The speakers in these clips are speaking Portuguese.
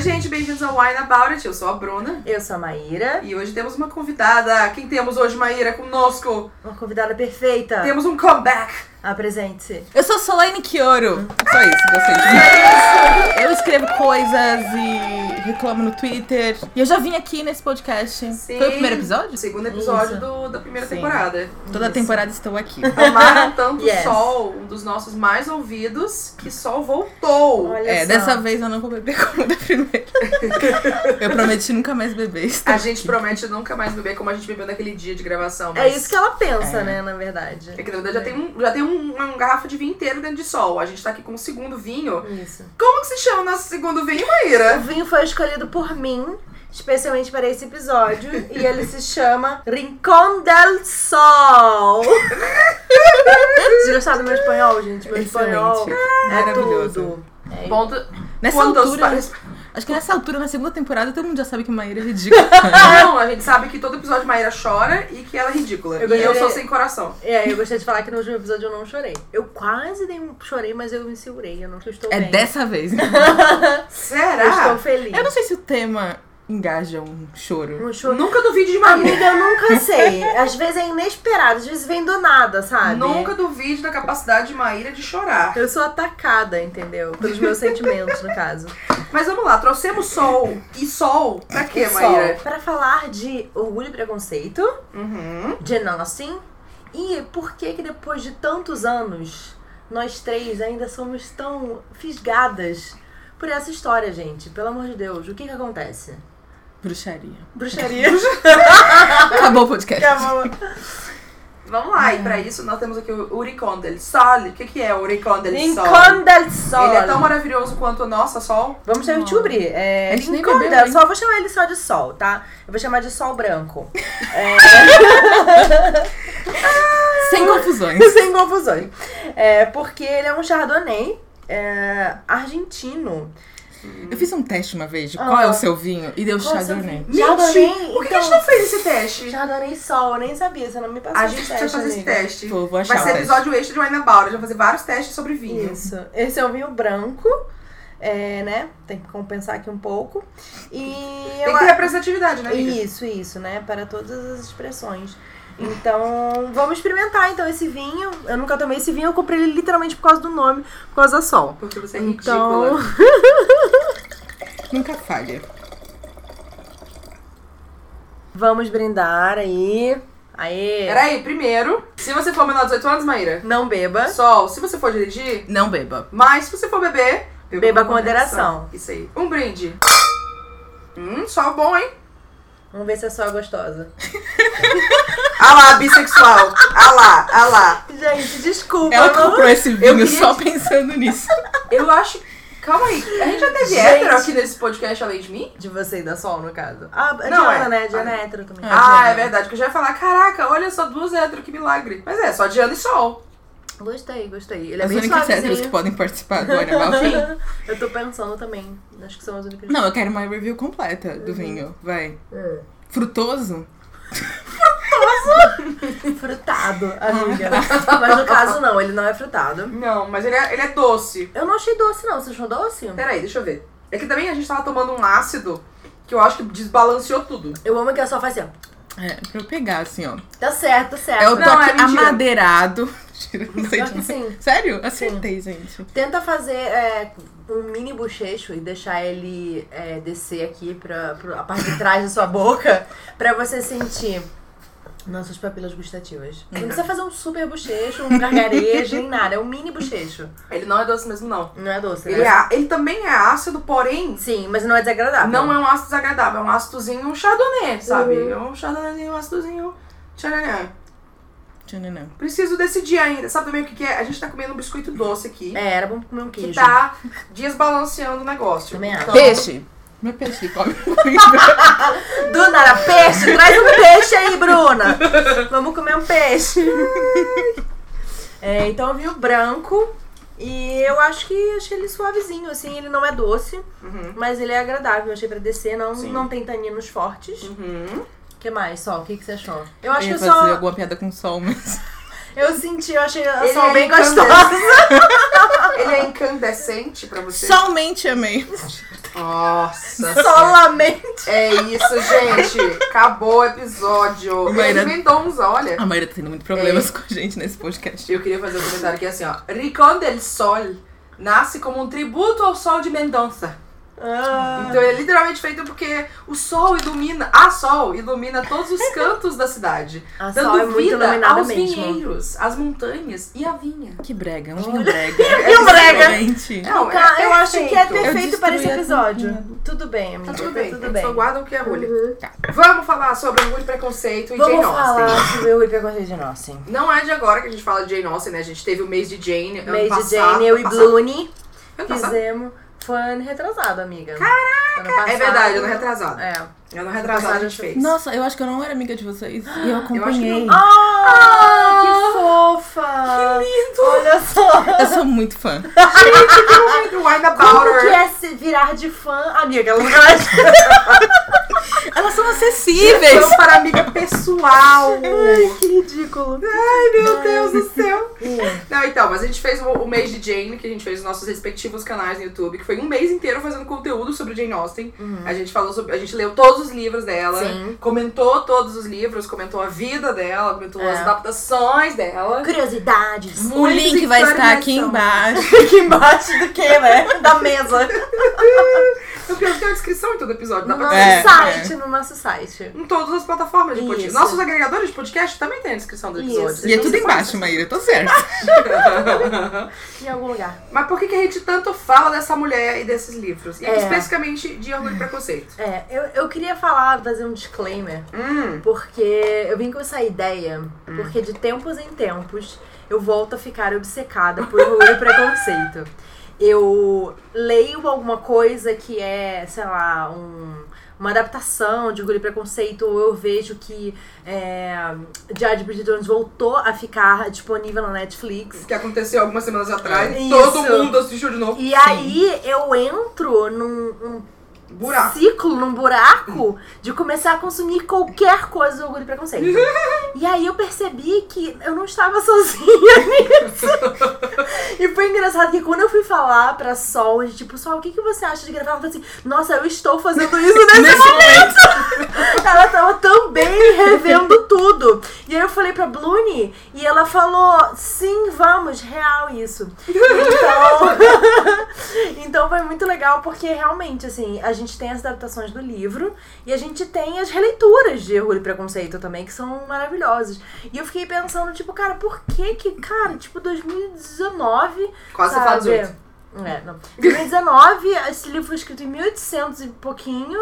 gente, bem-vindos ao Wine About It. Eu sou a Bruna. Eu sou a Maíra, E hoje temos uma convidada. Quem temos hoje, Maíra, conosco? uma convidada perfeita. Temos um comeback. Apresente-se. Eu sou Solane Kioro. Só isso, gostei. Eu escrevo coisas e reclamo no Twitter. E eu já vim aqui nesse podcast. Sim. Foi o primeiro episódio? Segundo episódio Isso. do- da primeira Sim. temporada. Toda Isso. temporada estou aqui. Amaram tanto o Yes. Sol, um dos nossos mais ouvidos, que Sol voltou. Olha É, só. dessa vez eu não vou beber como da primeira. eu prometi nunca mais beber. Estou A gente aqui. promete nunca mais beber como a gente bebeu naquele dia de gravação. É Mas... isso que ela pensa, É. né, na verdade. É que na verdade já tem, um, já tem um, uma garrafa de vinho inteiro dentro de sol. A gente tá aqui com o segundo vinho. Isso. Como que se chama o nosso segundo vinho, O É. Maíra? vinho foi escolhido por mim, especialmente para esse episódio, e ele se chama Rincón del Sol. Vocês gostaram do meu espanhol, gente? Meu espanhol Excelente. é Maravilhoso. tudo. É Ponto. Nessa quando os altura. pais- Acho que nessa altura, na segunda temporada, todo mundo já sabe que Maíra é ridícula. Ah, Né? Não, a gente sabe que todo episódio Maíra chora e que ela é ridícula. Eu e eu gostaria- sou sem coração. É, eu gostaria de falar que no último episódio eu não chorei. Eu quase dei um chorei, mas eu me segurei. Eu não estou é bem. dessa vez. Eu Será? estou feliz. Eu não sei se o tema engaja um choro. Um choro. Nunca duvide de Maíra. Amiga, eu nunca sei. Às vezes é inesperado, às vezes vem do nada, sabe? Nunca duvide da capacidade de Maíra de chorar. Eu sou atacada, entendeu? Pelos meus sentimentos, no caso. Mas vamos lá, trouxemos sol e sol pra quê, Maíra? Só para falar de orgulho e preconceito, Uhum. de nothing, e por que que depois de tantos anos, nós três ainda somos tão fisgadas por essa história, gente. Pelo amor de Deus, o que que acontece? Bruxaria. Bruxaria. Acabou o podcast. Vamos lá, e Ah. pra isso nós temos aqui o Uricon del Sol. O que, que é o Uricon del Sol? Rincón del Sol. Ele é tão maravilhoso quanto a nossa Sol. Vamos ter que descobrir. É, A gente nem Lincoln bebeu Del ainda. Sol, eu vou chamar ele só de sol, tá? Eu vou chamar de sol branco. Sem confusões. Sem confusões. É, porque ele é um chardonnay é, argentino. Eu fiz um teste uma vez de Ah. qual é o seu vinho e deu Qual é o seu chardonnay. Chardonnay, Mentira! Por que então. a gente não fez esse teste? Chardonnay sol, eu nem sabia, você não me passou A esse gente precisa um teste, fazer esse amiga. teste. Tipo, Vou, vou achar Vai o ser teste. episódio extra de Wine About. A gente vai fazer vários testes sobre vinho. Isso. Esse é o vinho branco, é, né? Tem que compensar aqui um pouco. E Tem eu que ter a- representatividade, né, amiga? Isso, isso, né? Para todas as expressões. Então, vamos experimentar então esse vinho. Eu nunca tomei esse vinho, eu comprei ele literalmente por causa do nome, por causa da sol. Porque você é Então- ridícula. Nunca falha. Vamos brindar aí. Aê! Peraí, primeiro, se você for menor de 18 anos, Maíra, Não beba. Sol, se você for dirigir, Não beba. Mas se você for beber, Beba com moderação. Isso aí. Um brinde. Hum, só bom, hein? Vamos ver se é só gostosa. Ah lá, bissexual. Ah lá, ah lá. Gente, desculpa. Ela não- comprou esse vinho queria- só pensando nisso. Eu acho. Calma aí. A gente já teve Gente. hétero aqui nesse podcast além de mim? De você e da Sol, no caso. Ah, a Não, Diana, é. né? Diana é hétero também. É. Ah, Diana. é verdade. Que eu já ia falar: caraca, olha só duas hétero, que milagre. Mas é, só Diana e Sol. Gostei, gostei. Ele é As bem únicas héteros que suavezinho. podem participar do Animal. Eu tô pensando também. Acho que são as únicas. Não, eu quero uma review completa do vinho. Vai. Hum. Frutoso? Frutado, Ah. amiga. Mas no caso, não. Ele não é frutado. Não, mas ele é, ele é doce. Eu não achei doce, não. Você achou doce? Peraí, deixa eu ver. É que também a gente tava tomando um ácido que eu acho que desbalanceou tudo. Eu amo que a Sol faz assim, ó. É, pra eu pegar, assim, ó. Tá certo, tá certo. É o Não, toque é mentira. amadeirado. Mentira, não sei Pior de que sim. Sério? Acertei, gente. Tenta fazer é, um mini bochecho e deixar ele é, descer aqui pra, pra a parte de trás da sua boca pra você sentir nas suas papilas gustativas. Uhum. Não precisa fazer um super bochecho, um gargarejo, nem nada. É um mini bochecho. Ele não é doce mesmo, não. Não é doce, Ele, né? é, ele também é ácido, porém, Sim, mas não é desagradável. Não é um ácido desagradável, é um ácidozinho, um chardonnay, sabe? Uhum. É um chardonnayzinho, um ácidozinho. Tcharanã. Tchananã. Preciso decidir ainda. Sabe também o que, que é? A gente tá comendo um biscoito doce aqui. É, era bom comer um Que queijo. tá desbalanceando o negócio. Também acho. Peixe. Meu peixe, come. Do nada, peixe! Traz um peixe aí, Bruna! Vamos comer um peixe. É, então eu vi o branco e eu acho que achei ele suavezinho, assim, ele não é doce, Uhum. mas ele é agradável, eu achei pra descer, não, Sim. não tem taninos fortes. Uhum. O que mais, Sol? O que, que você achou? Eu acho eu que ia eu fazer só. alguma piada com sol, mas... Eu senti, eu achei a Ele Sol é bem incandescente. gostosa. Ele é incandescente pra você? Somente amei. Nossa. Solamente. É isso, gente. Acabou o episódio. Maíra... Maíra- Mendonça, olha. A Maíra tá tendo muitos problemas com a gente nesse podcast. Eu queria fazer um comentário que é assim, ó. Rincón del Sol nasce como um tributo ao sol de Mendonça. Ah. Então ele é literalmente feito porque o sol ilumina, a sol ilumina todos os cantos da cidade, A dando Sol é muito vida iluminada aos mesmo. vinheiros, às montanhas e à vinha. Que brega, um vinho brega. E um brega. Gente. Não, Cara, Então, eu acho que é perfeito. perfeito para esse destruí a episódio. cozinha. Tudo bem, amiga. Tá tudo bem, Tudo bem. Uhum. só guarda o que é orgulho. Vamos falar sobre orgulho, preconceito e Jane Vamos Austen. falar sobre o Hiperconceito de Nossing. Não é de agora que a gente fala de Jane Austen, né? A gente teve o mês de Jane, ano Made passado. Jane, eu e passado. Blune Ano passado? fizemos. Foi ano retrasado, amiga. Caraca! É verdade, ano retrasado. É. Ano retrasado a gente fez. Nossa, eu acho que eu não era amiga de vocês. E eu acompanhei. Ah, que fofa! Que lindo! Olha só! Eu sou muito fã. Wine Como que Abouter. é se virar de fã, amiga? Ela nunca vai te Elas são é acessíveis. Sou para amiga pessoal. Ai, que ridículo. Ai, meu Deus do céu. Hum. Não, então, mas a gente fez o, o mês de Jane, que a gente fez os nossos respectivos canais no YouTube, que foi um mês inteiro fazendo conteúdo sobre Jane Austen. A gente falou sobre. A gente leu todos os livros dela, Uhum. Sim. comentou todos os livros, comentou a vida dela, comentou É. as adaptações dela. Curiosidades. O link vai estar aqui embaixo. Aqui embaixo do que, né? Da mesa. Eu quero ter a descrição em todo episódio, dá No pra nosso ver. É, site, no nosso site. Em todas as plataformas de podcast. Isso. Nossos agregadores de podcast também tem a descrição do episódio. Isso. E é tudo embaixo, Maíra. Tô certo. Em algum lugar. Mas por que, que a gente tanto fala dessa mulher e desses livros? E É. especificamente de Orgulho e Preconceito. É, eu, eu queria falar, fazer um disclaimer. Hum, Porque eu vim com essa ideia, porque de tempos em tempos eu volto a ficar obcecada por orgulho e preconceito. Eu leio alguma coisa que é, sei lá, um- uma adaptação de orgulho e preconceito, ou eu vejo que é, Judge Bridget Jones voltou a ficar disponível na Netflix. que aconteceu algumas semanas atrás. É. Isso. Todo mundo assistiu de novo. E aí eu entro num- um num Buraco. ciclo, num buraco de começar a consumir qualquer coisa do orgulho e preconceito. e aí eu percebi que eu não estava sozinha nisso. e foi engraçado que quando eu fui falar pra Sol, de tipo, Sol, o que, que você acha de gravar? Ela falou assim, nossa, eu estou fazendo isso nesse ela tava também revendo tudo. E aí eu falei pra Blune e ela falou: sim, vamos, real isso. Então, então foi muito legal porque realmente, assim, a gente tem as adaptações do livro e a gente tem as releituras de Orgulho e Preconceito também, que são maravilhosas. E eu fiquei pensando, tipo, cara, por que que, cara, tipo, 2019 Quase você sabe? fala 18. É, não. 2019, esse livro foi escrito em 1800 e pouquinho.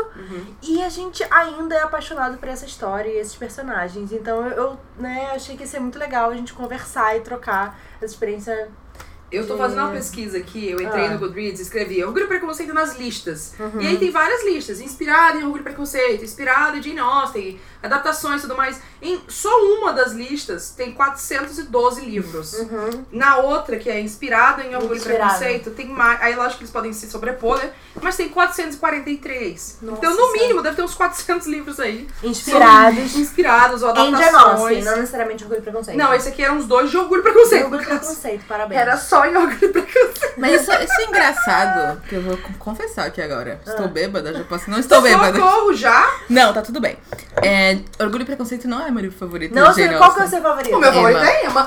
E a gente ainda é apaixonado por essa história e esses personagens. Então eu, eu, né, achei que ia ser muito legal a gente conversar e trocar essa experiência. Eu tô fazendo uma pesquisa aqui, eu entrei Ah. Uhum. no Goodreads e escrevi Orgulho e Preconceito nas listas. E aí tem várias listas, inspirado em Orgulho e Preconceito, inspirado em Jane Austen, adaptações e tudo mais. Em só uma das listas tem 412 livros. Na outra, que é inspirada em Orgulho e Inspirada. Preconceito, tem mais. Aí lógico que eles podem se sobrepor, né? Mas tem 443. Nossa então, no Senhora. mínimo, deve ter uns 400 livros aí. Inspirados. é Sobre- Inspirados ou Em Genossa, adaptações. não necessariamente Orgulho e Preconceito. Não, esse aqui eram uns dois de Orgulho e Preconceito. né? Orgulho e no caso. Preconceito, parabéns. Era só em Orgulho e Preconceito. Mas isso, isso é engraçado, que eu vou co- confessar aqui agora. Estou bêbada, já posso. Não estou bêbada. Socorro já. Não, tá tudo bem. É, Orgulho e Preconceito não é meu livro favorito. Não, Jane sei qual que é o Austen. seu favorito? O meu favorito Emma. é Emma.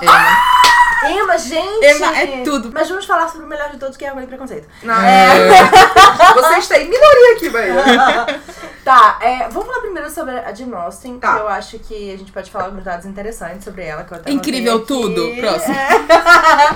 É, Emma, gente! Emma é tudo. Mas vamos falar sobre o melhor de todos, que é Orgulho e Preconceito. Não, É. Você está em minoria aqui, velho. Tá, é, vamos falar primeiro sobre a Jane Austen, Tá. que eu acho que a gente pode falar alguns dados interessantes sobre ela, que eu até Incrível anotei aqui. tudo. Próximo.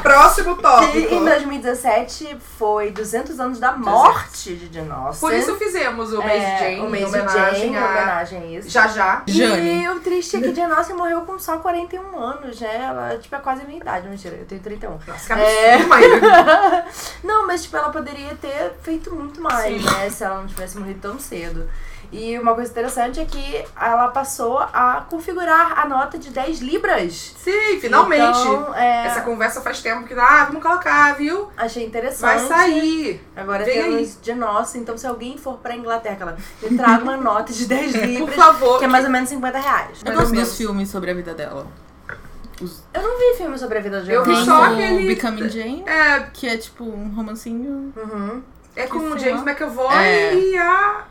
Próximo Que em tópico. 2017 foi 200 anos da morte de Jane Austen. Por isso fizemos o É, mês de Jane, o em mês de Jane, homenagem em a homenagem a isso. Já Já. Jane. E o triste é que Jane Austen morreu com só 41 anos, né? Ela, tipo, é quase a minha idade, mentira, eu tenho 31. Nossa, que É. absurdo, Maíra. Não, mas tipo, ela poderia ter feito muito mais, Sim. né? Se ela não tivesse morrido tão cedo. E uma coisa interessante é que ela passou a configurar a nota de 10 libras. Sim, finalmente. Então, é, Essa conversa faz tempo que ah, vamos colocar, viu? Vai achei um interessante. sair. Agora Vem temos de nossa, então se alguém for pra Inglaterra, ela me traga uma nota de 10 Por libras, favor. é que é mais ou menos 50 reais. Mais Eu ou gosto menos. dos filmes sobre a vida dela. os Eu não vi filme sobre a vida de Eu vi tem Amanda. só o aquele- Becoming Jane, É, que é tipo um romancinho. Uhum. é com o sei James lá. McAvoy É. e a.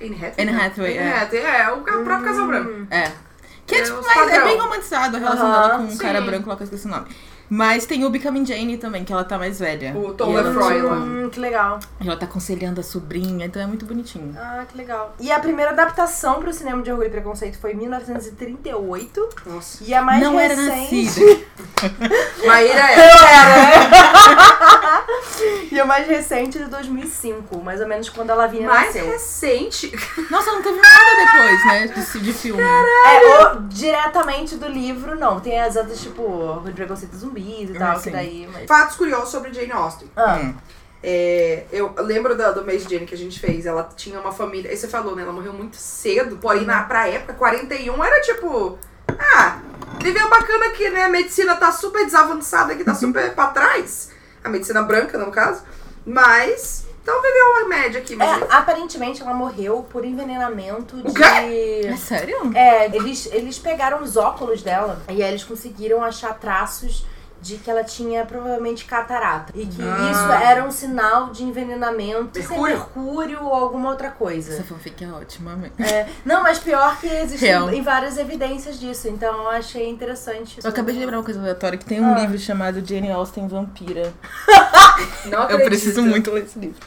Anne Hathaway. né? Anne Hathaway, Anne é. Hathaway, é, o ca- próprio Casal Branco. É. Que é, É, tipo, os mas é padrão. bem romantizado a relação dela Aham, com um sim. cara branco lá que eu esqueci o nome. Mas tem o Becoming Jane também, que ela tá mais velha. O Tom E ela, Lefroy lá. tipo, Hum, que legal. Ela tá aconselhando a sobrinha, então é muito bonitinho. Ah, que legal. E a primeira adaptação pro cinema de Orgulho e Preconceito foi em 1938. Nossa. E a mais Não era recente. nascida. Maíra é. e a mais recente de 2005, mais ou menos quando ela é vinha é Mais nasceu. recente. Nossa, não teve nada depois, né? De, de filme. É, ou diretamente do livro, não. Tem as outras, tipo, Orgulho e Preconceito e Zumbis e Ah, tal, sim. que daí. Mas... Fatos curiosos sobre Jane Austen. Ah, Hum. É, eu lembro da- do mês de Jane que a gente fez. Ela tinha uma família. Aí você falou, né? Ela morreu muito cedo. Porém, na, pra época, 41 era tipo. Ah, viveu bacana aqui, né? A medicina tá super desavançada aqui, tá super pra trás. A medicina branca, no caso. Mas. Então viveu uma média aqui, mas. é, aparentemente ela morreu por envenenamento O É de. sério? É, eles, eles pegaram os óculos dela e aí eles conseguiram achar traços de que ela tinha provavelmente catarata. E que Ah. isso era um sinal de envenenamento, sei, Mercúrio? mercúrio ou alguma outra coisa. Essa fanfic é ótima, mãe. Não, mas pior que existem Real. em várias evidências disso, então eu achei interessante. Eu acabei de lembrar uma coisa aleatória, que tem um Ah. livro chamado Jane Austen Vampira. Não Eu acredito. preciso muito ler esse livro.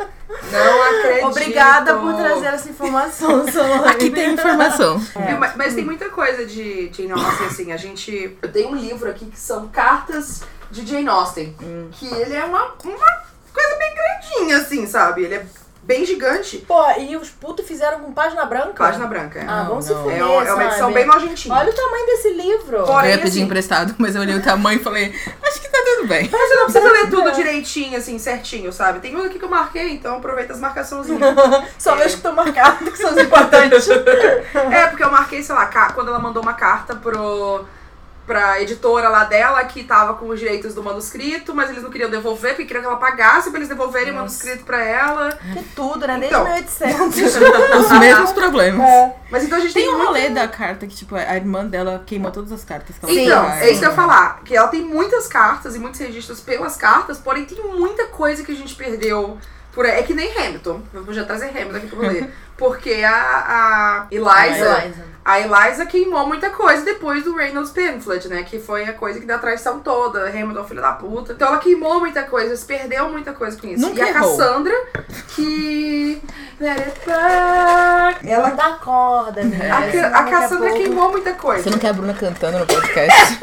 Não acredito. Obrigada por trazer essa informação, Solane. Aqui tem informação. É, Viu? Mas, mas tem muita coisa de Jane Austen, assim, a gente... Eu tenho um livro aqui que são cartas de Jane Austen, Hum. que ele é uma, uma coisa bem grandinha, assim, sabe? Ele é bem gigante, Pô, e os putos fizeram com página branca? página branca. Ah, vamos se Não, é, fuder, uma- é uma edição sabe? bem nojentinha. Olha o tamanho desse livro. Porra. eu ia Porém, pedir assim- emprestado, mas eu olhei o tamanho e falei, acho que tá tudo bem. Mas você não precisa ler tudo É. direitinho, assim, certinho, sabe? Tem um aqui que eu marquei, então aproveita as marcaçãozinhas. Só vejo que estão marcados, que são os importantes. É, porque eu marquei, sei lá, ca- quando ela mandou uma carta pro. Pra editora lá dela, que tava com os direitos do manuscrito, mas eles não queriam devolver, porque queriam que ela pagasse pra eles devolverem o manuscrito pra ela. que tudo, né? Desde Então. 1800. Os mesmos problemas. É. Mas então a gente tem, Tem um muito- rolê da carta que, tipo, a irmã dela queimou todas as cartas que ela Sim, Então, fez. é isso que eu ia falar. Que ela tem muitas cartas e muitos registros pelas cartas, porém tem muita coisa que a gente perdeu por aí. É que nem Hamilton. Eu vou já trazer Hamilton aqui pro rolê. Porque a, a Ah, Eliza, é. A Eliza queimou muita coisa depois do Reynolds Pamphlet, né? Que foi a coisa que deu a traição toda. Hamilton, filho da puta. Então ela queimou muita coisa, se perdeu muita coisa com isso. Nunca e a errou. Cassandra, que. Let it burn. Ela dá corda, né? A, Ca- a Cassandra queimou muita coisa. Você não quer a Bruna cantando no podcast?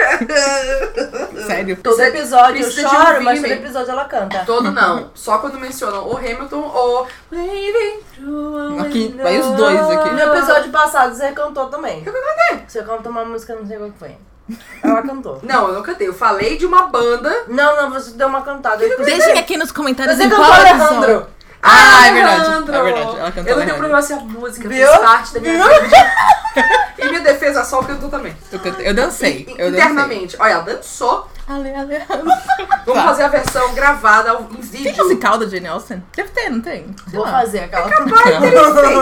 Sério. Todo Você episódio eu precisa de choro, um mas todo filme. episódio ela canta. Todo não. Só quando mencionam o Hamilton ou. Waving through a Aqui, window. vai os dois aqui. No episódio passado você cantou também. Eu cantei. Você cantou uma música, não sei qual que foi. Ela cantou. Não, eu não cantei. Eu falei de uma banda. Não, não, você deu uma cantada. Eu escutei. Deixem aqui nos comentários Você em cantou qual episódio. Alejandro. Ah, é verdade. Alejandro! É verdade. Ela cantou Eu não tenho Alejandro. problema se a música Viu? fez parte da minha vida. e minha defesa só cantou também. Eu, cantei- eu dancei. Eu dancei. internamente. Olha, ela dançou. Ale, ale. Vamos Tá. fazer a versão gravada ao- em Tem vídeo. musical da Jane Austen? Deve ter, não tem? Sei Vou lá. fazer aquela. Perfeito,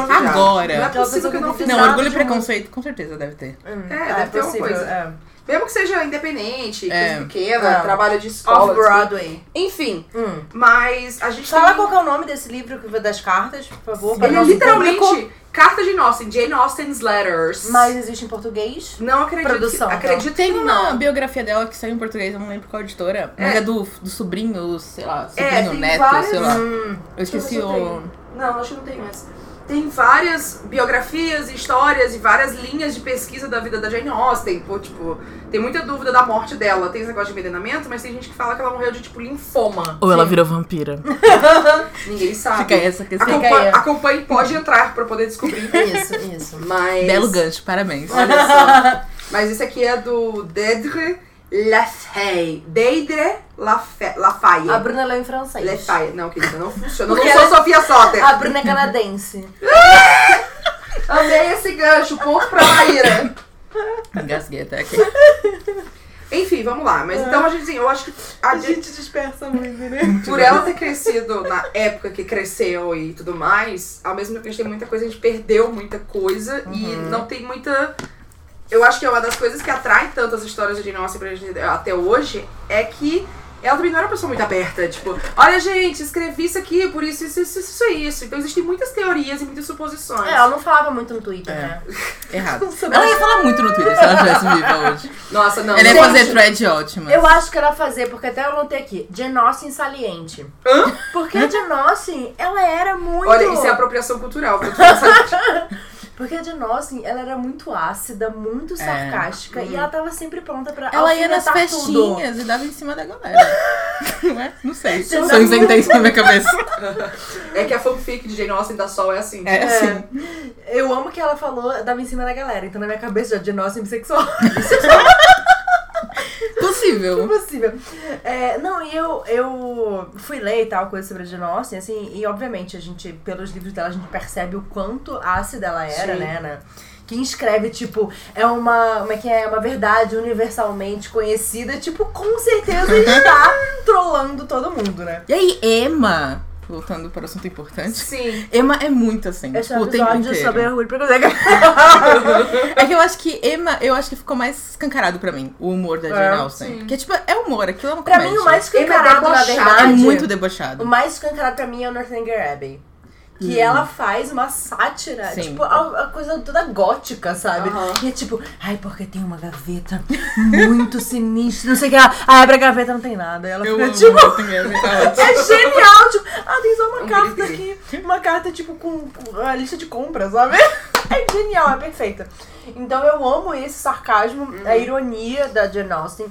já. Agora. Não é Aquela possível pessoa que eu não que fiz não Não, nada Orgulho e de um- Preconceito com certeza deve ter. Hum, É, deve ter uma coisa. É. música. Mesmo que seja independente, É. coisa pequena, Ah. trabalho de escola. assim. Off-Broadway. Enfim, Hum. mas a gente Fala tem- qual que é o nome desse livro que- das cartas, por favor. pra Ele é nosso literalmente público. carta de Jane Austen, Jane Austen's Letters. Mas existe em português. não acredito. Produção, que, então. acredito Tem que uma não. biografia dela que saiu em português, eu não lembro qual editora. Mas É. é do, do sobrinho, sei lá, É, sobrinho tem neto, várias- sei lá. Hum. Eu esqueci Deixa eu ver se eu o. Não, acho que não tem mais. Tem várias biografias, histórias e várias linhas de pesquisa da vida da Jane Austen. Pô, tipo, tem muita dúvida da morte dela. Tem esse negócio de envenenamento, mas tem gente que fala que ela morreu de, tipo, linfoma. Ou ela virou vampira. Ninguém sabe. Fica essa questão. Acompa- Fica aí. Acompanhe, pode entrar pra poder descobrir. Isso, isso. Mas... Belo gancho, parabéns. Olha só. Mas esse aqui é do Deidre Lafay. Deidre Lafe- Lafaye. A Bruna leu em francês. Lafaye. Não, querida, não funciona. Eu Porque não sou ela- Sofia Soter. A Bruna é canadense. Amei esse gancho. Ponto pra Maíra. Engasguei até aqui. Enfim, vamos lá. Mas então a gente, assim, eu acho que a gente, Ah. dispersa muito, né? por ela ter crescido na época que cresceu e tudo Uhum. mais, ao mesmo tempo que a gente tem muita coisa, a gente perdeu muita coisa e não tem muita eu acho que é uma das coisas que atrai tanto as histórias de Jane Austen pra gente até hoje é que ela também não era uma pessoa muito aberta. Tipo, olha, gente, escrevi isso aqui, por isso, isso, isso, isso, isso. Então existem muitas teorias e muitas suposições. É, ela não falava muito no Twitter, É. né? Errado. Ela ia falar muito no Twitter se ela estivesse viva hoje. Nossa, não. Ela ia não. fazer thread ótima. Eu acho que ela fazer, porque até eu anotei aqui, Jane Austen saliente. Hã? Porque a Jane Austen, ela era muito... Olha, isso é apropriação cultural. vou te falar, sabe? Porque a Jane Austen, ela era muito ácida, muito sarcástica. E ela tava sempre pronta pra Ela ia nas alfinetar tá tudo. festinhas e dava em cima da galera. Não é? Não sei. Você tá Só dá inventei isso na minha cabeça. é que a fanfic de Jane Austen da Sol é assim. É, tipo, assim. Eu amo que ela falou, dava em cima da galera. Então na minha cabeça, já Jane Austen é bissexual. Possível. Impossível. É, não, e eu, eu fui ler e tal, coisa sobre a Jane Austen, assim, e obviamente a gente, pelos livros dela, a gente percebe o quanto ácida ela era, Sim. né, né? Quem escreve, tipo, é uma. Como é que é? Uma verdade universalmente conhecida, tipo, com certeza está trollando todo mundo, né? E aí, Emma, voltando para o assunto importante. Sim. Emma é muito assim, Esse é tipo, um o tempo episódio inteiro. sobre orgulho pra você. É que eu acho que Emma, eu acho que ficou mais escancarado pra mim, o humor da Jane Austen. Porque, tipo, é humor, aquilo é uma É, Pra comédia. mim, o mais Ele é escancarado, na debochado, verdade. É muito O debochado. mais escancarado pra mim é o Northanger Abbey. Que Hum. ela faz uma sátira, Sim. tipo, a, a coisa toda gótica, sabe? Aham. E é tipo, ai, porque tem uma gaveta muito sinistra, não sei o que. Ela, ai, abre a gaveta, não tem nada. E Ela Eu fica amo tipo, Northern Abbey, tá ótimo. é genial! Tipo, ah, tem só uma Um carta gripe. aqui. Uma carta, tipo, com, com a lista de compras, sabe? É genial, é perfeita. Então eu amo esse sarcasmo, Uhum. a ironia da Jane Austen.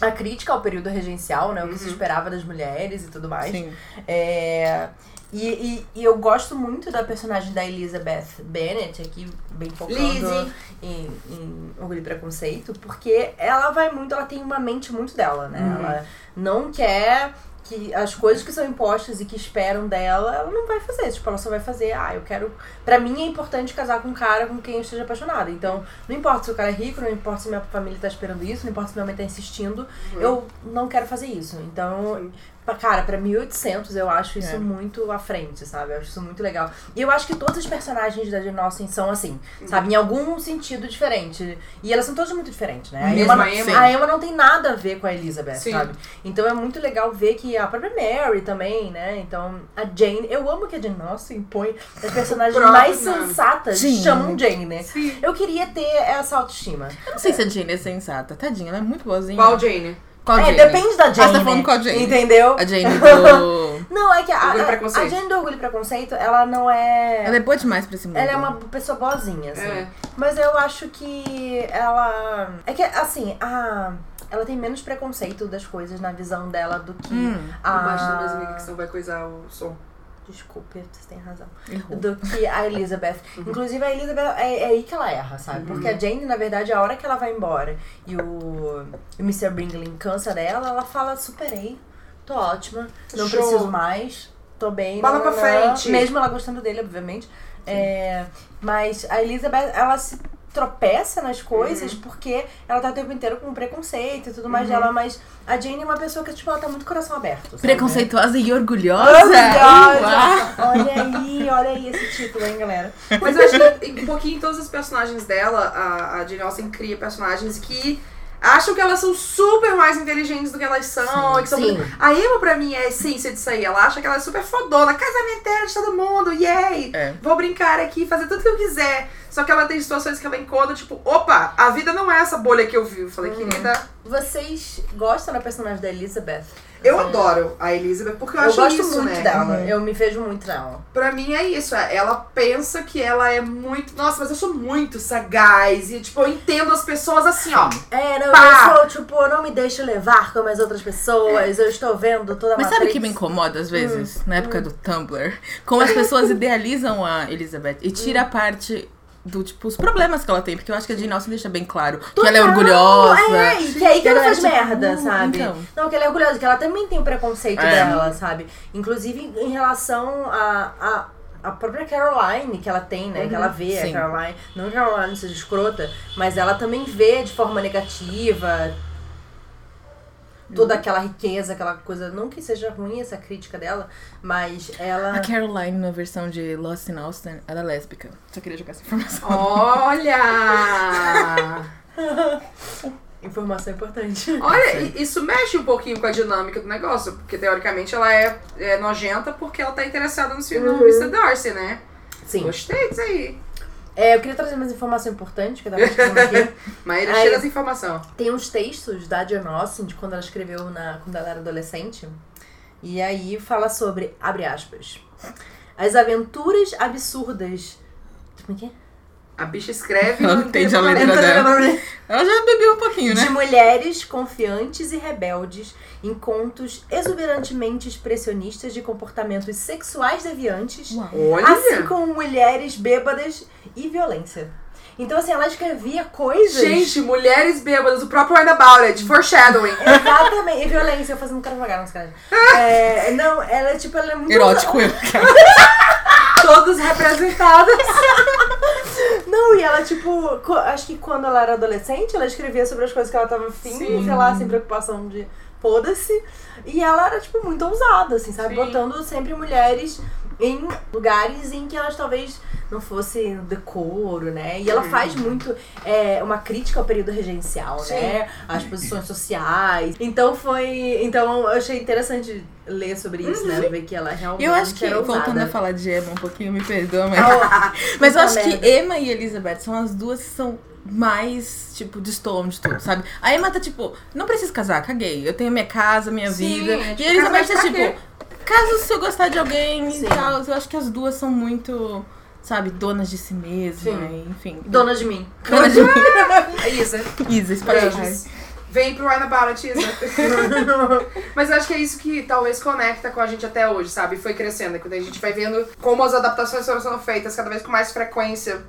A crítica ao período regencial, né? O que Uhum. se esperava das mulheres e tudo mais. Sim. É, E, e- e eu gosto muito da personagem da Elizabeth Bennet, aqui bem focando Lizzie. em, em Orgulho e Preconceito, porque ela vai muito, ela tem uma mente muito dela, né? Ela não quer que as coisas que são impostas e que esperam dela, ela não vai fazer. Tipo, ela só vai fazer, ah, eu quero. Pra mim é importante casar com um cara com quem eu esteja apaixonada. Então, não importa se o cara é rico, não importa se minha família tá esperando isso, não importa se minha mãe tá insistindo, eu não quero fazer isso. Então, Pra- Cara, pra 1800 eu acho isso É. muito à frente, sabe? Eu acho isso muito legal. E eu acho que todos os personagens da Jane Austen são assim, sabe? Em algum sentido diferente. E elas são todas muito diferentes, né? A Mesmo Emma, a Emma? não- a Emma não tem nada a ver com a Elizabeth, Sim. sabe? Então é muito legal ver que a própria Mary também, né? Então a Jane. Eu amo que a Jane Austen põe as personagens próprio mais nome. sensatas Jane. chamam Jane, né? Sim. Eu queria ter essa autoestima. Eu não sei se a Jane é sensata. Tadinha, ela é muito boazinha. Qual Jane? Qual é, Jane? depende da Jane. né? Ah, você tá falando com a Jane. Entendeu? A Jane do... Não, é que a, Orgulho e a, Preconceito. a Jane do Orgulho e Preconceito, ela não é. Ela é boa demais pra esse mundo. Ela é uma pessoa boazinha, assim. É. Mas eu acho que ela. É que, assim, a. Ela tem menos preconceito das coisas na visão dela do que Hum, a. Embaixo da mesa, amiga, que senão vai coisar o som. Desculpe, você tem razão. errou. Do que a Elizabeth. Uhum. Inclusive, a Elizabeth é, é aí que ela erra, sabe? Porque a Jane, na verdade, a hora que ela vai embora e o, o Mr. Bingley cansa dela, ela fala: superei, tô ótima, não Show. preciso mais, tô bem. Bola nananã." pra frente. Mesmo ela gostando dele, obviamente. É, mas a Elizabeth, ela se tropeça nas Uhum. coisas porque ela tá o tempo inteiro com preconceito e tudo mais dela, mas a Jane é uma pessoa que, tipo, ela tá muito coração aberto. sabe? Preconceituosa e orgulhosa. é. Uau. Orgulhosa! Olha aí, olha aí esse título, hein, galera. Mas eu acho que em- um pouquinho em todas as personagens dela, a, a Jane Austen cria personagens que acham que elas são super mais inteligentes do que elas são. e que são sim. muito- A Emma, pra mim, é a essência disso aí. Ela acha que ela é super fodona, casamenteira de todo mundo, yay! É. Vou brincar aqui, fazer tudo que eu quiser. Só que ela tem situações que ela encontra, tipo, opa, a vida não é essa bolha que eu vivo. Falei, querida, Vocês gostam da personagem da Elizabeth? eu adoro a Elizabeth porque eu, Eu, acho gosto isso, muito né? dela. Eu me vejo muito nela. Pra mim é isso, é, ela pensa que ela é muito. Nossa, mas eu sou muito sagaz. E, tipo, eu entendo as pessoas assim, ó. É, não, Pá! eu sou, tipo, eu não me deixo levar como as outras pessoas. Eu estou vendo toda a Mas sabe o que me Matrix. incomoda às vezes? Na época Hum. do Tumblr. Como as pessoas idealizam a Elizabeth e tira Hum. a parte do, tipo, os problemas que ela tem. Porque eu acho que a Jane Austen deixa bem claro que ela é Total, orgulhosa. É, e que aí que E a ela galera, faz tipo, merda, "Uh, sabe? então." Não, que ela é orgulhosa, que ela também tem o preconceito É. dela, sabe? Inclusive em relação a. a a própria Caroline que ela tem, né? Que ela vê Uhum. Sim. a Caroline. Não que a Caroline seja escrota, mas ela também vê de forma negativa. Uhum. toda aquela riqueza, aquela coisa. Não que seja ruim essa crítica dela, mas ela. A Caroline, na versão de Lost in Austin, ela é lésbica. Só queria jogar essa informação. Olha! Informação é importante. Olha, i- isso mexe um pouquinho com a dinâmica do negócio, porque teoricamente ela é, é nojenta porque ela tá interessada no filme Uhum. do Mr. Darcy, né? Sim. Gostei disso aí. É, eu queria trazer mais informação importante que eu tava escutando aqui. Maíra, Ai. cheia das informação. Tem uns textos da Jane Austen de quando ela escreveu na, quando ela era adolescente. E aí fala sobre, abre aspas, as aventuras absurdas. Como é que é? A bicha escreve. Ela não não entende a como letra dela. Ela já bebeu um pouquinho, né? De mulheres confiantes e rebeldes em contos exuberantemente expressionistas de comportamentos sexuais deviantes, Uau. Olha! assim como mulheres bêbadas e violência. Então, assim, ela escrevia coisas. Gente, mulheres bêbadas, o próprio Wine About It, foreshadowing. Exatamente. E violência, eu fazendo cara pagar nas caras. É, não, ela é tipo, ela é muito. Erótico eu. Todos representados. Não, e ela, tipo, co- acho que quando ela era adolescente, ela escrevia sobre as coisas que ela tava afim, Sim. sei lá, sem preocupação de foda-se. E ela era, tipo, muito ousada, assim, sabe? Sim. Botando sempre mulheres em lugares em que elas talvez não fossem decoro, né? E ela faz Uhum. muito é, uma crítica ao período regencial, Sim. né? As posições sociais. Então foi. Então eu achei interessante ler sobre isso, né? Ver que ela realmente. Uhum. Eu acho que, era ousada. né? voltando a falar de Emma um pouquinho, me perdoa, mas. tá Ah, Mas eu Puta acho merda. que Emma e Elizabeth são as duas que são mais, tipo, destoam de tudo, sabe? A Emma tá tipo, não preciso casar, caguei. Eu tenho minha casa, minha Sim, vida. é tipo, e a Elizabeth casar tá pra tipo, caso se eu gostar de alguém Sim. e tal. Eu acho que as duas são muito, sabe, donas de si mesma, Sim. enfim. Dona de mim. Dona de mim. Isa, Isa, beijos. Spotify. é Vem pro Wine About It, Isa. Mas eu acho que é isso que talvez conecta com a gente até hoje, sabe? Foi crescendo. Quando a gente vai vendo como as adaptações foram sendo feitas cada vez com mais frequência.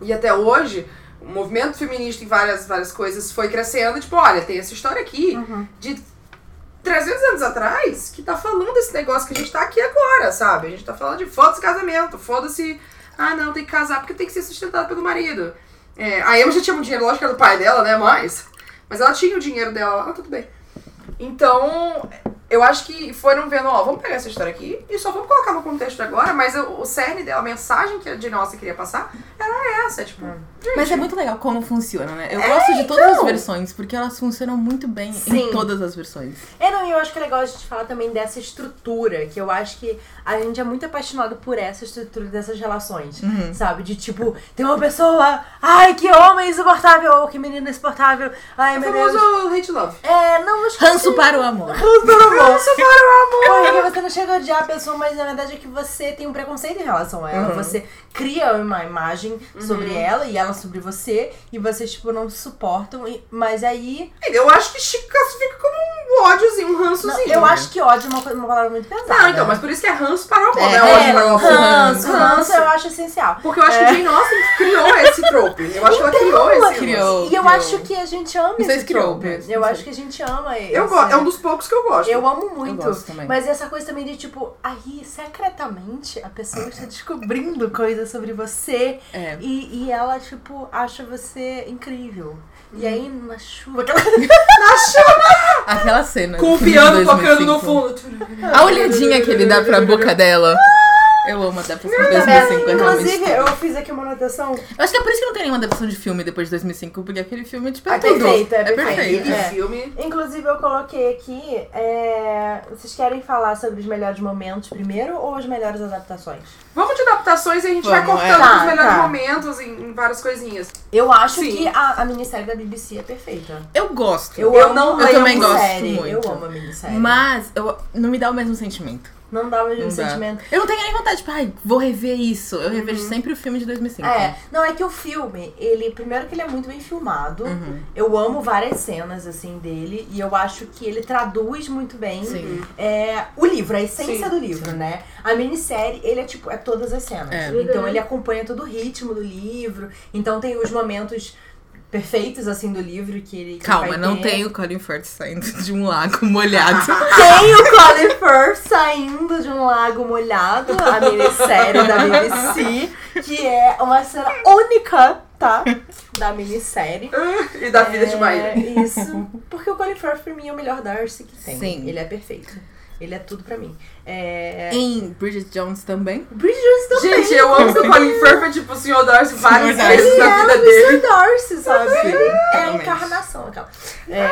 E até hoje, o movimento feminista em várias, várias coisas foi crescendo. Tipo, olha, tem essa história aqui de 300 anos atrás que tá falando desse negócio que a gente tá aqui agora, sabe? A gente tá falando de foda-se casamento, foda-se. Ah, não, tem que casar porque tem que ser sustentado pelo marido. É, a Emma já tinha um dinheiro, lógico que era do pai dela, né? Mas. Mas ela tinha o dinheiro dela lá, tá tudo bem. Então, eu acho que foram vendo, ó, vamos pegar essa história aqui e só vamos colocar no contexto agora, mas o, o cerne dela, a mensagem que a Jane Austen queria passar era essa, tipo. gente, Mas é muito legal como funciona, né? Eu gosto de todas então. as versões, porque elas funcionam muito bem Sim. em todas as versões. É, não, e eu acho que é legal a gente falar também dessa estrutura, que eu acho que a gente é muito apaixonado por essa estrutura dessas relações, Uhum. sabe? De tipo, tem uma pessoa, ai, que homem insuportável, ou que menina insuportável, ai, o meu Deus. É famoso hate love. É, não, mas... Ranço para o amor. Ranço para o amor. Ranço para o amor. Porque você não chega a odiar a pessoa, mas na verdade é que você tem um preconceito em relação a ela. Uhum. Você cria uma imagem sobre ela e ela sobre você, e vocês, tipo, não se suportam, e- mas aí... Eu acho que Chico classifica como um ódiozinho, um Não, rançozinho. eu acho que ódio é uma, coisa- uma palavra muito pesada. Não, então, mas por isso que é ranço para o amor, né? É, ódio É, para o amor. ranço, Ranço. ranço eu acho essencial. Porque eu acho que Jane Austen criou esse trope. Eu acho que Então, ela criou esse. criou. E eu criou. acho que a gente ama Não sei esse se criou trope. mesmo, Eu não acho sei. que a gente ama esse. Eu gosto, é um dos poucos que eu gosto. Eu amo muito. gosto também. mas essa coisa também de tipo, aí secretamente a pessoa está descobrindo coisas sobre você É. e, e ela, tipo, acha você incrível. E aí na chuva. Aquela cena. um Com o de piano tocando 2005. no fundo. Tipo, A olhadinha que ele dá pra boca dela. Eu amo adaptação de 2005, é Inclusive, realmente. eu fiz aqui uma anotação. Eu acho que é por isso que não tem nenhuma adaptação de filme depois de 2005, porque aquele filme, tipo, é É perfeito, é perfeito. perfeito. Aquele É. filme. Inclusive, eu coloquei aqui. é, Vocês querem falar sobre os melhores momentos primeiro ou as melhores adaptações? Vamos de adaptações e a gente vai Vamos, cortando é. Tá, os melhores tá. momentos em, em várias coisinhas. Eu acho Sim. que a, a minissérie da BBC é perfeita. Eu gosto. Eu, Eu amo não- a eu também gosto minissérie. muito. Eu amo a minissérie. Mas eu, não me dá o mesmo sentimento. Não dá o mesmo Não dá. sentimento. Eu não tenho nem vontade, tipo, ai, vou rever isso. Eu revejo sempre o filme de 2005. Uhum. É, não, é que o filme, ele, primeiro que ele é muito bem filmado. Uhum. Eu amo várias cenas, assim, dele. E eu acho que ele traduz muito bem Sim. é, o livro, a Sim. essência do livro, né? A minissérie, ele é tipo, é todas as cenas. É. Então ele acompanha todo o ritmo do livro. Então tem os momentos perfeitos, assim, do livro que ele. que Calma, vai não ter. Ah, tem o Colin Firth saindo de um lago molhado. Tem o Colin Firth saindo de um lago molhado, a minissérie da BBC, que é uma cena única tá? Da minissérie. E da vida É. de Maíra. Isso. Porque o Colin Firth, pra mim, é o melhor Darcy que tem. Sim. Ele é perfeito. Ele é tudo pra mim. É... Em Bridget Jones também. Bridget Jones também. Gente, eu amo que o Colin Firth é tipo o Sr. Darcy várias Darcy. vezes Ele na é vida o dele. Mr. Darcy, sabe? É a Totalmente. encarnação, aquela. É,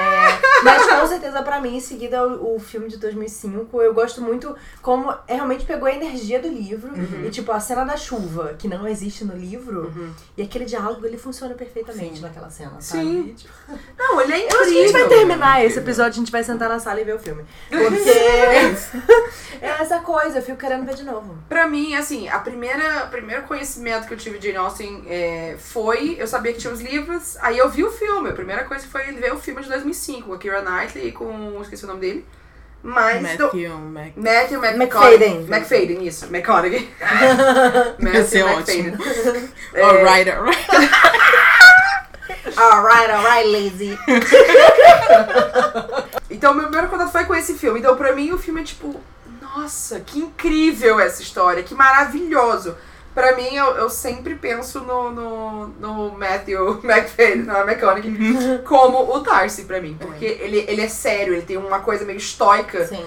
mas com certeza, pra mim, em seguida, o, o filme de 2005, eu gosto muito como é, realmente pegou a energia do livro. Uhum. E, tipo, a cena da chuva, que não existe no livro, e aquele diálogo, ele funciona perfeitamente Sim. naquela cena, sabe? Sim. Não, ele é Eu acho que a gente vai incrível. terminar esse episódio, a gente vai sentar na sala e ver o filme. Porque é essa coisa, eu fico querendo ver de novo. Pra mim, assim, a primeira, o primeiro conhecimento que eu tive de Jane Austen é, foi... Eu sabia que tinha os livros, aí eu vi o filme. A primeira coisa foi ver o filme de 2005, com a Keira Knightley e com... Esqueci o nome dele. Mas... não- Matthew, Mac... Matthew McFadden. McFadden. McFadden, isso. McConaughey. Ia ser Matthew ótimo. McFadden. Alright, alright. Alright, alright, lazy. Então, meu primeiro contato foi com esse filme. Então, pra mim, o filme é tipo... Nossa, que incrível essa história. Que maravilhoso. Pra mim, eu, eu sempre penso no, no, no Matthew McFadden, não é McConaughey, como o Darcy pra mim. Porque ele, ele é sério, ele tem uma coisa meio estoica. Sim.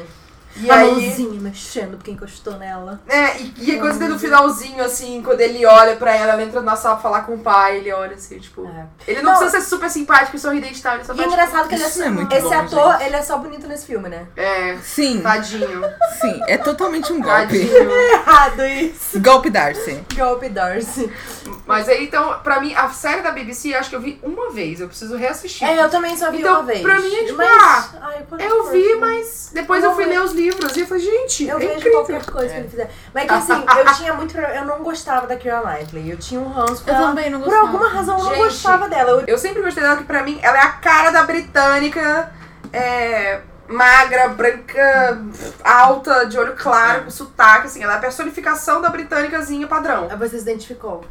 E E a aí... mãozinha mexendo porque encostou nela. É, e, e quando você no finalzinho, assim, quando ele olha pra ela, ela entra na sala pra falar com o pai, ele olha assim, tipo... É. Ele não, Não. precisa ser super simpático e sorridente, tá? Ele só E é tá, engraçado que ele é, Isso é muito esse bom, ator, gente. ele é só bonito nesse filme, né? tipo, É, Sim, tadinho. sim. É totalmente um golpe. Tadinho. Errado isso. Golpe Darcy. Golpe Darcy. Tipo, Mas aí, então, pra mim, a série da BBC, eu acho que eu vi uma vez. Eu preciso reassistir. É, eu também só vi Então, uma vez. pra mim é tipo, mas... Ai, quando eu for, vi, tipo, mas depois Eu eu fui vejo. ler os livros e eu falei, gente, é. Eu é vejo incrível. qualquer coisa que ele fizer. Mas que assim, eu tinha muito problema. Eu não gostava da Keira Knightley. Eu tinha um ranço por Eu ela. também não Por gostava. alguma razão eu não Gente. gostava dela. Eu- Eu sempre gostei dela, que pra mim, ela é a cara da britânica. É... Magra, branca, alta, de olho claro, com sotaque, assim. Ela é a personificação da britânicazinha padrão. Aí Você se identificou.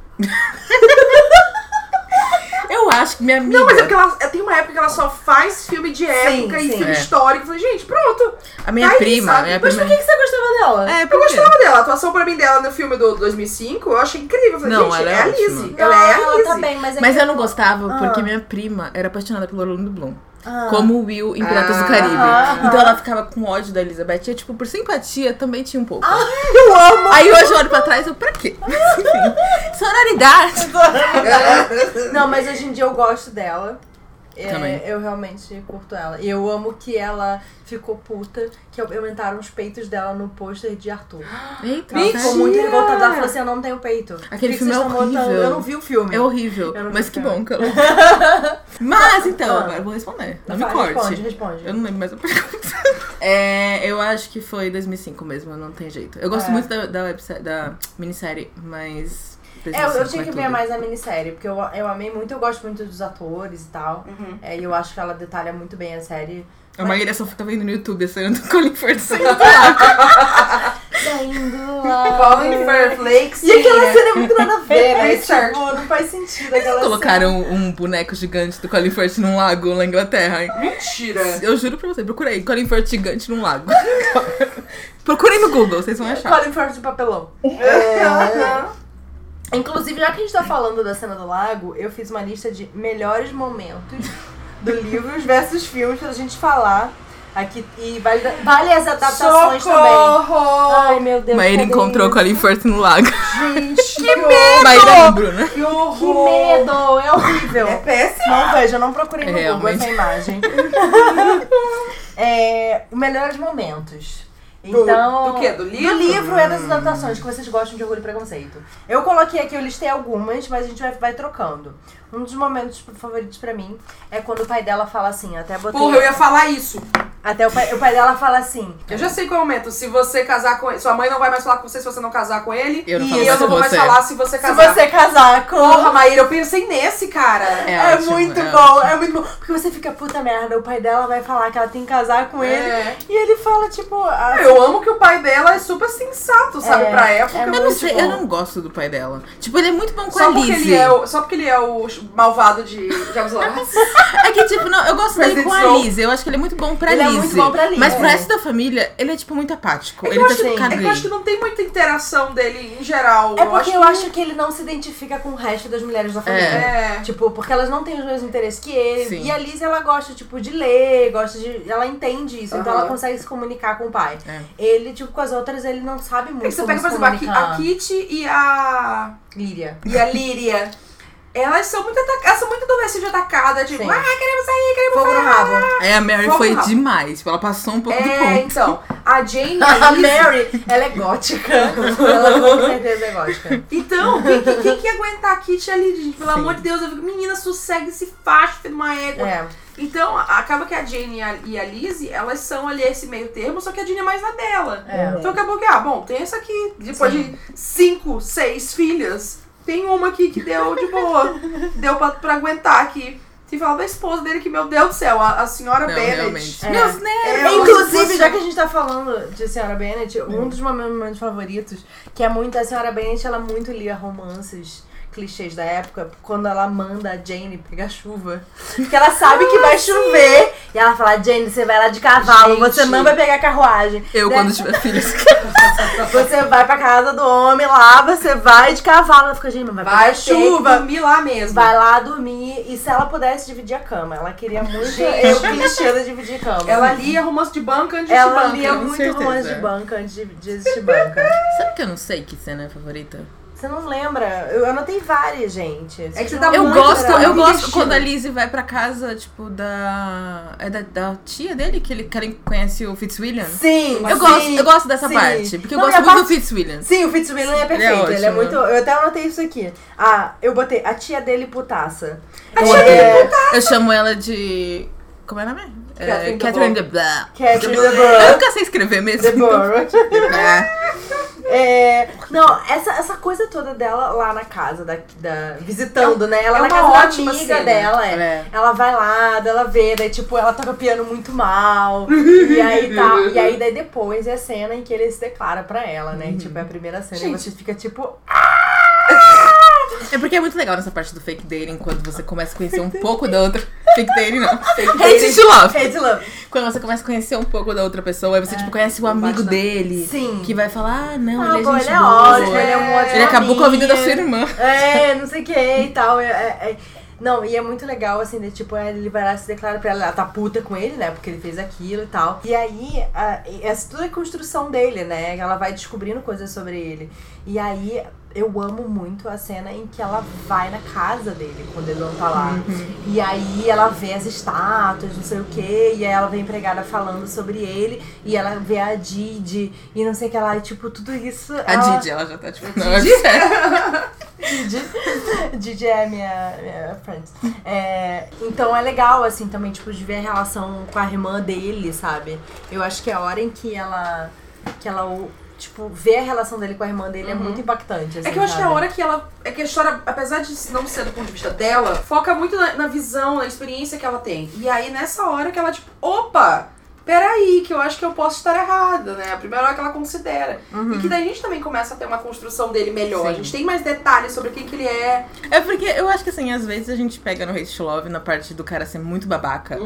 Eu acho que minha amiga... Não, mas é porque ela, tem uma época que ela só faz filme de época e sim. filme É. histórico. Eu falei, gente, pronto. A minha Aí, prima, sabe? minha Mas prima... por que, que você gostava dela? É, Eu por quê? gostava dela. A atuação pra mim dela no filme do 2005, eu achei incrível. Eu falei, Não, gente, ela é é, a ótima. Lizzie. Não, Ela é a ela Lizzie. tá bem, mas é Mas que- eu não gostava Ah. porque minha prima era apaixonada pelo Orlando Bloom. Ah. Como o Will em Piratas do Ah. Caribe. Ah. Então ela ficava com ódio da Elizabeth. E, eu, tipo, por simpatia também tinha um pouco. Eu amo! Aí hoje eu olho pra trás e eu, pra quê? Mas, enfim, Sonoridade. é Não, mas hoje em dia eu gosto dela. É, Também. Eu realmente curto ela. E eu amo que ela ficou puta, que aumentaram os peitos dela no pôster de Arthur. Eita, Ela ficou cara. muito revoltada. Ela falou assim: eu não tenho peito. Aquele Por que que filme é vocês tão botando? horrível. Eu não vi o filme. É horrível. Eu não Mas vi que cara. bom que eu não. Mas então, Ah. agora eu vou responder. Não me Fala, Responde, corte. responde. Eu não lembro mais a pergunta. É, eu acho que foi 2005 mesmo, não tem jeito. Eu gosto É. muito da, da, websérie- da minissérie, mas. É, eu, 2005 eu tinha é que ver tudo. mais a minissérie, porque eu, eu amei muito, eu gosto muito dos atores e tal. Uhum. É, E eu acho que ela detalha muito bem a série. A Maíra só fica vendo no YouTube essa do Colin Firth. assim. Saindo lá. Colin Firth, Lake tá E aquela Singer. cena é muito nada a ver, É, né? certo. tipo, não faz sentido aquela Eles colocaram um boneco gigante do Colin Firth num lago na Inglaterra. Mentira. É. Eu juro pra você, procurei Colin Firth gigante num lago. procurei no Google, vocês vão achar. cena. Colin Firth de papelão. Inclusive, já que a gente tá falando da cena do lago, eu fiz uma lista de melhores momentos do livros versus filmes pra gente falar aqui. E vale, vale as adaptações também. Ah. Socorro! Ai, meu Deus. Maíra cadê encontrou isso? Colin Firth no lago. é Gente, que Maíra e Bruna. Que Que horror! medo! É horrível. É péssimo. Não vejo, eu não procurei no Realmente. Google essa imagem. é, melhores momentos. Do- Então. do quê? Do livro? Do livro é Hum. das adaptações que vocês gostam de Orgulho e Preconceito. Eu coloquei aqui, eu listei algumas, mas a gente vai, vai trocando. Um dos momentos favoritos pra mim é quando o pai dela fala assim, até botei. Porra, eu ia falar isso. Até o pai, o pai dela fala assim. Eu já sei qual é o momento. Se você casar com ele. Sua mãe não vai mais falar com você se você não casar com ele. Eu não e falo eu mais não com vou mais você. falar se você Se casar. você casar com. Porra, Maíra, eu pensei nesse, cara. É É, ótimo, muito é bom, é muito bom. Porque você fica puta merda, o pai dela vai falar que ela tem que casar com É. ele. E ele fala, tipo, ah, Eu amo que o pai dela é super sensato, sabe? É, pra época. é Eu não muito sei, bom. eu não gosto do pai dela. Tipo, ele é muito bom com a Tipo, Só porque, ele Lizzie. é o, só porque ele é o malvado de Jogos Vorazes. É que, tipo, não, eu gosto dele Presidente com a Snow. Lizzie. Eu acho que ele é muito bom pra ele é muito bom pra Liz. Mas pro É. resto da família, ele é, tipo, muito apático. É que ele eu tá acho- tipo, é É que eu acho que caguei. não tem muita interação dele em geral. É porque eu que- acho que ele não se identifica com o resto das mulheres da família. É. Tipo, porque elas não têm os mesmos interesses que ele. Sim. E a Liz, ela gosta, tipo, de ler, gosta de. Ela entende isso, então Aham. ela consegue se comunicar com o pai. É. Ele, tipo, com as outras, ele não sabe muito. É que você como pega, se por exemplo, a Ki- a comunicar. Kitty e a. Líria. e a Líria. Elas são muito atacadas, elas são muito adolescentes atacadas, tipo, Sim. ah, queremos sair, queremos Fogo no rabo. É, a Mary Vamos foi lá. demais. Tipo, ela passou um pouco do É, ponto. então, a Jane e a A Liz- Mary, ela é gótica. ela com certeza é gótica. Então, quem, quem, quem que ia aguentar a Kitty ali, gente? Pelo Sim. amor de Deus, eu fico, menina, sossegue esse facho de uma égua. É. Então, a- acaba que a Jane e a, e a Lizzie, elas são ali esse meio termo, só que a Jane é mais na dela. É. Então acabou que, ah, bom, tem essa aqui. Depois de cinco, seis filhas, tem uma aqui que deu de boa. deu pra, pra aguentar aqui. Se falar da esposa dele, que, meu Deus do céu, a, a senhora Não, Bennett. realmente. É. Meus nervos. É, Inclusive, já que a gente tá falando de Senhora Bennett, um dos meus momentos favoritos, que é muito a Senhora Bennett, ela muito lia romances clichês da época, quando ela manda a Jane pegar chuva. Porque ela sabe que vai chover. E ela fala, Jane, você vai lá de cavalo, Ah, Gente. você não vai pegar carruagem. Eu, né? quando tiver filhos. Você vai pra casa do homem lá, você vai de cavalo. Ela fica, Jane, mas vai, Vai pegar chuva. chuva. lá mesmo. Vai lá dormir. E se ela pudesse dividir a cama? Ela queria muito. Eu clichê da dividir cama. Ela lia romance de banca antes de Ela banca. lia com muito certeza. é. romance de banca antes de, de existir banca. Sabe que eu não sei que cena é a favorita? Você não lembra? Eu anotei várias, gente. É que você tá Eu muito gosto, brava. eu gosto Investida. quando a Lizzie vai pra casa, tipo, da. É da, da tia dele que ele, que ele conhece o Fitzwilliam? Sim, Eu sim, gosto, eu gosto dessa sim. parte. Porque eu Não, e gosto a muito do parte- Fitzwilliam. Sim, o Fitzwilliam é perfeito. Ele é, ótimo. muito. Eu até anotei isso aqui. Ah, eu botei a tia dele putaça. A É, tia dele Eu chamo ela de. Como é o nome? É, Catherine Catherine the Blah. Que é de Eu Deborah. nunca sei escrever mesmo. Deborah. É. É, não, essa, essa coisa toda dela lá na casa, da, da- visitando, né? Ela é na uma casa da ótima amiga cena. dela, é. É. Ela vai lá, daí ela vê, daí tipo, ela toca piano muito mal. e aí tá. E aí daí depois é a cena em que ele se declara pra ela, Uhum. né? Tipo, é a primeira cena e Gente. você fica tipo. É porque é muito legal nessa parte do fake dating, quando você começa a conhecer um pouco da outra. Fake dating não. Hate dating. to love. Hate love. Quando você começa a conhecer um pouco da outra pessoa, aí você, tipo, conhece o bate amigo na- dele. É. Sim. Que vai falar, ah, não, Ah, ele é pô, gente ele é boa. ótimo, ele é um ótimo. Ele acabou com a vida da amigo. sua irmã. É, não sei o que e tal. é- é- é. Não, e é muito legal, assim, de, tipo, ele vai lá se declara pra ela, ela tá puta com ele, né? Porque ele fez aquilo e tal. E aí, a, essa toda a construção dele, né? Ela vai descobrindo coisas sobre ele. E aí, eu amo muito a cena em que ela vai na casa dele, quando ele não tá lá. Uhum. E aí, ela vê as estátuas, não sei o que e aí ela vem empregada falando sobre ele, e ela vê a Didi, e não sei o que lá, e tipo, tudo isso. A ela- Didi, ela já tá, tipo, não, é sério. Didi. Didi é minha, minha friend. É, então é legal, assim, também, tipo, de ver a relação com a irmã dele, sabe? Eu acho que a hora em que ela. que ela, o- tipo, vê a relação dele com a irmã dele é muito impactante. É assim, que eu acho que a sabe? hora que ela. É que a história, apesar de não ser do ponto de vista dela, foca muito na, na visão, na experiência que ela tem. E aí, nessa hora que ela, tipo, opa! Peraí, que eu acho que eu posso estar errada, né? A primeira hora que ela considera. E Uhum. que daí a gente também começa a ter uma construção dele melhor. A gente tem mais detalhes sobre quem que ele é. É porque eu acho que, assim, às vezes a gente pega no hate to love na parte do cara ser muito babaca.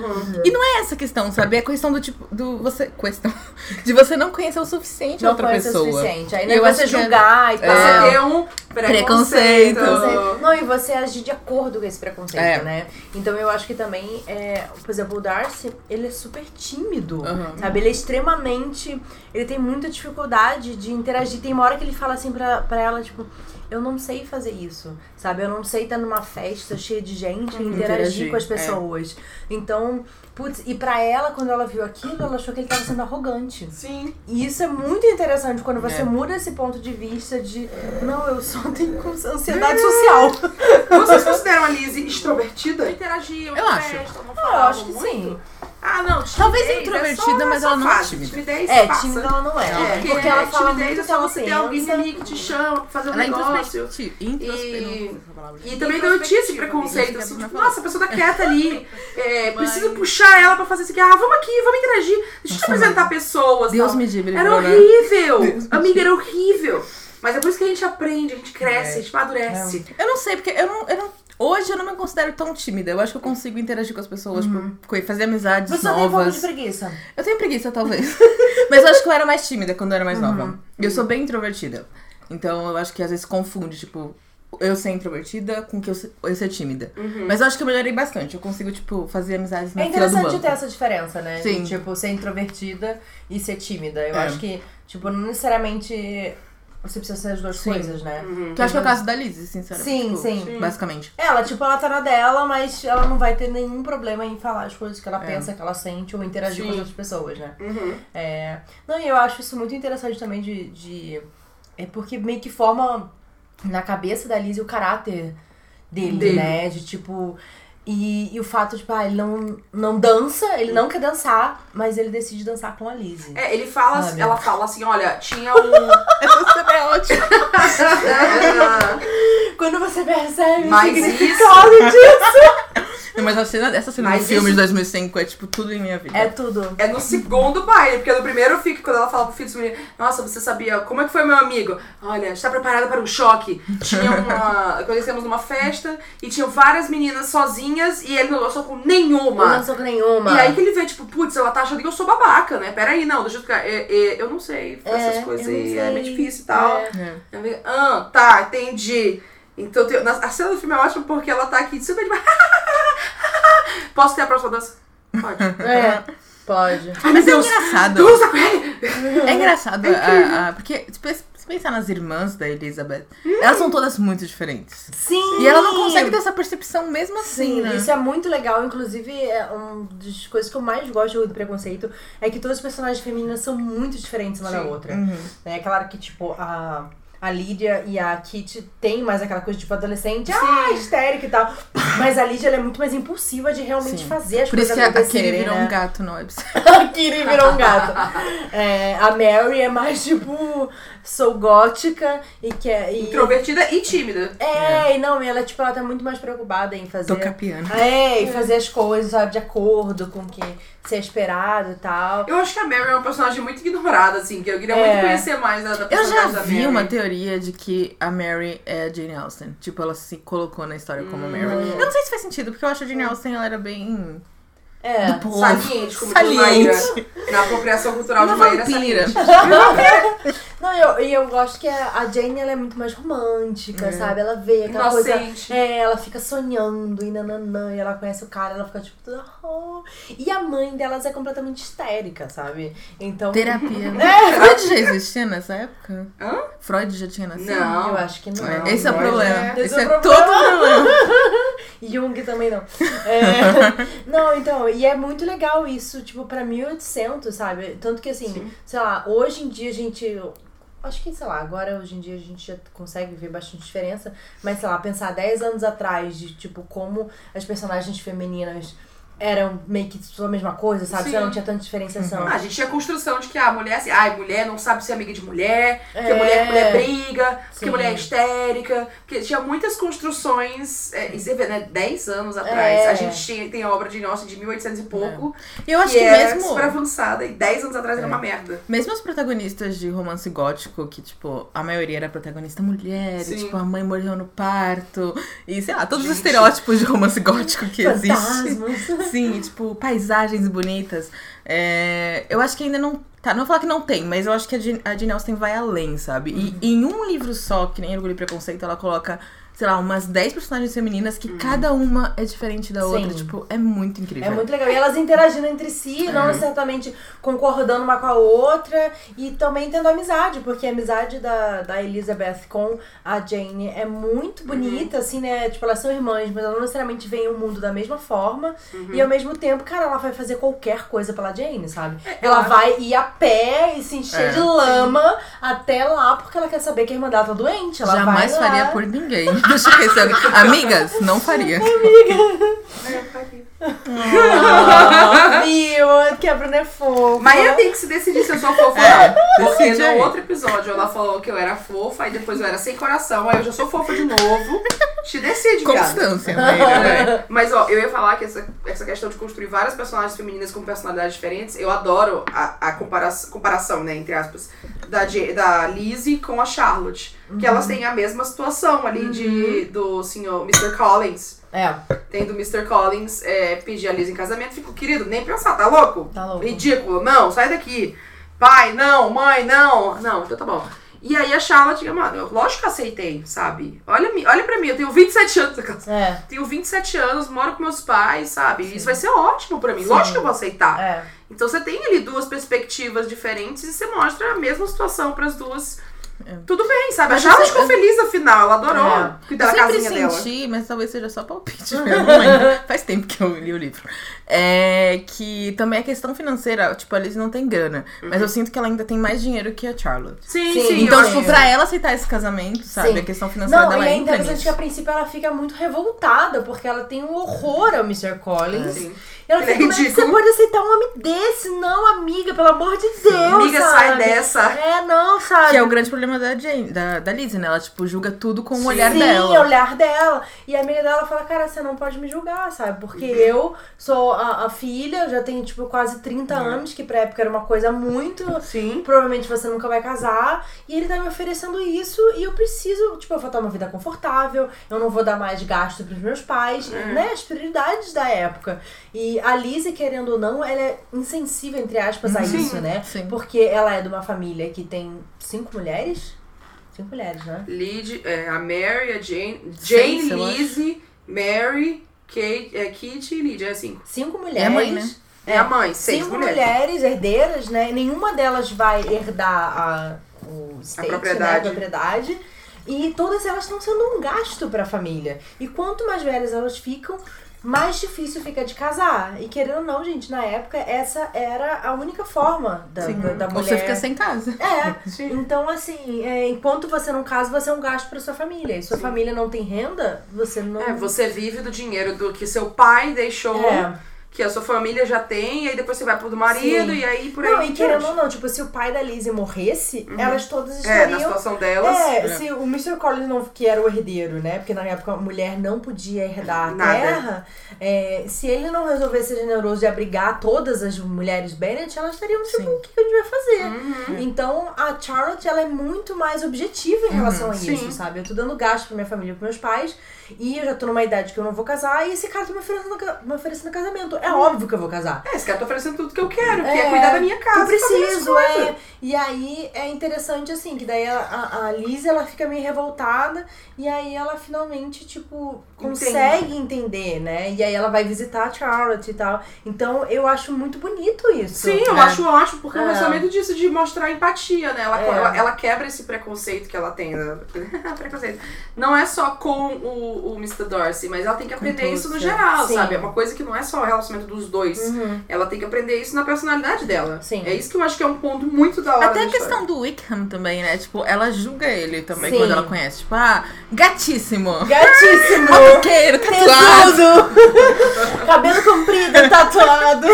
E não é essa questão, sabe? É questão do tipo. Do você. Questão. De você não conhecer o suficiente não é a outra conhece o pessoa. suficiente. Aí E não eu vai acho você que é- julgar e Você tal. ter um preconceito. Preconceito. Preconceito. Não, e você agir de acordo com esse preconceito, É. né? Então eu acho que também, é, por exemplo, o Darcy, ele é super tímido, Aham. sabe? Ele é extremamente... Ele tem muita dificuldade de interagir. Tem uma hora que ele fala assim pra, pra ela, tipo... Eu não sei fazer isso, sabe? Eu não sei estar numa festa cheia de gente e interagir, Interagir, com as é. pessoas. Então, putz, e pra ela, quando ela viu aquilo, ela achou que ele tava sendo arrogante. Sim. E isso é muito interessante quando você É. muda esse ponto de vista de não, eu só tenho com- ansiedade social. Vocês consideram a Lizzie extrovertida? Interagiam, Eu acho. festam, não Eu falavam acho que muito. sim. Ah, não, timidez, é Talvez só introvertida, na mas sua ela não é fase. tímida. Timidez É, passa. tímida ela não é. É, porque ela fala timidez muito é que só ela você ter alguém pensa. ali que te chama pra fazer um Ela é negócio. introspectiva. Introspe... E também então, eu tinha esse preconceito, assim, tipo, nossa, a pessoa tá quieta ali, é, preciso puxar ela pra fazer isso aqui, ah, vamos aqui, vamos interagir, deixa eu te Nossa, apresentar pessoas. Deus tal. me livre. né? Era Bruna. horrível, amiga, era horrível. Mas é por isso que a gente aprende, a gente cresce, a gente amadurece. Eu não sei, porque eu não, eu não. Hoje eu não me considero tão tímida. Eu acho que eu consigo interagir com as pessoas, tipo, co- fazer amizades Uhum. Você só tem um pouco de novas. preguiça. Eu tenho preguiça, talvez. Mas eu acho que eu era mais tímida quando eu era mais nova. E Eu sou bem introvertida. Então eu acho que às vezes confunde, tipo, eu ser introvertida com que eu ser, eu ser tímida. Mas eu acho que eu melhorei bastante. Eu consigo, tipo, fazer amizades na É fila do banco. interessante ter essa diferença, né? Sim. De, tipo, ser introvertida e ser tímida. Eu É. acho que, tipo, não necessariamente você precisa ser as duas Sim. coisas, né? Uhum. Que eu acho que é o caso da Liz, sinceramente. Sim, tipo, sim. Sim. Basicamente. Ela, tipo, ela tá na dela, mas ela não vai ter nenhum problema em falar as coisas que ela É. pensa, que ela sente ou interagir com Sim. as outras pessoas, né? Uhum. É... Não, e eu acho isso muito interessante também de, de... É porque meio que forma na cabeça da Liz o caráter dele, Dele. né? De tipo... E, e o fato, tipo, ah, ele não, não dança, ele não quer dançar, mas ele decide dançar com a Liz. É, ele fala, Olha. ela fala assim, olha, tinha um... Essa cena é ótima. Ah, Quando você percebe Mas o isso- significado disso... Não, mas a cena, essa cena Mas do isso- filme de 2005 é, tipo, tudo em minha vida. É tudo. é no segundo baile, porque no primeiro fica quando ela fala pro filho do menino, nossa, você sabia, como é que foi meu amigo? Olha, está preparada para um choque. Tinha uma, conhecemos numa festa e tinha várias meninas sozinhas e ele não lançou com Não nenhuma. dançou com nenhuma. E aí que ele vê, tipo, putz, ela tá achando que eu sou babaca, né? Peraí, não, deixa eu ficar. é, é, eu não sei, essas É, coisas eu não aí é meio sei. difícil e tal. É. É. Eu vi, ah, tá, entendi. Então tem- na- a cena do filme é ótima porque ela tá aqui super tipo. Posso ter a próxima dança? Pode. É, pode. Ai, meu Mas é Deus! engraçado. Dança com ele! É engraçado. a- a- porque, se pe- se pensar nas irmãs da Elizabeth, elas são todas muito diferentes. Sim! E ela não consegue ter essa percepção mesmo assim, Sim, né? isso é muito legal. Inclusive, é uma das coisas que eu mais gosto do preconceito é que todas as personagens femininas são muito diferentes uma da Sim. outra. Uhum. É claro que, tipo, a, a Lídia e a Kit tem mais aquela coisa, tipo, adolescente, ah, histérica e tal. Mas a Lídia ela é muito mais impulsiva de realmente Sim. fazer as Por isso coisas que a, a Kiri acontecerem, virou né? um gato no episódio. A Kiri virou um gato. É, a Mary é mais, tipo, sou gótica e quer... E... Introvertida e tímida. É, e não, e ela, tipo, ela tá muito mais preocupada em fazer... Tocar piano. É, e fazer as coisas, sabe, de acordo com o que ser esperado e tal. Eu acho que a Mary é uma personagem muito ignorada, assim, que eu queria É. muito conhecer mais a, da Eu já personagem da vi Mary. uma teoria de que a Mary é a Jane Austen. Tipo, ela se colocou na história como a Mary. Eu não sei se faz sentido, porque eu acho a Jane Austen, ela era bem... É. do povo. Saliente, como diz Saliente. Maíra. Na apropriação cultural Uma de Maíra, vampira. saliente. Não, e eu, e eu gosto que a a Jane, ela é muito mais romântica, sabe? Ela vê aquela Inocente. coisa... É, ela fica sonhando e nananã, e ela conhece o cara, ela fica tipo... toda, "Oh". E a mãe delas é completamente histérica, sabe? Então... Terapia. É. Freud já existia nessa época? Hã? Freud já tinha nascido? Não. Eu acho que não. É, Esse é o Freud é- problema. Esse Esse é é o todo problema. o problema. Jung também não. É, não, então, e é muito legal isso, tipo, pra 1800, sabe? Tanto que, assim, sei lá, hoje em dia a gente. Acho que, sei lá, agora hoje em dia a gente já consegue ver bastante diferença, mas sei lá, pensar 10 anos atrás de, tipo, como as personagens femininas eram meio que só a mesma coisa, sabe? Sim. Você não tinha tanta diferenciação. Ah, a gente tinha a construção de que a mulher, assim, ai, mulher não sabe ser amiga de mulher, porque É. mulher, mulher briga, Sim. porque mulher é histérica, porque tinha muitas construções, é, e você vê, né, 10 anos atrás, É. a gente tinha, tem a obra de Nelson de 1800 e pouco, E eu acho que, que é era mesmo... É. super avançada, e 10 anos atrás era uma merda. Mesmo os protagonistas de romance gótico, que, tipo, a maioria era protagonista mulher, e, Sim. tipo, a mãe morreu no parto, e sei lá, todos os Gente. estereótipos de romance gótico que existem. Fantasmas. Sim, e, tipo, paisagens bonitas. É, eu acho que ainda não. Tá, não vou falar que não tem, mas eu acho que a Jane, a Jane Austen vai além, sabe? E Uhum. em um livro só, que nem Orgulho e Preconceito, ela coloca, sei lá, umas 10 personagens femininas que cada uma é diferente da Uhum. Sim. outra. Tipo, é muito incrível. É muito legal. E elas interagindo entre É. si, não necessariamente concordando uma com a outra. E também tendo amizade, porque a amizade da, da Elizabeth com a Jane é muito Uhum. bonita, assim, né? Tipo, elas são irmãs, mas elas não necessariamente veem o mundo da mesma forma. Uhum. E ao mesmo tempo, cara, ela vai fazer qualquer coisa pela Jane, sabe? Ela vai ir a pé e se encher É. de lama até lá, porque ela quer saber que a irmã dela tá doente. Ela Jamais vai lá. faria por ninguém. Deixa eu pensar. Amigas, não faria. Ah, viu? Que a Bruna é fofa. Maíra tem que se decidir se eu sou fofa É, ou não. Porque decide no aí. outro episódio ela falou que eu era fofa, e depois eu era sem coração, aí eu já sou fofa de novo. Te decide, cara. Constância, né? É, Mas, ó, eu ia falar que essa, essa questão de construir várias personagens femininas com personalidades diferentes, eu adoro a, a compara comparação, né, entre aspas, da, Je- da Lizzie com a Charlotte. Que Uhum. elas têm a mesma situação ali de, do senhor Mr. Collins. É, Tem do Mr. Collins é, pedir a Lizzie em casamento. Fico, querido, nem pensar, tá louco? tá louco. Ridículo, não, sai daqui. Pai, não, mãe, não. Não, então tá bom. E aí a Charlotte, mano, eu, lógico que aceitei, sabe? Olha, mi- olha pra mim, eu tenho 27 anos. É, Tenho 27 anos, moro com meus pais, sabe? Isso vai ser ótimo pra mim. Lógico que eu vou aceitar. é. Então você tem ali duas perspectivas diferentes e você mostra a mesma situação pras duas. É. Tudo bem, sabe? Mas a Charlotte você- É. ficou feliz afinal, ela adorou cuidar da Eu sempre casinha dela. senti, mas talvez seja só palpite mesmo. mas Faz tempo que eu li o livro. É que também a questão financeira, tipo, a Liz não tem grana. Mas eu sinto que ela ainda tem mais dinheiro que a Charlotte. Sim, Uhum. Sim, sim. eu Então, acho tipo, que- pra ela aceitar esse casamento, sabe? Sim. A questão financeira Não, dela e é entra interessante nisso. que a princípio ela fica muito revoltada, porque ela tem um horror ao Mr. Collins. Sim. E ela Ele é fica, como é que você ridículo. pode aceitar um homem desse? Não, amiga, pelo amor de Deus, Amiga, sai sabe? dessa. É, não, sabe? Que é o grande problema da, Jane, da, da Lizzie, né? Ela, tipo, julga tudo com o olhar Sim, dela. é o olhar dela. E a amiga dela fala, cara, você não pode me julgar, sabe? Porque Uhum. eu sou a, a filha, eu já tenho, tipo, quase 30 Uhum. anos, que pra época era uma coisa muito... Sim. Provavelmente você nunca vai casar. E ele tá me oferecendo isso e eu preciso, tipo, eu vou ter uma vida confortável, eu não vou dar mais gasto pros meus pais, É. né? As prioridades da época. E a Lizzie, querendo ou não, ela é insensível, entre aspas, a Sim. isso, né? Sim. Porque ela é de uma família que tem cinco mulheres. Cinco mulheres, né? Lid, é, a Mary, a Jane, Jane, Seis, eu acho. Lizzie, Mary, Kate, é, Kit e Lid. É assim. Cinco mulheres. É a mãe, né? É, a mãe, seis cinco mulheres. mulheres herdeiras, né? Nenhuma delas vai herdar a, o estate, propriedade. Né? a propriedade. E todas elas estão sendo um gasto pra família. E quanto mais velhas elas ficam, mais difícil fica de casar. E querendo ou não, gente, na época essa era a única forma da, Sim. da, da Ou mulher. você fica sem casa. É, Sim. então, assim, é, enquanto você não casa, você é um gasto pra sua família. E sua Sim. família não tem renda, você não. É, você vive do dinheiro do que seu pai deixou, É. que a sua família já tem, e aí depois você vai pro do marido, Sim. e aí por aí. Não, em e querendo diante. ou não, tipo, se o pai da Lizzie morresse, Uhum. elas todas É, na estariam. situação delas. É, É. se o Mr. Collins não, que era o herdeiro, né? Porque na época a mulher não podia herdar a Nada. terra. é, se ele não resolvesse ser generoso e abrigar todas as mulheres Bennett, elas estariam tipo, Sim. o que a gente vai fazer? Uhum. Então a Charlotte ela é muito mais objetiva em relação a Uhum. sim. isso, sabe? Eu tô dando gasto pra minha família, pros meus pais, e eu já tô numa idade que eu não vou casar, e esse cara tá me oferecendo, ca- me oferecendo casamento. É Uhum. óbvio que eu vou casar. É, esse cara tá oferecendo tudo que eu quero, que É, é cuidar da minha casa. Eu e fazer minhas preciso, coisas. é. E aí é interessante, assim, que daí ela- a, a Liz ela fica meio revoltada e aí ela finalmente, tipo, consegue entender, né? E aí ela vai visitar a Charlotte e tal. Então eu acho muito bonito isso. Sim, eu É. acho ótimo, porque é É. um pensamento disso de mostrar empatia, né? Ela, É. ela, ela quebra esse preconceito que ela tem. Né? preconceito. Não é só com o, o Mr. Darcy, mas ela tem que aprender todos, isso é. no geral, Sim. sabe? É uma coisa que não é só o relacionamento dos dois. Uhum. Ela tem que aprender isso na personalidade dela. Sim. É isso que eu acho que é um ponto muito da hora. Até a da questão do Wickham também, né? Tipo, ela julga ele também Sim. quando ela conhece. Tipo, ah, gatíssimo. Gatíssimo! Ah, Roqueiro, tá tatuado. Tesudo! Cabelo comprido, tatuado!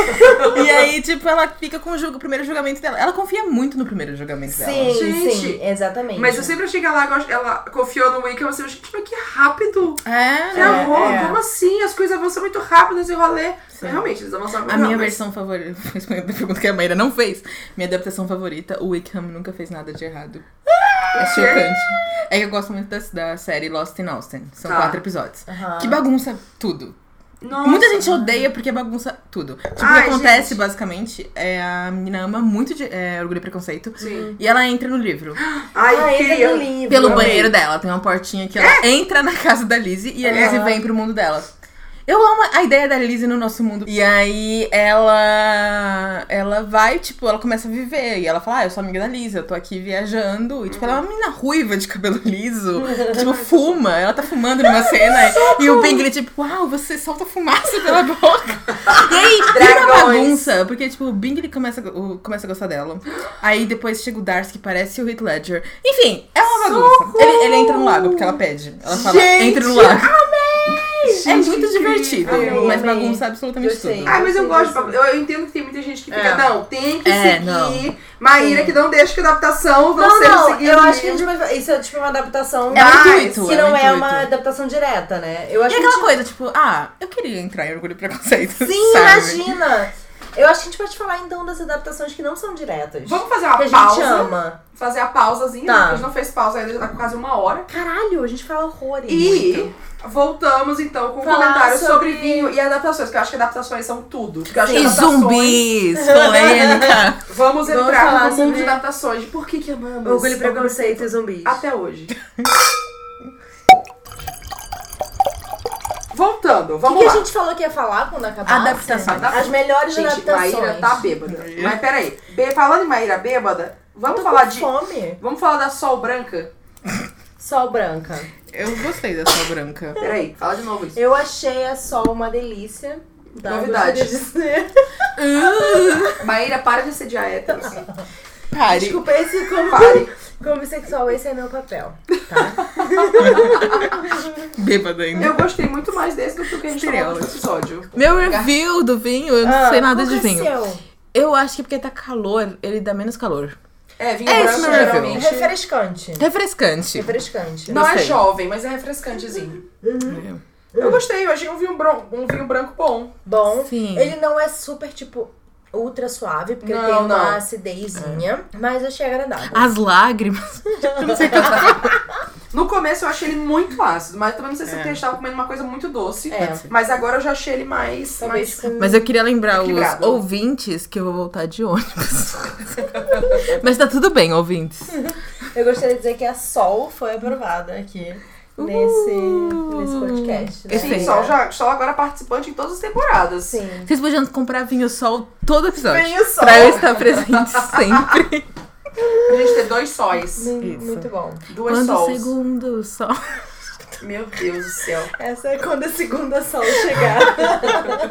E aí, tipo, ela fica com o, julga, o primeiro julgamento dela. Ela confia muito no primeiro julgamento Sim, dela. Gente. sim, exatamente. Mas eu sempre cheguei lá, ela- ela confiou no Wickham, assim, eu achei, tipo, que rápido! É, Que né? horror! é. Como assim? As coisas avançam muito rápido nesse rolê. Sim. Mas, realmente, eles avançaram muito A minha rápido, mas- versão favorita, respondendo a pergunta que a Mayra não fez, minha adaptação favorita, o Wickham nunca fez nada de errado. Ah, É chocante. É que eu gosto muito da, da série Lost in Austin. São Tá. quatro episódios. Aham. Que bagunça tudo. Nossa. Muita gente odeia porque bagunça tudo. Tipo, o Ai, que acontece, gente. basicamente, é a menina ama muito de, é, Orgulho e Preconceito. Sim. E ela entra no livro. Ai, Ah, é eu entra queria. no livro. Pelo Amei. É? banheiro dela. Tem uma portinha que ela entra na casa da Lizzie e a Lizzie Ah. vem pro mundo dela. Eu amo a ideia da Lizzie no nosso mundo. E aí ela. Ela vai, tipo, ela começa a viver. E ela fala: Ah, eu sou amiga da Lizzie, eu tô aqui viajando. E, tipo, ela é uma menina ruiva de cabelo liso. que, tipo, fuma. Ela tá fumando numa cena. e o Bingley, tipo, uau, você solta fumaça pela boca. e aí, vira uma Dragões. bagunça. Porque, tipo, o Bingley começa, o- começa a gostar dela. Aí depois chega o Darcy, que parece o Heath Ledger. Enfim, é uma bagunça. Ele, ele entra no lago, porque ela pede. Ela fala, Gente, entra no lago. É Gente, que muito incrível. divertido. Amei, mas amei. bagunça absolutamente Gostei. tudo. É Ah, mas eu Sim, gosto. de sim. babu- Eu, eu entendo que tem muita gente que fica, É. não, tem que É, seguir. não. Maíra que não deixa que adaptação não, Não, seja não, seguida. eu acho que a gente vai- isso é tipo uma adaptação. Ah, É um mas intuito, que é um não é, intuito. uma adaptação direta, né? Eu acho E que a gente aquela coisa, tipo, ah, eu queria entrar em Orgulho e Preconceito. Sim, sabe? imagina! Eu acho que a gente pode falar então das adaptações que não são diretas. Vamos fazer uma que a gente pausa. ama. Fazer a pausazinha, Tá. né, porque a gente não fez pausa ainda, já tá com quase uma hora. Caralho, a gente fala horrores. E voltamos então com um Falar comentário sobre... sobre- vinho e adaptações, porque eu acho que adaptações são tudo. Porque eu acho que E adaptações- zumbis, polêmica. Vamos Vamos entrar falar no mundo sobre- de adaptações. De por que que amamos? Orgulho, preconceito e zumbis. Até hoje. Voltando, O que, vamos que lá. a gente falou que ia falar quando acabasse? Adaptação. As melhores Gente, adaptações. Maíra tá bêbada. Mas peraí. Be- falando em Maíra bêbada, Tô vamos com falar de. fome. Vamos falar da Sol Branca? Sol branca. Eu gostei dessa branca. Peraí, fala de novo isso. Eu achei a sol uma delícia. Tá? Novidade. Gostaria de dizer. Maíra, para de sediar héteros. Pare. Desculpa, esse como, Pare. como bissexual, esse é meu papel. tá? Bêbada ainda. Eu gostei muito mais desse do que o que a gente falou no outro episódio. Meu review do vinho, eu não Ah, sei nada qual de que é vinho. seu? Eu acho que porque tá calor, ele dá menos calor. É, vinho É esse branco meu review. geralmente. Refrescante. Refrescante. Refrescante. Não é Gostei. jovem, mas é refrescantezinho. Eu gostei, eu achei um vinho, bron- um vinho branco bom. Bom. Sim. Ele não é super, tipo, ultra suave, porque Não, ele tem uma não. Ah, acidezinha. Mas eu achei agradável. As lágrimas. Eu não sei o que eu tô No começo eu achei ele muito ácido, mas também não sei se é. porque a gente tava comendo uma coisa muito doce. É. Mas agora eu já achei ele mais. Talvez mais... com... Mas eu queria lembrar os Equilibrado. ouvintes que eu vou voltar de ônibus. Mas tá tudo bem, ouvintes. Eu gostaria de dizer que a Sol foi aprovada aqui nesse, nesse podcast. Né? Perfeito. Sim, Sol, já, Sol agora participante em todas as temporadas. Sim. Vocês podiam comprar vinho sol todo episódio. Vinho sol. Pra eu estar presente sempre. A gente ter dois sóis. Mu- Muito bom. Duas Quando o sols. segundo sol. Meu Deus do céu. Essa é quando a segunda Sol chegar.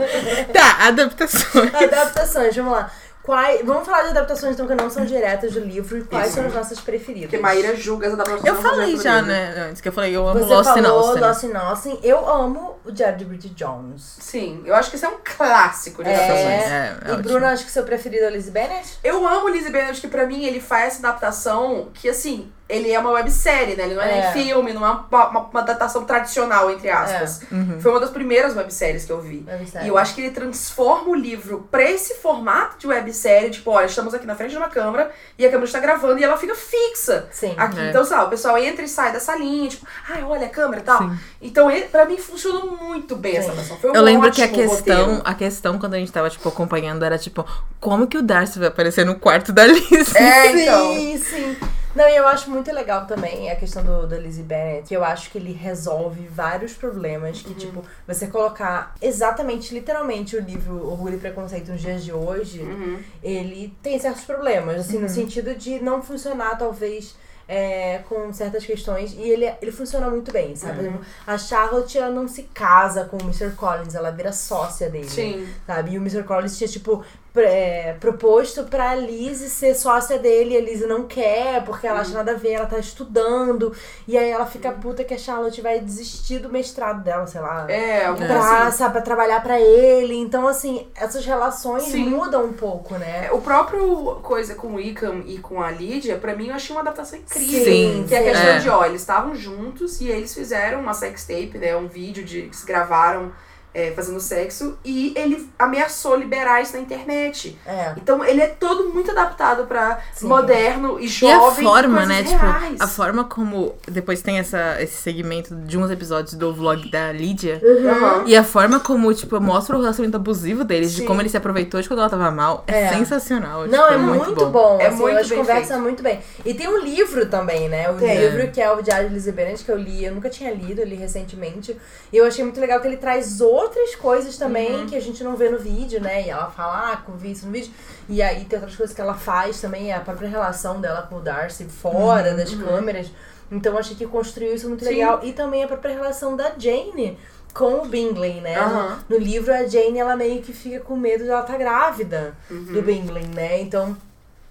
Tá, adaptações. adaptações, vamos lá. Quais... Vamos falar de adaptações então que não são diretas do livro e quais Isso. são as nossas preferidas. Porque Maíra julga as adaptações. Eu do falei Projeto já, Livre. né, antes que eu falei, eu amo Você Lost and falou Austin. Lost in Austin. Eu amo o Diário de Bridget Jones. Sim, eu acho que isso é um clássico de É. adaptações. É, é e ótimo. Bruno, acho que seu preferido é o Lizzie Bennett? Eu amo Lizzie Bennet, que pra mim ele faz essa adaptação que, assim, ele é uma websérie, né? Ele não é, É. nem filme, não é uma, uma- uma adaptação tradicional, entre aspas. Uhum. Foi uma das primeiras webséries que eu vi. É E eu acho que ele transforma o livro pra esse formato de websérie, tipo, olha, estamos aqui na frente de uma câmera e a câmera está gravando e ela fica fixa. Sim. Aqui, É. então, sei lá, o pessoal entra e sai da salinha, tipo, ai, olha a câmera e Tá. tal. Sim. Então, ele, pra mim, funcionou muito bem essa versão. Foi um Eu lembro que a ótimo questão, roteiro. a questão quando a gente tava, tipo, acompanhando era, tipo, como que o Darcy vai aparecer no quarto da Liz? É, então. Sim, sim. Não, e eu acho muito legal também a questão do, do Lizzie Bennett, que eu acho que ele resolve vários problemas que, Uhum. tipo, você colocar exatamente, literalmente, o livro Orgulho e Preconceito nos dias de hoje, Uhum. ele tem certos problemas, assim, no sentido de não funcionar, talvez, é, com certas questões. E ele, ele funciona muito bem, sabe? Uhum. Por exemplo, A Charlotte, ela não se casa com o Mr. Collins, ela vira sócia dele Sim. sabe? E o Mr. Collins tinha, tipo, pr- é, proposto pra Lizzie ser sócia dele. E a Lizzie não quer, porque ela Uhum. acha nada a ver, ela tá estudando. E aí ela fica puta que a Charlotte vai desistir do mestrado dela, sei lá. É, alguma coisa assim. Pra, sabe, pra trabalhar pra ele. Então, assim, essas relações Sim. mudam um pouco, né? É, O próprio coisa com o Icam e com a Lídia, pra mim, eu achei uma adaptação incrível. Sim, Que é a questão é. de, ó, eles estavam juntos e eles fizeram uma sextape, né? Um vídeo de que se gravaram é, fazendo sexo. E ele ameaçou liberar isso na internet. É. Então ele é todo muito adaptado pra Sim. moderno e E a jovem. forma, coisas né? reais. Tipo, a forma como depois tem essa, esse segmento de uns episódios do vlog da Lídia. Aham. E a forma como, tipo, mostra o relacionamento abusivo deles, Sim. de como ele se aproveitou de quando ela tava mal, é, É. sensacional. Não, tipo, é muito, bom. É assim, muito elas bem conversam feito. muito bem. E tem um livro também, né? O Tem. livro que é o Diário de Lizzie Bennett, que eu li, eu nunca tinha lido, eu li recentemente. E eu achei muito legal que ele traz outras coisas também Uhum. que a gente não vê no vídeo, né? E ela fala, ah, com isso no vídeo. E aí tem outras coisas que ela faz também, é a própria relação dela com o Darcy fora das câmeras. Então eu achei que construiu isso muito Uhum, Sim. legal. E também a própria relação da Jane com o Bingley, né? Aham. No Uhum. livro, a Jane, ela meio que fica com medo de ela tá grávida do Bingley, né? Então,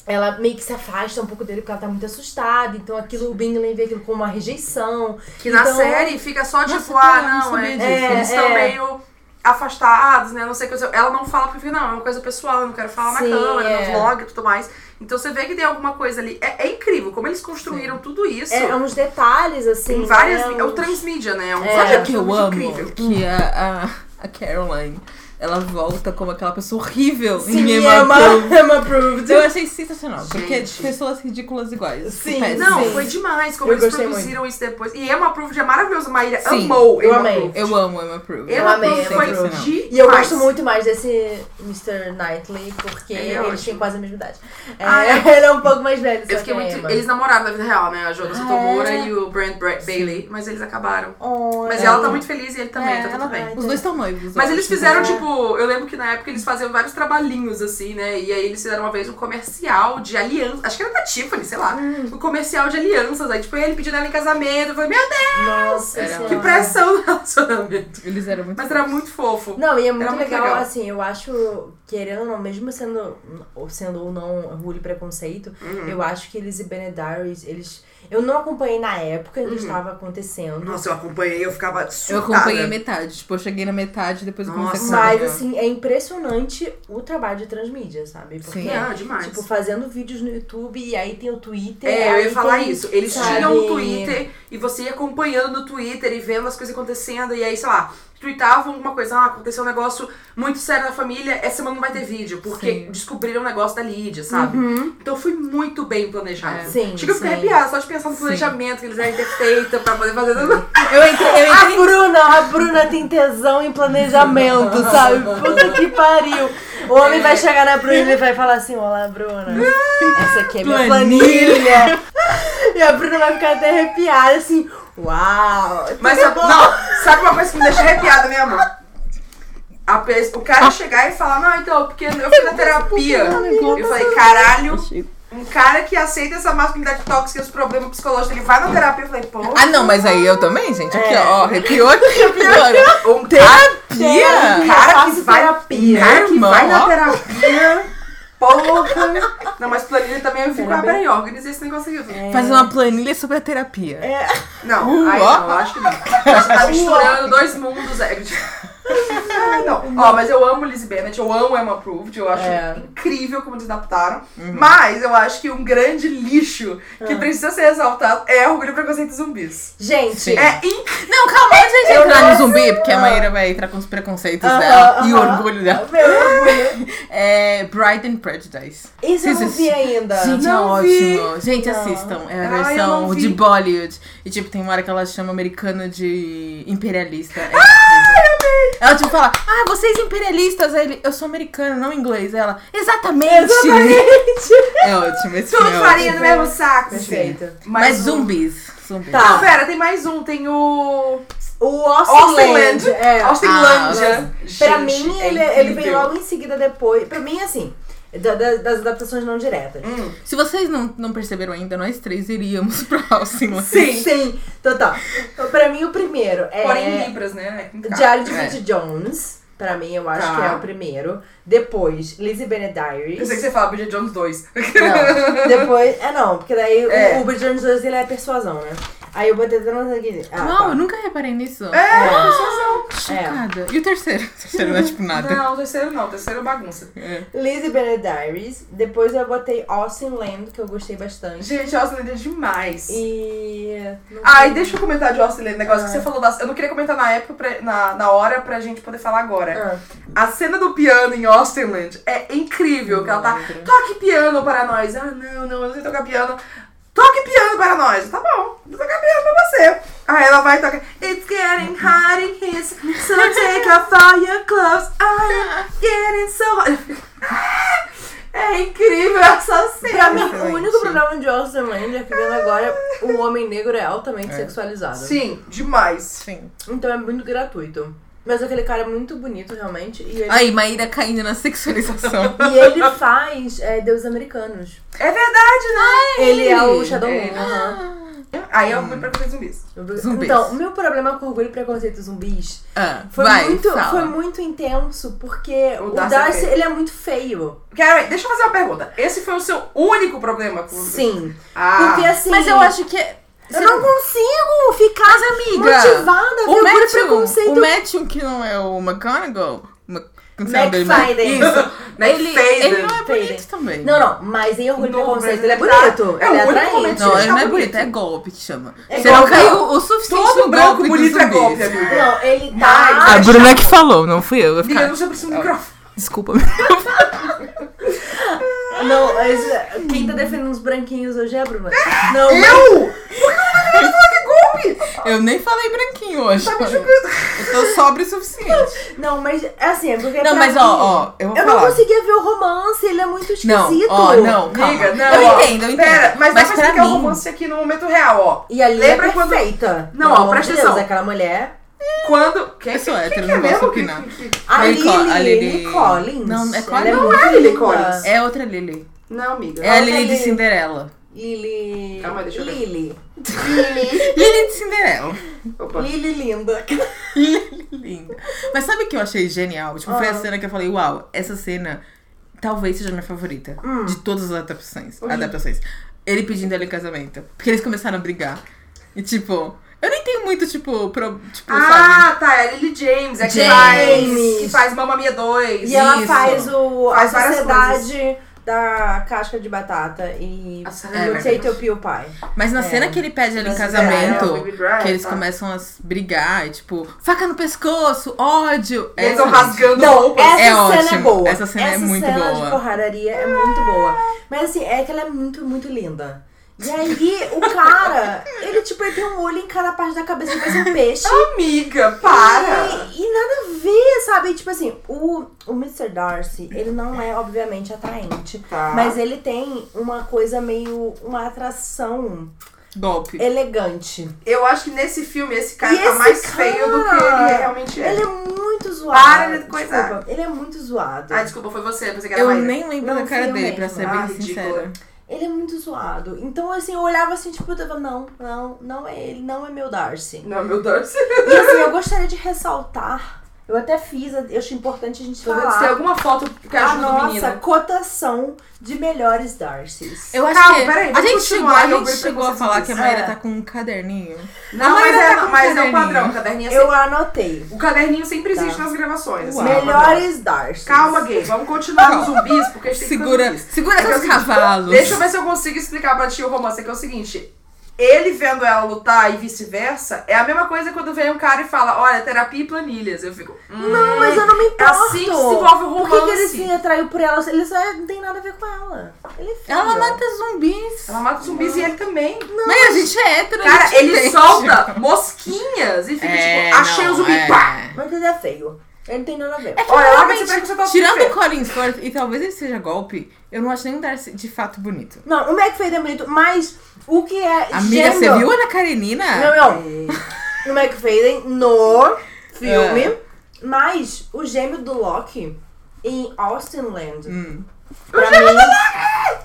ela meio que se afasta um pouco dele porque ela tá muito assustada. Então aquilo, o Bingley vê aquilo como uma rejeição. Que na Então- série fica só tipo, Nossa, ah, cara, eu não não, é, sabia disso. eles estão É, é. meio afastados, né? Não sei o que. eu- Ela não fala porque, não, é uma coisa pessoal, eu não quero falar Sim, na câmera, é. no vlog e tudo mais. Então você vê que tem alguma coisa ali. É, é incrível como eles construíram tudo isso. É, é uns detalhes, assim. Tem várias. né? É o Uns- transmídia, né? É um Sabe projeto o que eu amo? incrível. Que a, a, a Caroline, ela volta como aquela pessoa horrível Sim, em é Emma uma, Stone. é uma approved. Eu achei sensacional, Gente. porque pessoas ridículas iguais. Sim, Péssimo. Não, É Sim. foi demais como Eu eles gostei produziram isso depois. E Emma Approved é maravilhosa. Maíra Sim, amou eu Emma amei. Approved. Eu amo Emma Emma Prove. Eu amei Approved Emma foi Approved. demais. E eu gosto muito mais desse Mr. Knightley, porque Ele é eles ótimo. têm quase a mesma idade. É, Ah, é. Ele é um pouco mais velho. só Eu fiquei que é, a muito. Emma. Eles namoraram na vida real, né? A Jonas Ah, Otomura é? e o Brent Bra- Bailey. Mas eles acabaram. Oh, Mas é. ela tá muito feliz e ele também, É, tá tudo ela bem. vai. Os dois estão noivos. Mas eu eles acho. fizeram, É. tipo, eu lembro que na época eles faziam vários trabalhinhos, assim, né? E aí eles fizeram uma vez um comercial de aliança. Acho que era da Tiffany, sei lá. Hum. Um comercial de alianças. Aí, tipo, ele pedindo ela em casamento. Eu falei, meu Nossa, Era Deus, Nossa. que Senhora. pressão no relacionamento. Eles eram muito. Mas era muito fofo. Não, e é muito, muito legal, legal. assim, eu acho, querendo ou não, mesmo sendo ou, sendo ou não orgulho e preconceito, Uhum. eu acho que eles e Benedarius, eles. Eu não acompanhei na época em Uhum. que estava acontecendo. Nossa, eu acompanhei, eu ficava surtada. Eu acompanhei metade. Tipo, eu cheguei na metade e depois eu comecei a Nossa. Mas, acompanhar. assim, é impressionante o trabalho de transmídia, sabe? Porque, Sim. Não, demais. tipo, fazendo vídeos no YouTube e aí tem o Twitter. É, eu aí ia falar tem, isso. Eles sabe? tinham o Twitter e você ia acompanhando no Twitter e vendo as coisas acontecendo. E aí, sei lá, tweetavam alguma coisa. Ah, aconteceu um negócio muito sério na família. Essa semana não vai ter vídeo, porque Sim. descobriram o negócio da Lídia, sabe? Então foi muito bem planejado. É. Sim, Chega a ficar sim. arrepiada só de pensar no Sim. planejamento que eles devem ter feito pra poder fazer tudo. Eu entrei, eu A entrei. Bruna, a Bruna tem tesão em planejamento, sabe? Puta que pariu. O homem vai chegar na Bruna e vai falar assim: Olá, Bruna. Essa aqui é minha planilha. E a Bruna vai ficar até arrepiada, assim: Uau. Mas sabe, não, sabe uma coisa que me deixa arrepiada, meu amor? A pe- o cara chegar e falar, não, então, porque eu fui na terapia. Eu falei, caralho, um cara que aceita essa masculinidade tóxica e os problemas psicológicos, ele vai na terapia. Eu falei, pô, Ah, não, mas aí eu também, gente. Aqui, É. ó, arrepiou aqui agora. um Terapia! cara que faço vai terapia. um cara que Irmão, vai na ó. terapia. Porra! Não, mas planilha também eu fico, ah, peraí, ó, organizei esse negócio aqui. Fazer uma planilha sobre a terapia. Não, Uh, ai, ó. não, eu acho que não. Você tá misturando dois mundos. É. Ai, não. Ó, mas eu amo Lizzie Bennet, eu amo Emma Approved, eu acho É. incrível como eles adaptaram. Mas eu acho que um grande lixo que precisa ser exaltado é Orgulho e Preconceito e Zumbis. Gente, Sim. É incrível. Não, calma aí, gente. Eu Entrar não- no zumbi, porque a Maíra vai entrar com os preconceitos Aham, dela e o aham. orgulho dela. meu orgulho. É Bride and Prejudice. Isso eu não vi ainda. Gente, Não é vi. ótimo. Gente, Não. assistam. É a Ai, eu versão não vi. de Bollywood. E, tipo, tem uma hora que ela chama americana de imperialista. É incrível. ela, tipo, fala, ah, vocês imperialistas. Aí ele, eu sou americana, não inglês. Ela, exatamente. é ótimo, esse Tudo filme é farinha ótimo. no mesmo saco. Perfeito. Mas um- zumbis. zumbis. Tá. Não, pera, tem mais um. Tem o. O Austin Austin Land. Land. É. Austinlândia. Pra Gente, mim, é ele, ele vem incrível. logo em seguida depois. Pra mim, assim, da- da- das adaptações não diretas. Hum. Se vocês não, não perceberam ainda, nós três iríamos pra Austin. Sim, total. Então, Pra mim, o primeiro é Porém, em Libras, né? Diário de É. Bridget Jones. Pra mim, eu acho Tá. que é o primeiro. Depois, Lizzie Benediary. Eu sei que você fala Bridget Jones 2. Não, depois... É, não. Porque daí o- É. o Bridget Jones 2, ele é persuasão, né? Aí eu botei até no... Ah, Uau, eu tá. nunca reparei nisso. É, Ah. persuasão. Chocada. E o terceiro? O terceiro não é tipo nada. Não, o terceiro não, o terceiro é bagunça. É. Lizzie Benediaries. Depois eu botei Austin Land, que eu gostei bastante. Gente, Austin é demais. E... não Ai, sei. deixa eu comentar de Austin Land, negócio que Ah. você falou da. Eu não queria comentar na época, pra- na, na hora, pra gente poder falar agora. Ah. A cena do piano em Austin Land é incrível, que ela tá. Toque piano para nós. Ah, não, não, eu não sei tocar piano. Toque piano para nós. Tá bom, vou tocar piano pra você. Aí ela vai tocar. It's getting hot in here, so take off all your clothes. I'm getting so hot. É incrível essa cena. Pra mim, o Excelente. único problema de Austin Land é que vendo agora o homem negro é altamente É. sexualizado. Sim, demais. Sim. Então é muito gratuito. Mas aquele cara é muito bonito, realmente. E ele, Aí, Maíra caindo na sexualização. e ele faz é, deuses americanos. É verdade, né? Ele é o Shadow É. Moon. aham. Aí é orgulho e preconceito zumbis. Zumbis. Então, o meu problema com orgulho e preconceito zumbis Ah, foi, vai, muito, fala. foi muito intenso, porque O o, Darcy Darcy, é feio. ele é muito feio. Cara, deixa eu fazer uma pergunta. Esse foi o seu único problema com Sim. Ah, Porque assim. Mas eu acho que. Eu não consigo ficar Mas, amiga, motivada a ver o orgulho e Matthew, preconceito. o Matthew, que não é o McGonagall, Ma- como se chama o dele? né? McFadden. Isso. Mac Ele, Faden. ele não é bonito Faden. também. Não, não, mas em orgulho e Não, mas preconceito ele é ele tá- bonito. é ele é o único atraente. momento- Não, ele não é Tá bonito, bonito. é golpe que chama. É Você não golpe. caiu o suficiente todo no branco golpe bonito dos é golpe, zumbis. amiga. Não, ele Mas- tá. A Bruna que falou, não fui eu. eu Amiga, eu ficar... não sei pra cima do microfone. Desculpa. Não, mas quem tá defendendo os branquinhos hoje é a Bruna. Não, Eu? Eu nem falei branquinho hoje. Tá me Eu tô sobre o suficiente. não, mas é assim, é porque. Não, pra mas mim, ó, ó, eu vou Eu não falar. conseguia ver o romance, ele é muito Não, esquisito. ó, não, calma. Amiga, não. eu ó. entendo, eu entendo. Pera, mas, dá pra pra explicar o mim, romance aqui no momento real, ó. E ali Lembra é quando- perfeita. Não, ó, Pelo amor presta de Deus, atenção. Aquela mulher. Quando. Quem, Eu sou quem- quem hétero, não que é posso mesmo que- opinar. que- que- A Lily Lily, Co- a Lily- Lily Collins. Não, é Ela Collins. Não muito é Lily linda. Collins. É outra Lily. Não, amiga. É a Outra Lily de Lily. Cinderela. Lily. Calma, deixa eu ver. Lily. Lily de Cinderela. Opa. Lily linda. Linda. Mas sabe o que eu achei genial? Tipo, foi a cena que eu falei, uau, essa cena talvez seja a minha favorita de todas as adaptações. adaptações. Ele pedindo ela em casamento. Porque eles começaram a brigar. E tipo, eu nem tenho muito, tipo, pro, tipo, sabe? Ah, tá. É a Lily James, é que faz. James. Que faz Mamma Mia 2. E ela Isso. faz o Faz a várias sociedade da casca de batata e A sociedade é, de potato pie pie. Mas na cena que ele pede ela em Mas é, é o casamento, Baby Drive, que eles tá. começam a s- brigar e tipo, faca no pescoço, ódio. Eles Essa- estão rasgando Não, roupa. essa É cena ótimo. é boa. Essa cena é muito cena boa. de porradaria é muito boa. Mas assim, é que ela é muito, muito linda. E aí, o cara, ele tipo, ele tem um olho em cada parte da cabeça, parece um peixe. Amiga, para! E, e nada a ver, sabe? Tipo assim, o, o Mr. Darcy, ele não é, obviamente, atraente. Tá. Mas ele tem uma coisa meio. uma atração Golpe. elegante. Eu acho que nesse filme esse cara E tá esse mais cara? feio do que ele realmente é. Ele é muito zoado. Para de coisar. Desculpa, ele é muito zoado. Ah, desculpa, foi você. Pensei que era Eu mais. nem lembro Não, da cara fui eu dele, mesmo. pra ser Ah, bem ridículo. sincera. Ele é muito zoado. Então, assim, eu olhava assim, tipo, eu tava, não, não, não é ele, não é meu Darcy. Não, meu Deus. E assim, eu gostaria de ressaltar. Eu até fiz, eu achei importante a gente Tô vendo se tem falar. alguma foto que A ajuda o nossa menino. cotação de melhores Darcys. Eu acho Calma, que peraí, a vamos gente continuar, chegou, a eu gente vou chegou a precisar falar disso. que a Maíra É. tá com um caderninho. Não, mas, Maíra é, tá com um mas é o padrão. O caderninho. caderninho é Eu sempre- anotei. O caderninho sempre existe Tá. nas gravações. Uau. assim, é o padrão. Melhores Darcys. Calma, gay. Vamos continuar nos zumbis, porque a gente tem que fazer Segura, zumbis. segura É que é o seus seguinte, cavalos. Deixa eu ver se eu consigo explicar pra ti o romance, que é o seguinte. Ele vendo ela lutar e vice-versa, é a mesma coisa quando vem um cara e fala, olha, terapia e planilhas. Eu fico, hum, Não, mas eu não me importo. é assim que se envolve o Por que, que ele romance. se atraiu por ela? Ele só é- não tem nada a ver com ela. Ele é feio. Ela mata zumbis. Ela mata os zumbis e ele também. Mas a gente é hétero, a Cara, gente ele entende. solta mosquinhas e fica É, tipo, achei não, o zumbi, é. pá. Mas ele é feio. Ele não tem nada a ver. Olha, larga Realmente, esse pé que você tá Tirando o feio. Colin Firth, e talvez ele seja golpe, eu não acho nenhum Darcy de fato bonito. Não, o McFadden é bonito, mas o que é. Amiga, você gênero- viu a Ana Karenina? Não, não. É. O McFadden no filme. É. Mas o gêmeo do Loki em Austinland. Hum. Pra mim.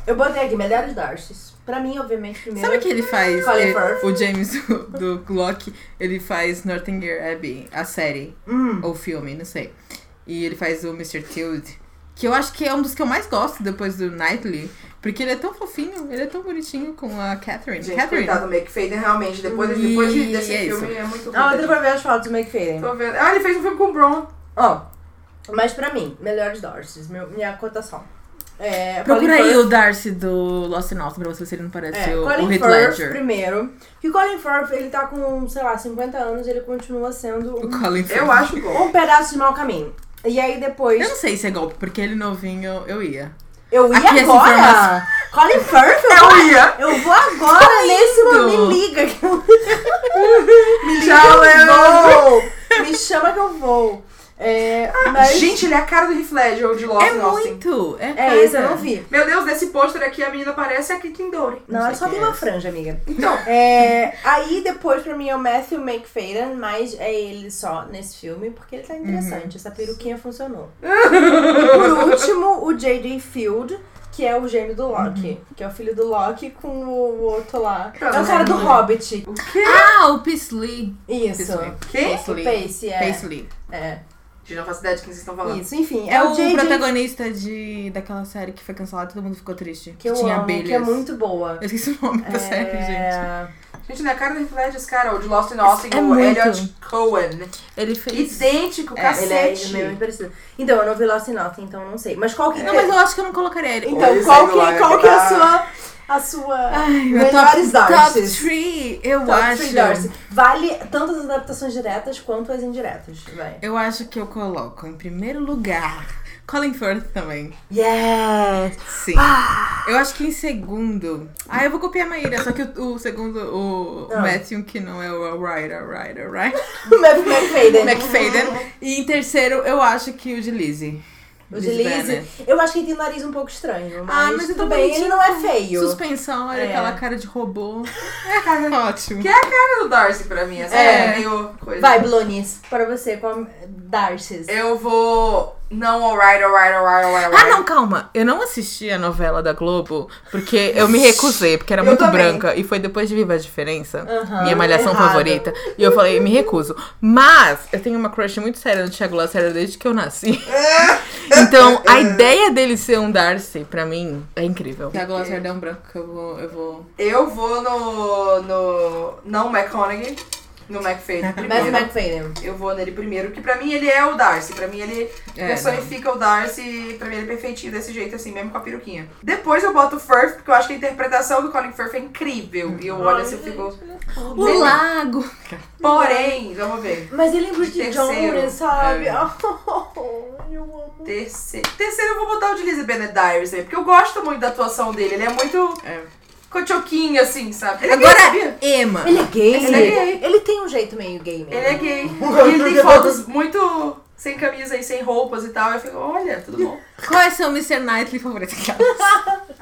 Eu botei aqui, melhores Darcy's. Pra mim, obviamente, primeiro. Sabe que ele faz? Colin ele- Firth. o James do, do Glock, ele faz Northanger Abbey, a série. Hum. Ou filme, não sei. E ele faz o Mr. Tilde. Que eu acho que é um dos que eu mais gosto depois do Knightley. Porque ele é tão fofinho, ele é tão bonitinho com a Catherine. Gente, Catherine. coitado do Make Faden, realmente, depois, E depois de- desse é isso. filme é muito ruim. Ah, outra pra ver as fotos do McFadden. Tô vendo. Ah, ele fez um filme com o Bron. Ó, mas pra mim, melhores Darcy's, meu- minha cotação. É, Procura Colin aí Firth- o Darcy do Lost and Austin pra você ver se ele não parece É, o, o Colin Heath Firth Ledger. primeiro. Porque Colin Firth, ele tá com, sei lá, 50 anos ele continua sendo O um, Colin Firth. Eu acho Hum. bom. um pedaço de mau caminho. E aí depois, Eu não sei se é golpe, porque ele novinho eu ia. eu ia Aqui essa agora! Colin Firth, eu, vou- Eu ia. eu vou Tá agora nesse momento, me liga que eu me liga que eu vou! Me chama que eu vou! É, Ah, mas, Gente, ele é a cara do Heath Ledger ou de Lost assim. É and Austin. muito! É, é, esse eu não vi. Meu Deus, nesse pôster aqui a menina parece a Kiki Dory. Não, Não ela sei só quem tem é uma esse. franja, amiga. Então, É, aí depois pra mim é o Matthew McFadden, mas é ele só nesse filme, porque ele tá interessante. Essa peruquinha funcionou. Por último, o J.D. Field, que é o gêmeo do Loki. Que é o filho do Loki com o outro lá. Tá, é o mas cara eu do não lembro. Hobbit. O quê? Ah, o Paisley. Isso. Quem? O Pace, é. Paisley. É. Gente, não faço ideia de quem vocês estão falando. Isso, enfim. É, É, o, JJ protagonista de, daquela série que foi cancelada e todo mundo ficou triste. que eu tinha amo, abelhas. que é muito boa. Eu esqueci o nome da série, gente. É... Gente, né? A cara reflete esse cara, o de Lost in Austin, É o muito. Elliot Cohen. Ele fez. Idêntico, Ele é cacete. meio parecido. Então, eu não vi Lost in Austin, então eu não sei. Mas qual que Não, mas eu acho que eu não colocaria ele. Então, Olha, qual sei que, lá, qual que é a tá. sua... A sua... meu Melhores top, artes. Top 3, eu Top acho. Three Doors. Vale tanto as adaptações diretas quanto as indiretas, vai. Eu acho que eu coloco em primeiro lugar Colin Firth também. Yes! Sim. Ah. Eu acho que em segundo. Ah, eu vou copiar a Maíra, só que o, o segundo, o Ah. Matthew, que não é o Ryder, Ryder, Ryder. O Matthew McFadden. McFadden. E em terceiro, eu acho que o de Lizzie. O de Lizzie. Banner. Eu acho que ele tem um nariz um pouco estranho, mas, Ah, mas é tudo tão bem, ele bonitinho. não é feio. Suspensão, olha É. aquela cara de robô. É, ótimo. Que é a cara do Darcy pra mim, essa É. é meio coisa. Vai, Blonis, para você, com a Darcy's. Eu vou. Não, alright, alright, alright, alright, Ah, alright. não, calma. Eu não assisti a novela da Globo porque eu me recusei, porque era Eu muito também. branca. E foi depois de Viva a Diferença, Aham. minha malhação Errado. favorita. E eu falei, me recuso. Mas eu tenho uma crush muito séria no Thiago Lacerda desde que eu nasci. então, a ideia dele ser um Darcy, pra mim, é incrível. Thiago Lacerda é um branco que eu vou. Eu vou... Eu vou no. no não McConaughey, no McFadden Matthew primeiro. McFadden. Eu vou nele primeiro, que pra mim ele é o Darcy. Pra mim ele É, personifica o Darcy, pra mim ele é perfeitinho desse jeito, assim, mesmo com a peruquinha. Depois eu boto o Firth, porque eu acho que a interpretação do Colin Firth é incrível. E eu olho assim e fico. O lago! Porém, vamos ver. Mas eu lembro de Terceiro. Jones, sabe? É. eu amo. Terceiro, terceiro eu vou botar o de Lizzie Bennet Dyers aí, porque eu gosto muito da atuação dele. Ele é muito É. cochoquinho, assim, sabe? Ele é gay, sabia? Agora, Emma! Ele é gay? Ele é gay. Ele tem um jeito meio gay mesmo. Ele é gay. E ele tem fotos muito sem camisa e sem roupas e tal. Eu fico, olha, tudo bom. Qual é seu Mr. Knightley favorito?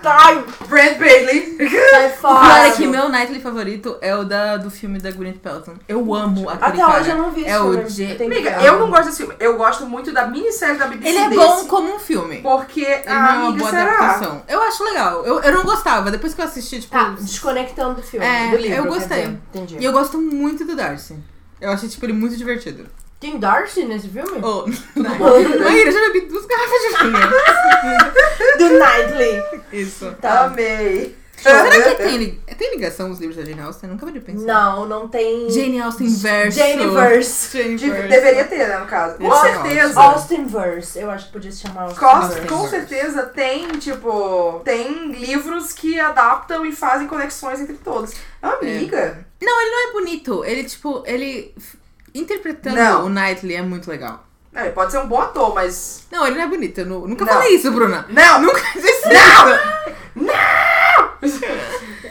Ai, Brad Bailey. sai fora. Olha que meu Knightley favorito é o da, do filme da Gwyneth Paltrow. Eu amo aquele Até cara. hoje eu não vi esse É o filme. J- Tem que Amiga, ver. eu não gosto desse filme. Eu gosto muito da minissérie da BBC Ele é desse, bom como um filme. Porque Ah, Ele não a é uma amiga boa será. adaptação. Eu acho legal. Eu, eu não gostava. Depois que eu assisti, tipo. Tá, desconectando do filme, É, do livro. eu quer gostei. dizer. Entendi. E eu gosto muito do Darcy. Eu achei, tipo, ele muito divertido. Tem Darcy nesse filme? Oh, Maíra, eu já bebi duas garrafas de vinho. Do Knightley. Isso. Tá. Amei. Será que é tem, li- tem ligação os livros da Jane Austen? Eu nunca parei de pensar. é, Não, não tem. Jane Austen verso. Jane-verse. Jane De- verso. deveria ter, né, no caso. Com Isso é certeza. ótimo. Austin Verse, eu acho que podia se chamar Austin Cos- Verse. com certeza tem, tipo, tem livros que adaptam e fazem conexões entre todos. É. Amiga, é bonito. Ele, tipo, ele. f- Interpretando Não. o Knightley é muito legal. não, ele pode ser um bom ator, mas. Não, ele não é bonito. Eu nu- nunca Não. falei isso, Bruna. Não! Nunca disse isso.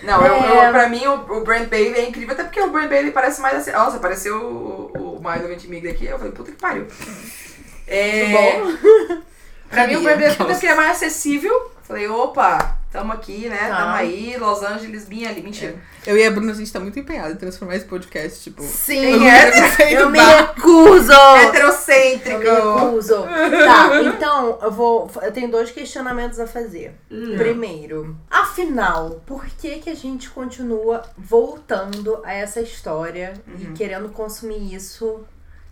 Não, eu, É. eu- pra mim o, o Brent Bailey é incrível, até porque o Brent Bailey parece mais assim. Nossa, pareceu o, o Milo Ventimiglia aqui. Eu falei, puta que pariu. É, Tá Bom, pra mim o Brent Bailey, até Aquelas- porque ele é mais acessível. Falei, opa, tamo aqui, né? Tá. Tamo aí, Los Angeles, bem ali. Mentira. Eu e a Bruna, a gente tá muito empenhada em transformar esse podcast, tipo. Sim, eu é- eu me bar- recuso! Eu me heterocêntrico. recuso. Tá, então eu vou. Eu tenho dois questionamentos a fazer. Hum. Primeiro, afinal, por que que a gente continua voltando a essa história Uhum. e querendo consumir isso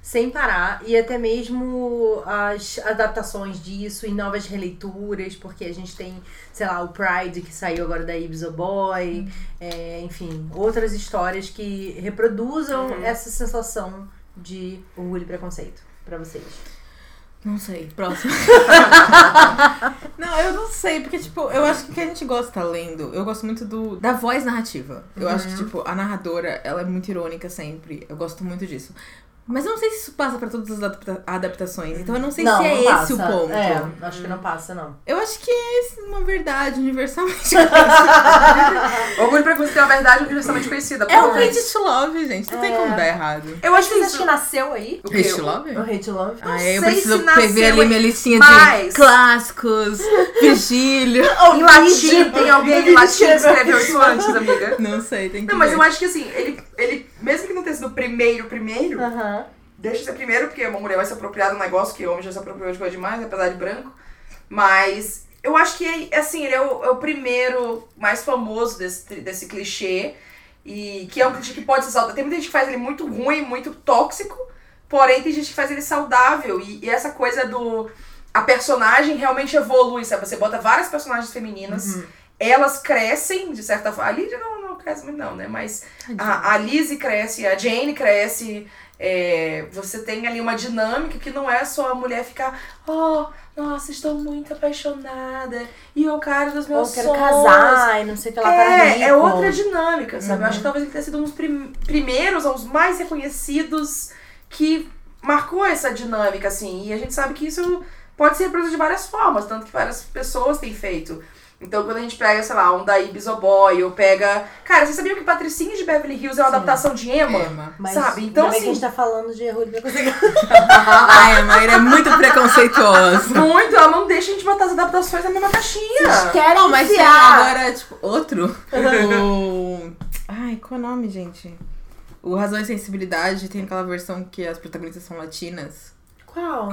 sem parar e até mesmo as adaptações disso e novas releituras, porque a gente tem, sei lá, o Pride que saiu agora da Ibso Boy, Uhum. é, enfim, outras histórias que reproduzam Uhum. essa sensação de orgulho e preconceito pra vocês. Não sei. Próximo. não, eu não sei, porque, tipo, eu acho que o que a gente gosta lendo, eu gosto muito do da voz narrativa. Eu acho que, tipo, a narradora, ela é muito irônica sempre. Eu gosto muito disso. Mas eu não sei se isso passa pra todas as adapta- adaptações. Então eu não sei se é esse o passa. ponto. Hum. É, acho que não passa, não. Eu acho que é uma verdade universalmente. Orgulho pra você ter uma verdade universalmente conhecida. é o porra. hate to love, gente. Não tem como dar errado. Eu acho Vocês acham isso. que nasceu aí? O quê? Hate to love? O Hate Love? Ah, eu sei preciso se nasceu ver ali aí, minha listinha mas- de clássicos, Virgílio. Em latim, tem alguém em latim que escreveu isso antes, amiga? Não sei, tem que Não, mas ver. eu acho que assim, ele, ele mesmo que não tenha sido o primeiro, primeiro, Aham. deixa ser primeiro, porque uma mulher vai se apropriar de um negócio que homem já se apropriou de coisa demais, apesar de branco. Mas Eu acho que, é, assim, ele é o, é o primeiro mais famoso desse, tri- desse clichê. E que é um clichê que pode ser saudável. Tem muita gente que faz ele muito ruim, muito tóxico. Porém, tem gente que faz ele saudável. E, e essa coisa do... A personagem realmente evolui, sabe? Você bota várias personagens femininas. Uhum. Elas crescem, de certa forma. A Lídia não, não cresce muito não, né? Mas a, a Lizzie cresce, a Jane cresce. é, você tem ali uma dinâmica que não é só a mulher ficar, oh, nossa, estou muito apaixonada. E é o cara dos Ou meus quero sonhos. casar e não sei o que lá para É, rico. é outra dinâmica, sabe? Eu Uhum. acho que talvez ele tenha sido um dos prim- primeiros, ou os mais reconhecidos que marcou essa dinâmica, assim. E a gente sabe que isso pode ser reproduzido de várias formas, tanto que várias pessoas têm feito. Então, quando a gente pega, sei lá, um daí Bisoboy, ou pega. Cara, vocês sabiam que Patricinha de Beverly Hills é uma Sim. adaptação de Emma? Emma. Mas sabe? Então, ainda bem que a assim- gente tá falando de erro de conseguir. A Emma, ele é muito preconceituoso. Muito, ela não deixa a gente botar as adaptações na mesma caixinha. Querem Não, mas tem enfiar. agora, tipo, outro. o... Ai, qual é o nome, gente? O Razão e Sensibilidade tem aquela versão que as protagonistas são latinas. Qual?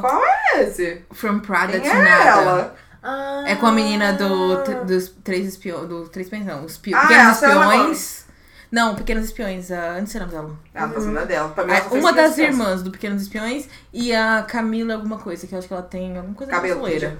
é Esse. From Prada Quem to é Nada. ela? Ah. É com a menina do, t- dos três espiões. Do, três espiões, não. Os pi- Ah, pequenos essa é ela espiões. Não, Pequenos Espiões. A... Antes era o nome dela. Ah, tá sendo a dela. Pra mim, Ah, ela só fez uma das criança. irmãs do Pequenos Espiões e a Camila alguma coisa, que eu acho que ela tem alguma coisa Cabelo. brasileira.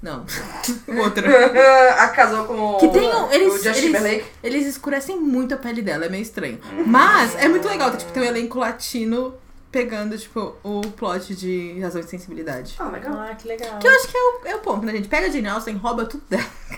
Não. Outra. a casou com Que tem um- eles- o Justin eles- Timberlake. Eles escurecem muito a pele dela, é meio estranho. Mas é muito legal, tá, tipo, tem um elenco latino pegando, tipo, o plot de razão de sensibilidade. Ah, legal. Ah, que legal. Que eu acho que é o, é o ponto, né, gente? Pega a Jane Austen, rouba tudo dela.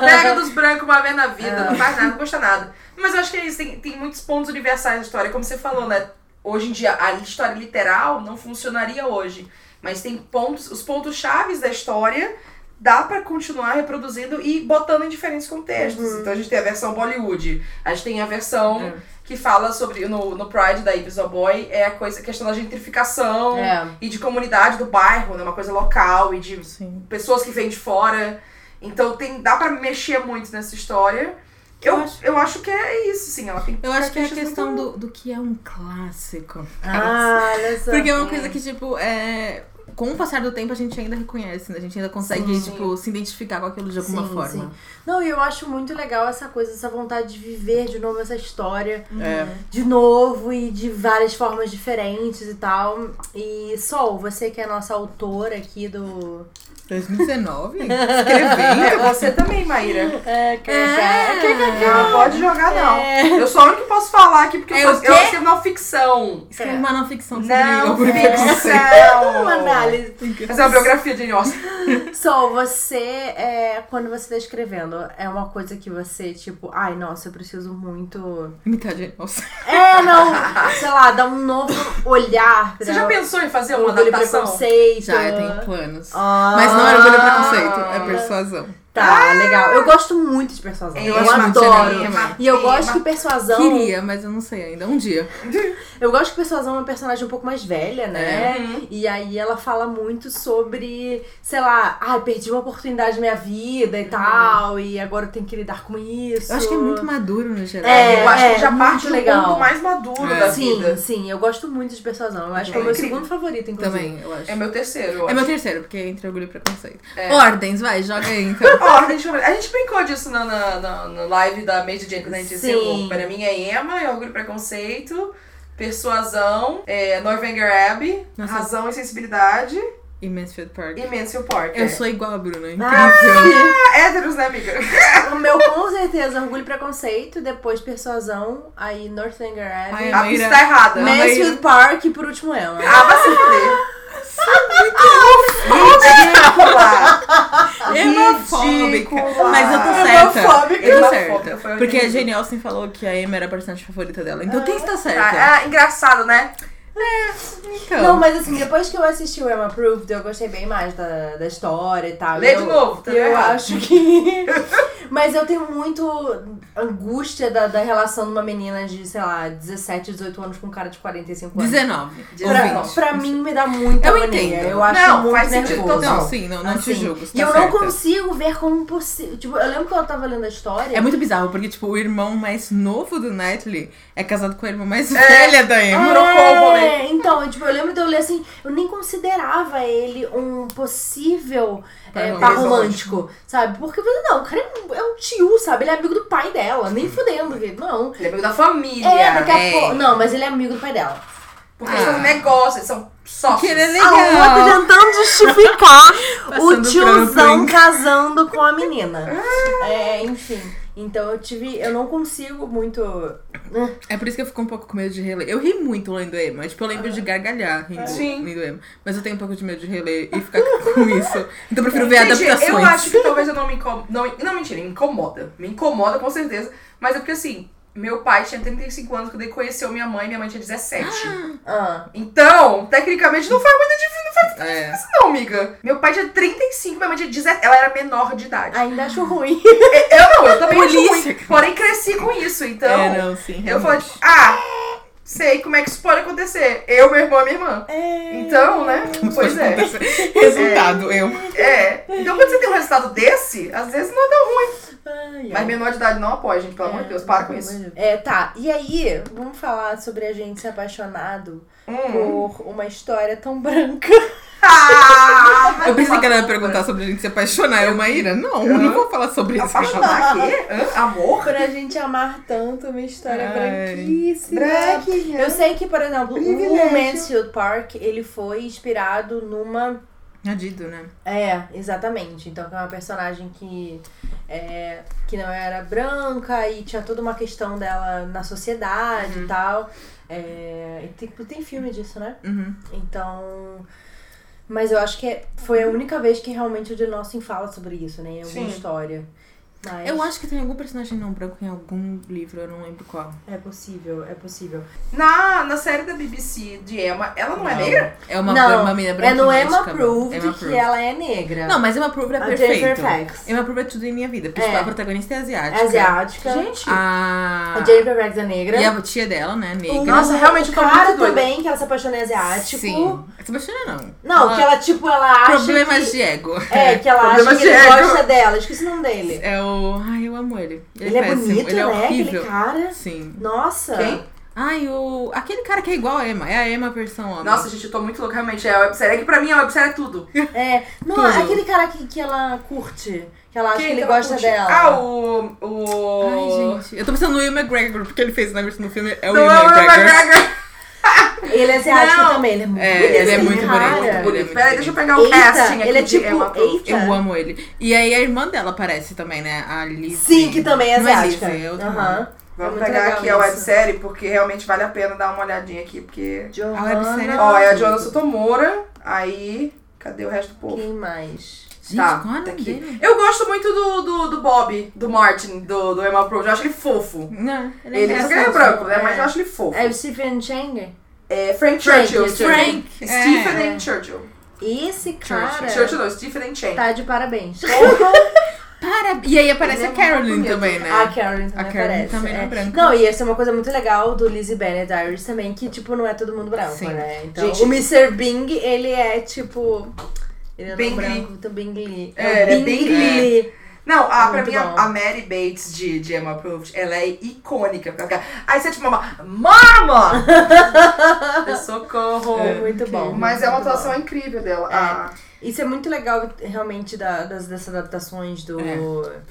Pega dos brancos uma vez na vida, não faz nada, não custa nada. Mas eu acho que é isso, tem, tem muitos pontos universais na história. Como você falou, né? Hoje em dia, a história literal não funcionaria hoje. Mas tem pontos, os pontos chaves da história dá pra continuar reproduzindo e botando em diferentes contextos. Então a gente tem a versão Bollywood, a gente tem a versão É. que fala sobre, no, no Pride da Ibis Boy, é a coisa, a questão da gentrificação É. e de comunidade do bairro, né? Uma coisa local e de Sim. pessoas que vêm de fora. Então tem, dá pra mexer muito nessa história. Eu, eu, acho. que é isso, sim. Ela tem Eu acho que é a fetiches questão muito- do, do que é um clássico. Ah, olha só. Porque é uma coisa que, tipo, é. Com o passar do tempo, a gente ainda reconhece, né? A gente ainda consegue, Sim. tipo, se identificar com aquilo de alguma Sim, forma. Não, e eu acho muito legal essa coisa, essa vontade de viver de novo essa história. É. de novo e de várias formas diferentes e tal. E Sol, você que é a nossa autora aqui do. 2019? Escrevendo? É, você também, Maíra. É, Não pode jogar, não. Eu sou a única que posso falar aqui, porque É eu, o sou- quê? eu escrevo não ficção. Escreve é uma não ficção sobre Não o preconceito. ficção. análise. Fazer uma biografia de Austin. Sol, você é. Quando você tá escrevendo, é uma coisa que você, tipo, ai, nossa, eu preciso muito. Imitar Jane Austen. É, não! sei lá, dá um novo olhar pra Você já pensou em fazer uma orgulho e adaptação? preconceito. Já, eu tenho planos. Ah, Mas não é orgulho e preconceito, é persuasão. Tá, legal. Eu gosto muito de persuasão. Eu, gosto muito de adoro. anime também. E eu gosto que persuasão. Queria, mas eu não sei ainda. Um dia. Eu gosto que Persuasão é uma personagem um pouco mais velha, É. né? Uhum. E aí ela fala muito sobre, sei lá, ai, perdi uma oportunidade na minha vida e tal, e agora eu tenho que lidar com isso. Uhum. Eu acho que é muito maduro no geral. É, eu acho que já muito parte legal. do ponto mais maduro É. da Sim, vida. sim, eu gosto muito de Persuasão. Eu acho É que é o meu incrível. segundo favorito, inclusive. Também, eu acho. É meu terceiro, eu É meu acho. terceiro, porque é entre orgulho e preconceito. É. Ordens, vai, joga aí então. Ó, a gente, a gente brincou disso na, na, na- no live da Made Jane, quando a gente disse, Sim. "Bom, pra mim é Emma, é Orgulho e Preconceito, Persuasão, é, Northanger Abbey, Nossa. Razão e Sensibilidade E Mansfield Park. e Mansfield Parker. Eu sou igual a Bruna, incrível. Ah, héteros, né, amiga? O meu, com certeza, é Orgulho e Preconceito, depois Persuasão, aí Northanger Abbey, Ai, A Maíra. pista tá errada. Mas- Mansfield Park e por último Emma. Ah, vai se fuder. Ridícula! Hemofóbica. Ridícula. Mas eu tô certa. Hemofóbica. Eu Hemofóbica, tô foi certa. o Porque a apelido. Jane Austen falou que a Emma era a personagem favorita dela. Então tem que estar certa. Ah, é engraçado, né? Então. Não, mas assim, depois que eu assisti o Emma Proved, eu gostei bem mais da, da história e tal. Lê Eu- de novo, tá Eu errado. acho que. Mas eu tenho muito angústia da, da relação de uma menina de, sei lá, 17, 18 anos com um cara de 45 anos. 19. Pra, Ouvinte. pra mim me dá muita Eu agonia. entendo. Eu acho Não, muito faz nervoso. sentido Não, total. sim, não, não te Assim, julgo. você E eu tá não certa. consigo ver como possível. Tipo, eu lembro que eu tava lendo a história. É muito bizarro, porque, tipo, o irmão mais novo do Knightley é casado com a irmã mais velha da Ah, Emma. Morocco, É, então, tipo, eu lembro de eu ler assim, eu nem considerava ele um possível Par é, romântico. par romântico, sabe? Porque eu falei, não, o cara é um- é um tio, sabe? Ele é amigo do pai dela, nem fudendo, que- não. Ele é amigo da família. né? É, daqui a é. pouco. Não, mas ele é amigo do pai dela. Porque eles Ah. são negócios, eles são sócios. Que ele é A outra legal. tentando justificar o Passando pano tiozão pro casando com a menina. é, enfim. Então eu tive. Eu não consigo muito. É por isso que eu fico um pouco com medo de reler. Eu ri muito lendo Emma. Tipo, eu Ah. lembro de gargalhar rindo, Sim. lendo Emma. Mas eu tenho um pouco de medo de reler e ficar com isso. Então eu prefiro ver Gente, adaptações. eu acho que talvez eu não me incomoda. Não, me- não, mentira, me incomoda. Me incomoda com certeza. Mas é porque assim, meu pai tinha 35 anos quando ele conheceu minha mãe, minha mãe tinha 17. Ah, Então, tecnicamente, não faz muito É. isso, assim, não, amiga. Meu pai tinha 35, minha mãe tinha 17. Ela era menor de idade. ainda acho ruim. Eu não, eu também acho Polícia, ruim. Porém, cresci com isso, então. é, não, sim. eu realmente. falei, ah, sei como é que isso pode acontecer. Eu, meu irmão e minha irmã. Então, né? Pois é. Resultado, eu. É. Então, quando você tem um resultado desse, às vezes não é tão ruim. Ai, Mas ai. menor de idade não apoia, gente, pelo amor de Deus, para com isso. É, tá. E aí, vamos falar sobre a gente se apaixonado Hum. por uma história tão branca. Ah, mas Eu pensei uma- que ela ia perguntar sobre a gente se apaixonar. Eu, Maíra, não, Hã? não vou falar sobre isso. Apaixonar aqui? Hã? Amor? Por a gente amar tanto uma história Ai. branquíssima. Branquinha. Eu sei que, por exemplo, o Privilégio. Mansfield Park, ele foi inspirado numa... Adido, né? É, exatamente. Então, que é uma personagem que, é, que não era branca e tinha toda uma questão dela na sociedade Uhum. e tal. É, e tem, tem filme disso, né? Uhum. Então. Mas eu acho que é, foi a única vez que realmente o Dinossauro fala sobre isso, né? Em alguma Sim. história. Mas Eu acho que tem algum personagem não branco em algum livro, eu não lembro qual. é possível, é possível. Na, na série da BBC de Emma, ela não, é negra? É uma, Não, uma menina branca. É no Emma Proved que ela é negra. Não, mas Emma Prove é a Jennifer perfeito. Fax. Emma Prove é tudo em minha vida. Porque tipo, É. a protagonista é asiática. Asiática. Gente, A... A Jennifer Fax é negra. E a tia dela, né? Negra. Nossa, realmente, o eu tô cara muito doida. também, é que ela se apaixona em asiático. Sim. Sebastiana não. Não, Ela- que ela, tipo, ela acha. Problemas que... de ego. É, que ela acha Problemas que de ele ego. gosta dela. Esqueci o nome dele. É o... Ai, eu amo ele. Ele, Ele é, péssimo. bonito, ele é né? horrível. Aquele cara. Sim. Nossa. Quem? Ai, o... Aquele cara que é igual a Emma. É a Emma versão homem. Nossa, gente, eu tô muito louca, realmente. É a websérie. É que pra mim a websérie é tudo. É. Não, Tudo. aquele cara que, que ela curte. Que ela acha que ele ela gosta curte? dela. Ah, o. o... Ai, gente. Eu tô pensando no Will McGregor, porque ele fez na versão do filme. É o Não Will é o Will McGregor. McGregor. Ele é asiático Não. também, ele é muito É, bonito, ele é muito cara. bonito, muito bonito. Bonito. Peraí, deixa eu pegar o Eita, casting aqui ele é de tipo- Emma Prove. eita. Eu amo ele. E aí a irmã dela aparece também, né? A Lizzie. Sim, que também é Não é asiática. Lizzie, é outra Aham. nome. Vamos muito pegar legal aqui a isso. websérie, porque realmente vale a pena dar uma olhadinha aqui, porque. Johanna, A websérie é Ó, é a Joana Sotomora. Aí. Cadê o resto do povo? Quem mais? Gente, Tá, qual é o tá nome aqui. dele? Eu gosto muito do, do, do Bob, do Martin, do, do Emma Pro. Eu acho ele fofo. Não, ele é Ele, só que ele é engraçado. branco, né? é. Mas eu acho ele fofo. É o Stephen Chang? É Frank Frank, Churchill. Frank. Stephen- Stephen É. and Churchill. Esse cara Churchill não, Stephen and Chang. tá de parabéns. Para... E aí aparece Ele é a Carolyn muito também, né? A Karen também A Karen aparece. também não é é. branca. Não, e essa é uma coisa muito legal do Lizzie Bennet Iris também, que, tipo, não é todo mundo branco, Sim. né? Então, Gente- o Mr. Bing, ele é, tipo... Ele é Bing não Lee. branco, muito Bing Lee. É, ele é Bing Lee. Lee. Não, a, pra Muito mim, a, bom. a Mary Bates de, de Emma Approved, ela é icônica. Porque ela fica, Aí você é tipo, mama, mama! Eu socorro! Muito bom. Mas é uma muito bom. atuação incrível dela. É. Ah, Isso é muito legal, realmente, da- das, dessas adaptações do É.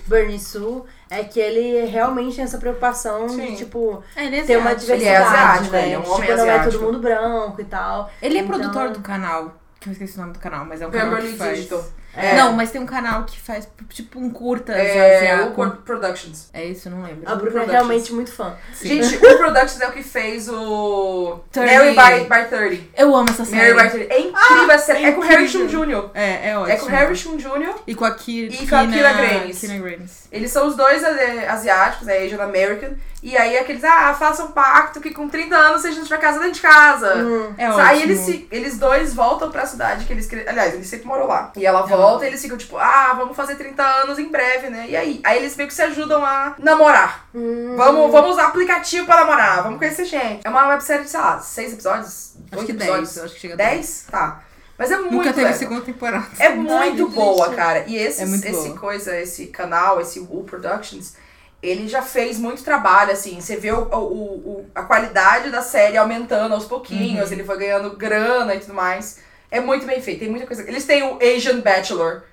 Bernie Sue, é que ele realmente tem essa preocupação Sim. de, tipo, É, ele é ter uma asiático. diversidade, asiático, né? ele é um tipo, homem não é todo asiático. mundo branco e tal. Ele é Então- produtor do canal. Que eu esqueci o nome do canal, mas é um canal Beverly que faz... Digital. É. Não, mas tem um canal que faz tipo um curta É, o asiático. Cor- Productions. É isso, não lembro. A Bruna é Productions. realmente muito fã. Gente, o Productions é o que fez o 30. Mary by, by 30. Eu amo essa série. Mary by 30. É incrível essa série. É com o Ah, incrível. Harrison Jr. É, é ótimo. É com o Harrison Jr. E com a Kira E com a Kira Granis. Kira Granis. Eles são os dois é, asiáticos, né? Asian American. E aí aqueles, ah, façam um pacto que com 30 anos se a gente estiver casado dentro de casa. É Sa- ótimo. Aí eles, se- eles dois voltam pra cidade que eles. cre- Aliás, ele sempre morou lá. E ela volta volta, eles ficam tipo, ah, vamos fazer 30 anos em breve, né? E aí? Aí eles meio que se ajudam a namorar. Hum. Vamos, vamos usar aplicativo pra namorar, vamos conhecer gente. É uma websérie de, sei lá, seis episódios? Acho oito que 10. episódios? Acho que chega a 10. 10? Tá. Mas é muito Nunca teve legal. segunda temporada. É muito boa, cara. E esse, É muito esse boa. coisa, esse canal, esse Woo Productions, ele já fez muito trabalho, assim. Você vê o, o- o- a qualidade da série aumentando aos Uhum. pouquinhos, ele foi ganhando grana e tudo mais. É muito bem feito, tem muita coisa. Eles têm o Asian Bachelor.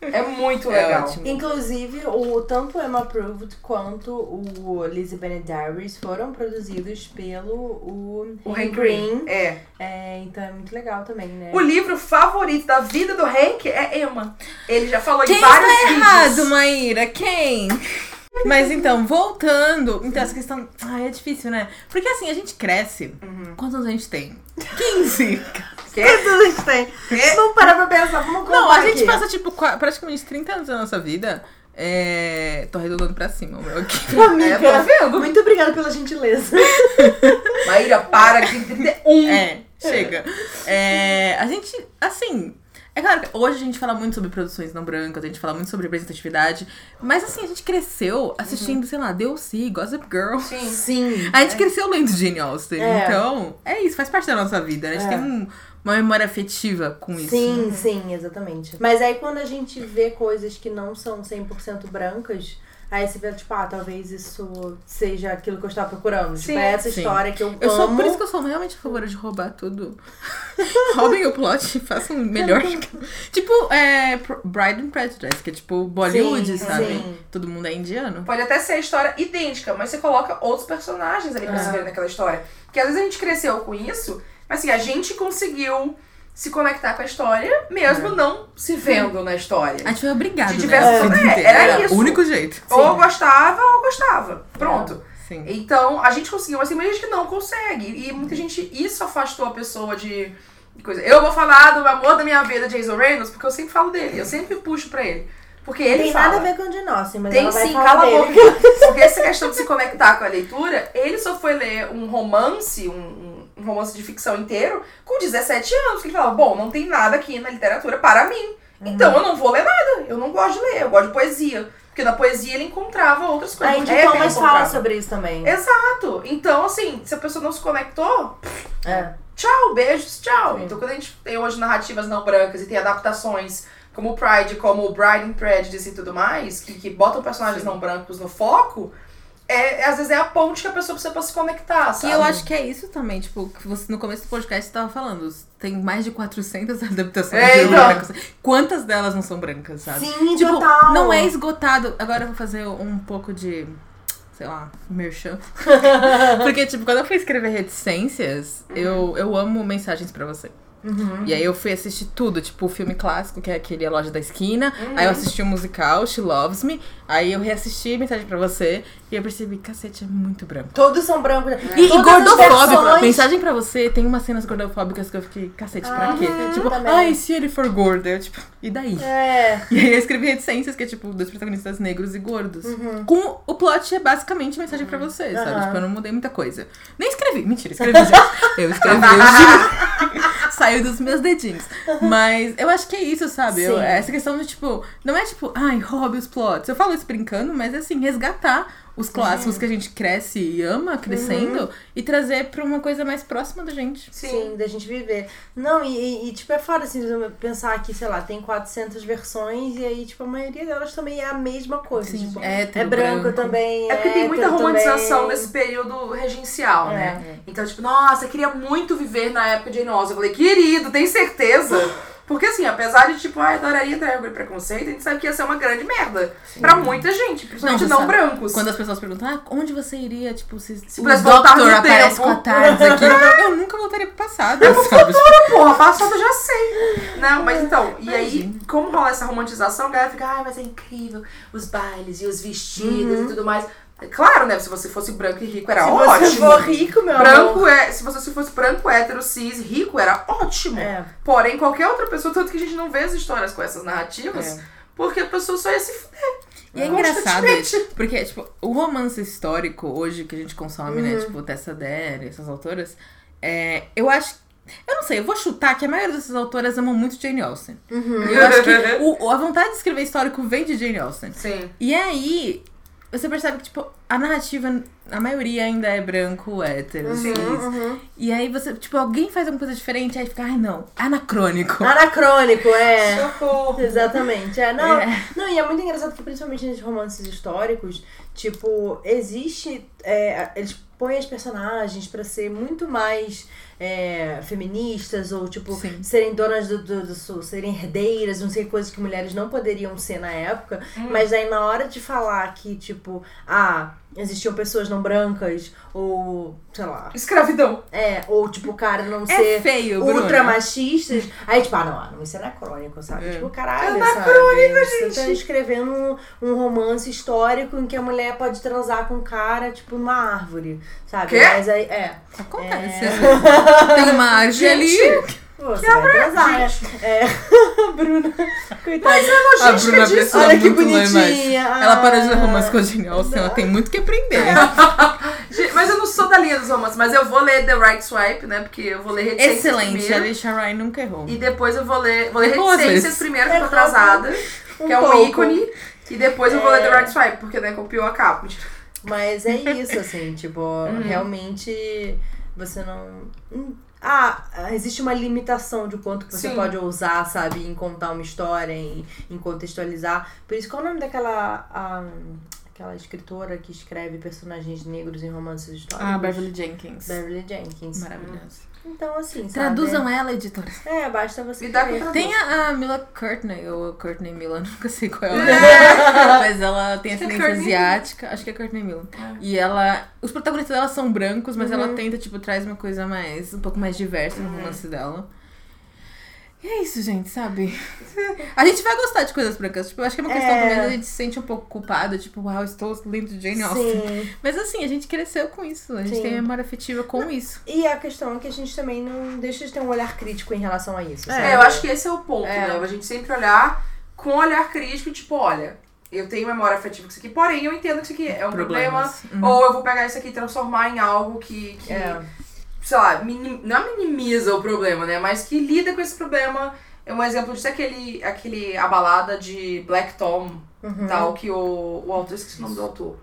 é muito É legal. ótimo. Inclusive, o, tanto o Emma Proved quanto o Lizzie Bennet Diaries foram produzidos pelo o, O Hank Hank Green. É. É, então é muito legal também, né? O livro favorito da vida do Hank é Emma. Ele já falou Quem tá em vários está vídeos. errado, Maíra? Quem? Mas então, voltando. Então, essa questão. Ai, é difícil, né? Porque assim, a gente cresce. Uhum. Quantos anos a gente tem? 15. Quê? a gente tem. Vamos parar pra pensar, vamos contar Não, a gente aqui. passa, tipo, qua- praticamente 30 anos da nossa vida. É. Tô arredondando pra cima, o meu aqui. Pô, amiga, É, tá vendo? muito obrigada pela gentileza. Maíra, para que um. É, chega. É, a gente, assim. É claro que hoje a gente fala muito sobre produções não brancas, a gente fala muito sobre representatividade, mas assim, a gente cresceu assistindo, Uhum. sei lá, DLC, Gossip Girl. Sim. Sim. A gente cresceu lendo Jane Austen, É. então é isso, faz parte da nossa vida. né? A gente É. tem um- uma memória afetiva com isso. né? Sim, sim, exatamente. Mas aí quando a gente vê coisas que não são 100% brancas, aí você vê, tipo, ah, talvez isso seja aquilo que eu estava procurando. Sim, tipo, é essa sim. história que eu, Eu sou, amo. por isso que eu sou realmente a favor de roubar tudo. Roubem o plot e façam melhor. tipo, é, Pro- Bride and Prejudice, que é tipo Bollywood, Sim, sabe? sim. Todo mundo é indiano. Pode até ser a história idêntica, mas você coloca outros personagens ali pra se ver naquela história. Porque às vezes a gente cresceu com isso, mas assim, a gente conseguiu se conectar com a história, mesmo não se vendo na história. A gente foi obrigado, De né? diversão, a vida é, inteira. era isso. o único jeito. Ou gostava ou gostava. Pronto. Sim. Então, a gente conseguiu, mas tem muita gente que não consegue. E muita gente. Isso afastou a pessoa de. de Coisa. Eu vou falar do amor da minha vida, Jason Reynolds, porque eu sempre falo dele. Eu sempre puxo pra ele. Porque ele Tem fala. nada a ver com o de nós, mas Tem ela vai sim, falar cala a dele. boca. Porque essa questão de se conectar com a leitura, ele só foi ler um romance, um- um, um romance de ficção inteiro, com 17 anos. Que ele falava, bom, não tem nada aqui na literatura para mim. Uhum. Então eu não vou ler nada. Eu não gosto de ler, eu gosto de poesia. Porque na poesia ele encontrava outras coisas. A no Indy rap ele Thomas fala encontrava. tipo, sobre isso também. É, Exato. Então, assim, se a pessoa não se conectou, É. tchau, beijos, tchau. Sim. Então, quando a gente tem hoje narrativas não brancas e tem adaptações como o Pride, como o Bride and Prejudice e tudo mais, que, que botam personagens não brancos no foco, é, é- às vezes é a ponte que a pessoa precisa pra se conectar, E sabe? eu acho que é isso também, tipo, que você no começo do podcast você tava falando, tem mais de 400 adaptações É, de então. brancas. Quantas delas não são brancas, sabe? Sim, tipo, total. não é esgotado. Agora eu vou fazer um pouco de, sei lá, merchan. Porque, tipo, quando eu fui escrever reticências, eu, eu amo mensagens pra você. Uhum. E aí eu fui assistir tudo, tipo o filme clássico, que é aquele A Loja da Esquina. Uhum. Aí eu assisti o musical, She Loves Me. Aí eu reassisti Mensagem pra Você. E eu percebi, cacete, é muito branco. Todos são É. brancos. E, e É. Todas as gordofóbico. versões- Mensagem pra Você tem umas cenas gordofóbicas que eu fiquei, cacete, pra quê? Tipo, Ah, também. ai, se ele for gordo? Eu, tipo, e daí? É. E aí eu escrevi reticências, que é tipo, dois protagonistas negros e gordos. Com o plot é basicamente mensagem pra você, sabe? Uhum. Aham. Tipo, eu não mudei muita coisa. Nem escrevi. Mentira, escrevi, gente. Eu escrevi, eu juro. Saiu dos meus dedinhos. Mas eu acho que é isso, sabe? Eu- Sim. essa questão do tipo, não é tipo, ai, roube os plots. Eu falo isso brincando, mas assim, resgatar os clássicos Uhum. que a gente cresce e ama crescendo e trazer pra uma coisa mais próxima da gente. Sim. da gente viver. Não, e, e- e, tipo, é foda, assim, pensar que, sei lá, tem 400 versões e aí, tipo, a maioria delas também é a mesma coisa. tipo, é, É branco, também. É porque tem muita hétero romantização também. nesse período regencial, É. né? Então, tipo, nossa, eu queria muito viver na época de Jane Austen. Eu falei, querido, tem certeza? Porque assim, apesar de, tipo, ai, adoraria ter orgulho e preconceito, a gente sabe que ia ser uma grande merda. Pra muita gente, principalmente Não, não, você sabe, brancos. Quando as pessoas perguntam, ah, onde você iria, tipo, se, se o pudesse voltar no Doctor aparece tempo. com a Tardes aqui, eu nunca voltaria pro passado, sabe? Então, Porra, passado eu já sei. Não, mas então, e aí, como rola essa romantização, a galera fica, ai, mas é incrível, os bailes e os vestidos e tudo mais. É Claro, né? Se você fosse branco e rico, era Se Tá ótimo. você for rico, meu amor. branco é. Se você fosse branco, hétero, cis, rico, era ótimo. É. Porém, qualquer outra pessoa, tanto que a gente não vê as histórias com essas narrativas, porque a pessoa só ia se fuder. É. E é engraçado Constantemente. isso, porque, tipo, o romance Uhum. histórico hoje que a gente consome, né, tipo, Tessa Dere, essas autoras, é, eu acho Eu não sei, eu vou chutar que a maioria dessas autoras amam muito Jane Austen. Hum, E eu acho que o- o- a vontade de escrever histórico vem de Jane Austen. Sim. E aí, você percebe que, tipo, a narrativa, a maioria ainda é branco, Uhum, hétero, cis. E aí você, tipo, alguém faz alguma coisa diferente, aí fica, ai não, anacrônico. Ah, Anacrônico, é. Socorro. Exatamente. É, não, não, e é muito engraçado que principalmente nesses romances históricos, tipo, existe. é, a- eles põem as personagens pra ser muito mais é, feministas, ou tipo, Sim. serem donas do, do, do su- serem herdeiras, não sei coisas que mulheres não poderiam ser na época. Mas aí na hora de falar que, tipo, ah, existiam pessoas não brancas, ou, sei lá, Escravidão. é, ou tipo, o cara não ser É feio, Bruno. ultra machistas. Aí, tipo, ah, não, ah, não, isso é anacrônico, sabe? Tipo, caralho, É sabe? anacrônico, Você tá gente. escrevendo um, um romance histórico em que a mulher pode transar com um cara, tipo, numa árvore, sabe? Quê? Mas aí, é. Acontece. Tem uma árvore ali. Você vai transar, né? É. Bruna, coitada. é A Bruna Pessoa Olha que muito lã mais. bonitinha. Ah, Ela parou de ler romance com a Jane Austen, ela tem muito o que aprender. Gente, Mas eu não sou da linha dos romances, mas eu vou ler The Right Swipe, né? Porque eu vou ler Reticências Excelente, a primeiro. Alicia Ryan nunca errou. E depois eu vou ler, vou ler Errou às Reticências vezes. primeiro, que eu tô Errou atrasada. É, um que é um pouco. ícone. E depois eu vou É. ler The Right Swipe, porque né, copiou a capa. Mas é isso, assim, tipo, Uhum. realmente você não. Hum, Ah, existe uma limitação de quanto que você Sim. pode ousar, sabe, em contar uma história, em, em contextualizar. Por isso, qual é o nome daquela. ah, aquela escritora que escreve personagens negros em romances históricos? Ah, Beverly Jenkins. Beverly Jenkins. Maravilhosa. Então, assim. sabe? Traduzam ela, editora. É, basta você. Me dá querer. com né, Tem a, a Mila Courtney, ou a Courtney Mila, nunca sei qual é Ah, ela. mas ela tem Acho que é ascendência Courtney. asiática. Acho que é Courtney Mila. E ela. Os protagonistas dela são brancos, mas ela tenta, tipo, traz uma coisa mais. um pouco mais diversa no romance dela. E é isso, gente, sabe? A gente vai gostar de coisas brancas. Tipo, eu acho que é uma questão É. também da gente se sente um pouco culpada, tipo, uau, estou lendo Jane Austen. Sim. Mas assim, a gente cresceu com isso. A gente Sim. tem memória afetiva com isso. E a questão é que a gente também não deixa de ter um olhar crítico em relação a isso. sabe? É, eu acho que esse é o ponto, É. né? A gente sempre olhar com olhar crítico e tipo, olha, eu tenho memória afetiva com isso aqui, porém eu entendo que isso aqui é um problema. Problemas. Ou eu vou pegar isso aqui e transformar em algo que, que É. sei lá, minim, não é minimiza o problema, né? Mas que lida com esse problema. É um exemplo disso é aquele, aquele a balada de Black Tom, Uhum. tal, que o, o autor, esqueci o nome do autor.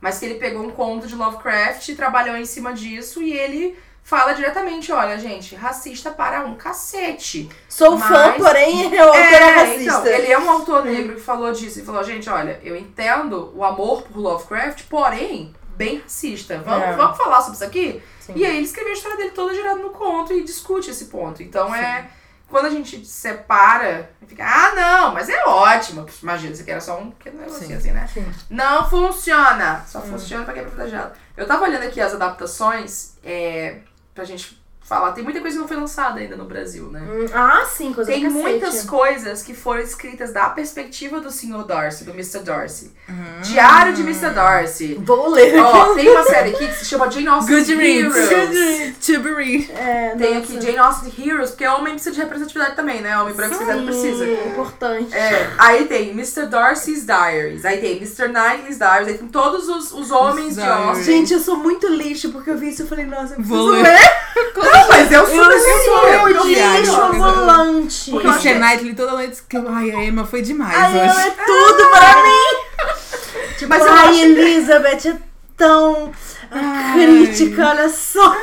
Mas que ele pegou um conto de Lovecraft e trabalhou em cima disso e ele fala diretamente, olha, gente, racista para um cacete. Sou fã, Mas- É, porém, eu era é racista. Então, ele é um autor negro que falou disso e falou, gente, olha, eu entendo o amor por Lovecraft, porém, bem racista. Vamos, É. vamos falar sobre isso aqui? Sim. E aí ele escreveu a história dele toda girando no conto e discute esse ponto. Então é. Quando a gente separa, fica, ah, não, mas é ótimo. Puxa, Imagina, isso aqui era só um pequeno negocinho Sim. assim, né? Sim. Hum. Não funciona! Só funciona pra quem é privilegiado. Eu tava olhando aqui as adaptações é, pra gente falar. Tem muita coisa que não foi lançada ainda no Brasil, né? Hum, Ah, sim, coisa Tem do cacete. muitas coisas que foram escritas da perspectiva do Sr. Darcy, do Mr. Darcy. Diário de Mr. Darcy. Vou ler. Ó, tem uma série aqui que se chama Jane Austen Goodreads. Heroes. To be read. É, Tem nossa. aqui Jane Austen Heroes, porque homem precisa de representatividade também, né? Homem branco cisgênero precisa. Sim, importante. É, aí tem Mr. Darcy's Diaries, aí tem Mr. Knightley's Diaries, aí tem todos os, os homens de Diaries. Austen. Gente, eu sou muito lixo porque eu vi isso e falei, nossa, eu preciso Vou ler. Não, mas eu sou Eu sou eu eu diário. lixo ambulante. Porque eu acho que- Christian Knightley toda noite exclama, ai, a Emma foi demais é Ai, hoje. ela é tudo pra mim. Tipo, Mas Ah! eu ai, acho que- Elizabeth é tão crítica, olha só. Ah!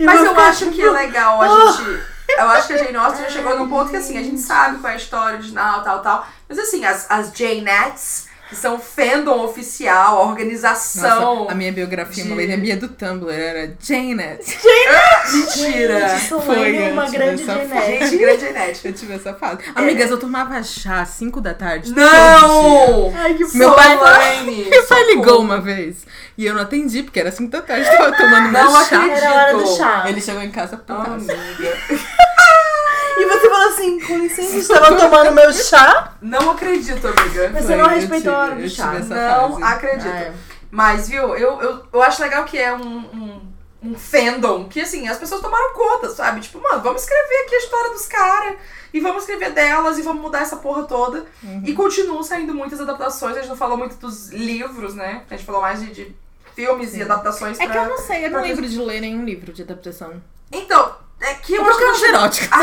Mas vou eu ficar, acho que é legal a gente. Eu acho que a Jane Austen já chegou num ponto que assim, a gente sabe qual é a história original, tal, tal. Mas assim, as, as Janettes, que são fandom oficial, a organização. Nossa, a minha biografia, de- uma lei, a minha do Tumblr era Janet. Mentira! Gente, sou Foi eu, uma antes, grande mas só genética. Gente, grande Janette. Eu tive essa fase. Amigas, eu tomava chá às 5 da tarde. todo dia. Não! é. Ai, que Meu fofo. pai- Solane! Meu pai ligou uma vez e eu não atendi, porque era 5 da tarde, eu tava tomando meu Não chá. acredito. Era a hora do chá. Ele chegou em casa putaço. Amiga. E você falou assim, com licença, estava tomando meu chá? Não acredito, amiga. Mas Foi, você não eu respeitou a tive- hora do eu chá. tive essa Ah, é. Não fase. acredito. Mas, viu, eu, eu, eu acho legal que é um, um, um fandom que, assim, as pessoas tomaram conta, sabe? Tipo, mano, vamos escrever aqui a história dos caras e vamos escrever delas e vamos mudar essa porra toda. Uhum. E continuam saindo muitas adaptações. A gente não falou muito dos livros, né? A gente falou mais de, de filmes e adaptações É pra... que eu não sei, eu não pra- lembro de ler nenhum livro de adaptação. Então, É que eu acho que Procurando chegou- erótica.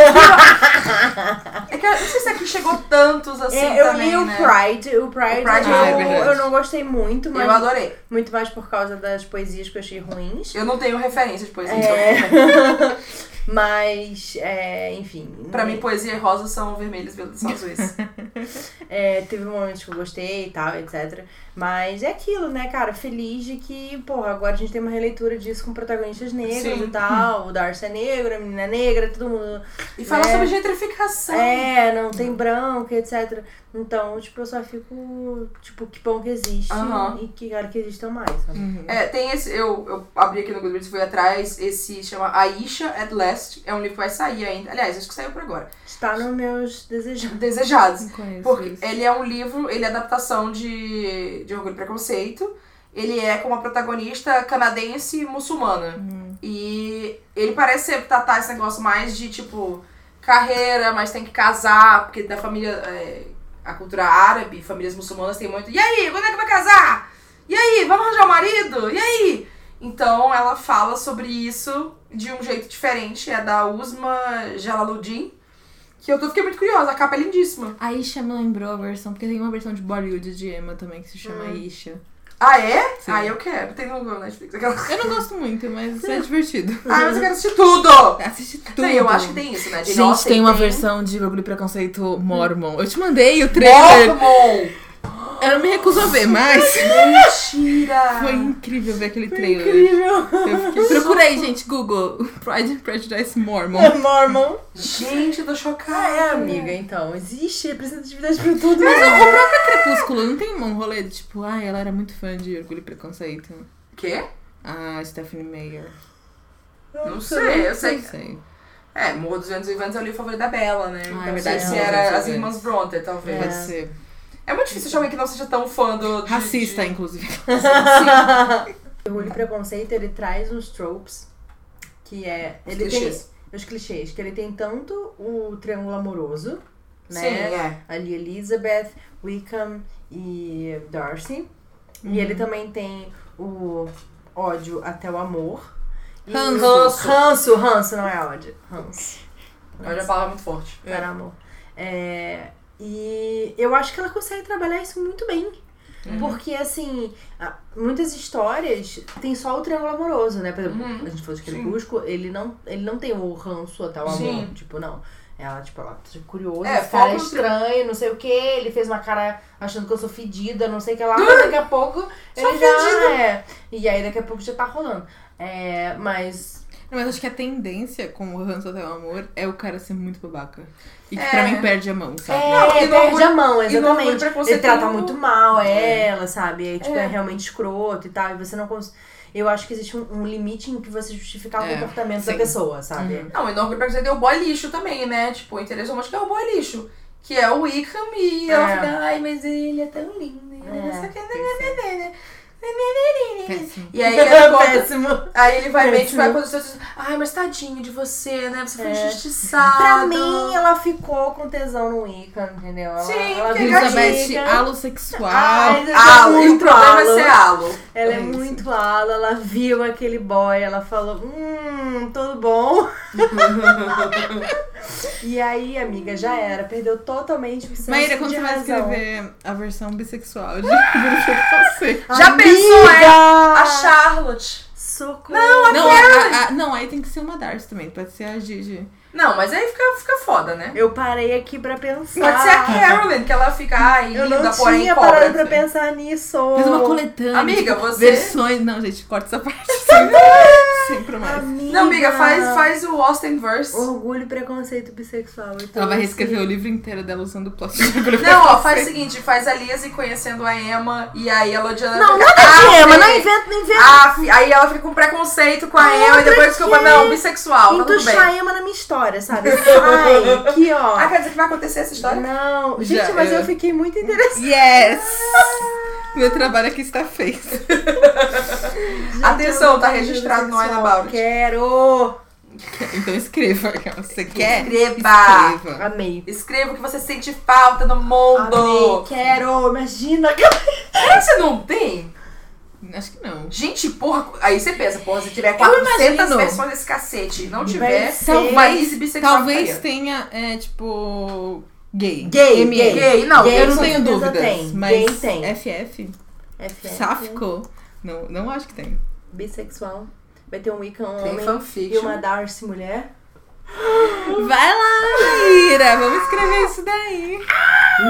É que eu não sei se aqui chegou tantos assim É, eu também, li o né? Pride, o Pride, O Pride eu, é verdade. eu não gostei muito, mas Eu adorei. muito mais por causa das poesias que eu achei ruins. Eu não tenho referência de poesia. É. então, Mas, é, enfim. pra mim, poesia e rosa são vermelhos, verdes são azuis. É, teve momentos que eu gostei e tal, etc. Mas é aquilo, né, cara? Feliz de que, porra, agora a gente tem uma releitura disso com protagonistas negros Sim. e tal. O Darcy é negro, a menina é negra, todo mundo. E fala É. sobre gentrificação. É, não tem branco, etc. Então, tipo, eu só fico, tipo, que bom que existe Aham. e que cara que existam mais, sabe? É, tem esse. Eu, eu abri aqui no Goodreads e fui atrás. Esse chama Aisha at Last. É um livro que vai sair ainda. Aliás, acho que saiu por agora. Está nos meus desejados. Desejados. Não conheço Porque isso. ele é um livro, ele é adaptação de, de Orgulho e Preconceito. Ele é com uma protagonista canadense muçulmana. Uhum. E ele parece ser- tratar esse negócio mais de, tipo, carreira, mas tem que casar, porque da família. é, a cultura árabe, famílias muçulmanas tem muito. E aí, quando é que vai casar? E aí, vamos arranjar o marido? E aí? Então ela fala sobre isso de um jeito diferente. É da Usma Jalaluddin. Que eu tô, fiquei muito curiosa, a capa é lindíssima. A Isha me lembrou a versão, porque tem uma versão de Bollywood de Emma também que se chama Isha. Ah, é? Sim. Ah, eu quero. Tem no Netflix. Aquela... Eu não gosto muito, mas é divertido. Ah, mas eu quero assistir tudo! Assisti tudo. Não, eu acho que tem isso, né? Gente, Nossa, tem uma tem um versão de Orgulho e Preconceito Mormon. Eu te mandei o trailer. Mormon! Eu não me recuso a ver, mas Mentira! foi incrível ver aquele trailer. Eu fiquei- Procura aí, gente, Google. Pride and Prejudice Mormon. Mormon. Gente, eu tô Ah, chocada. é, amiga, então. Existe representatividade pra tudo. Crepúsculo, não tem um rolê de tipo, ai, ela era muito fã de Orgulho e Preconceito. Quê? Ah, Stephanie Meyer. Não sei, eu sei. Não sei. É, Morro dos Ventos Vivantes eu li o favorito da Bela, né? Ah, Na é verdade, verdade, se Morro dos era Ventos as Vivantes. irmãs Bronte, talvez. Pode É. ser. muito difícil achar alguém que não seja tão fã do. de- Racista, de- inclusive. Orgulho e preconceito, ele traz uns tropes que é. Os Ele clichês. tem os clichês, que ele tem tanto o triângulo amoroso, né? Sim, é. Ali Elizabeth, Wickham e Darcy. E ele também tem o ódio até o amor. E Ranço. Ranço, ranço, não é ódio. Ranço. Mas a palavra é muito forte. Era amor. É, e eu acho que ela consegue trabalhar isso muito bem. Uhum. Porque, assim, a- muitas histórias tem só o triângulo amoroso, né? Por exemplo, Uhum. a gente falou de Sim. Crepúsculo, ele não, ele não tem o ranço até o amor. Sim. Tipo, não. Ela, tipo, ela tá curiosa, É, esse cara é foco no tri- estranho, não sei o quê. Ele fez uma cara achando que eu sou fedida, não sei o que lá. mas daqui a pouco ele já é. E aí, daqui a pouco já tá rolando. É, mas... Não, mas acho que a tendência com o Ranço até o Amor é o cara ser muito babaca. E que É. pra mim perde a mão, sabe? É, Não, e no perde orgulho- a mão, e no orgulho exatamente. preconceito Ele trata tem o- muito mal ela, sabe? É, tipo, é. realmente escroto e tal. E você não cons... Eu acho que existe um, um limite em que você justificar É, o comportamento sim. da pessoa, sabe? Não, e no Orgulho e Preconceito é o boy lixo também, né? Tipo, o interesse romântico é o boy lixo. Que é o Wickham e ela É. fica, ai, mas ele é tão lindo. É, não sei o que, né, né, Péssimo. né, né." É. Péssimo. E aí ele conta, é Péssimo. aí ele vai meio que Péssimo. vai com os seus- Ai, mas tadinho de você, né? Você foi É. injustiçado. Pra mim, ela ficou com tesão no Wiccan, entendeu? Ela, Sim, ela Ah, porque viu a Elizabeth dica. alossexual. Ai, ela é Alo, o muito problema é alo. ser alo. Ela É é isso. muito ala, ela viu aquele boy, ela falou, hum, tudo bom. e aí, amiga, já era, perdeu totalmente o senso Maíra, quando de você vai razão. escrever a versão bissexual de Bruxa que você. Já pensou, é? A Charlotte. Socorro. Não, Não, a- a- a- não, aí tem que ser uma Darcy também, pode ser a Gigi. Não, mas aí fica, fica foda, né? eu parei aqui pra pensar. Pode ser a Carolyn, que ela fica, ai, Ah. Eu linda, não porém assim. tinha pobre. parado pra pensar nisso. Fez uma coletânea. Amiga, tipo, você- Versões. Não, gente, corta essa parte. Sempre, sempre mais. Amiga. Não, amiga, faz, faz o Austin Verse. Orgulho e preconceito bissexual. então, Ela vai assim, reescrever o livro inteiro dela usando o plot de Orgulho e Não, ó, faz o Preconceito. seguinte, faz a Lizzie conhecendo a Emma e aí a Lodiana Não, fica, nada de "Ah, Emma, não sei." inventa, não inventa. Ah, fi- aí ela fica com preconceito com a Ah, Emma e pra depois desculpa, quê? não, bissexual, tá tudo bem. Entuchar a Emma na minha história, sabe? Ai, que ó. Ah, quer dizer que vai acontecer essa história? Não, Já gente, mas é. era. eu fiquei muito interessada. Yes! Meu trabalho aqui está feito. Atenção, eu tá não registrado no bissexual. Inabout. Quero! Então escreva o que você quer. Escreva. Escreva. Amei. Escreva o que você sente falta no mundo. Amei, quero! Imagina! Será que você não tem? Acho que não. Gente, porra, aí você pensa, porra, se tiver Eu imagino. 400 versões desse cacete e não tiver, ser- talvez bissexual Talvez ficaria. tenha, é, tipo. Gay. Gay, MA. gay. Gay, não, Gay, gay Eu não com tenho certeza dúvidas. tem. Gay Mas tem. é FF? FF. Sáfico? Não, não acho que tem. Bissexual. Vai ter um Wiccan tem homem e fanfiction. uma Darcy mulher. Vai lá, Ira! Vamos escrever isso daí.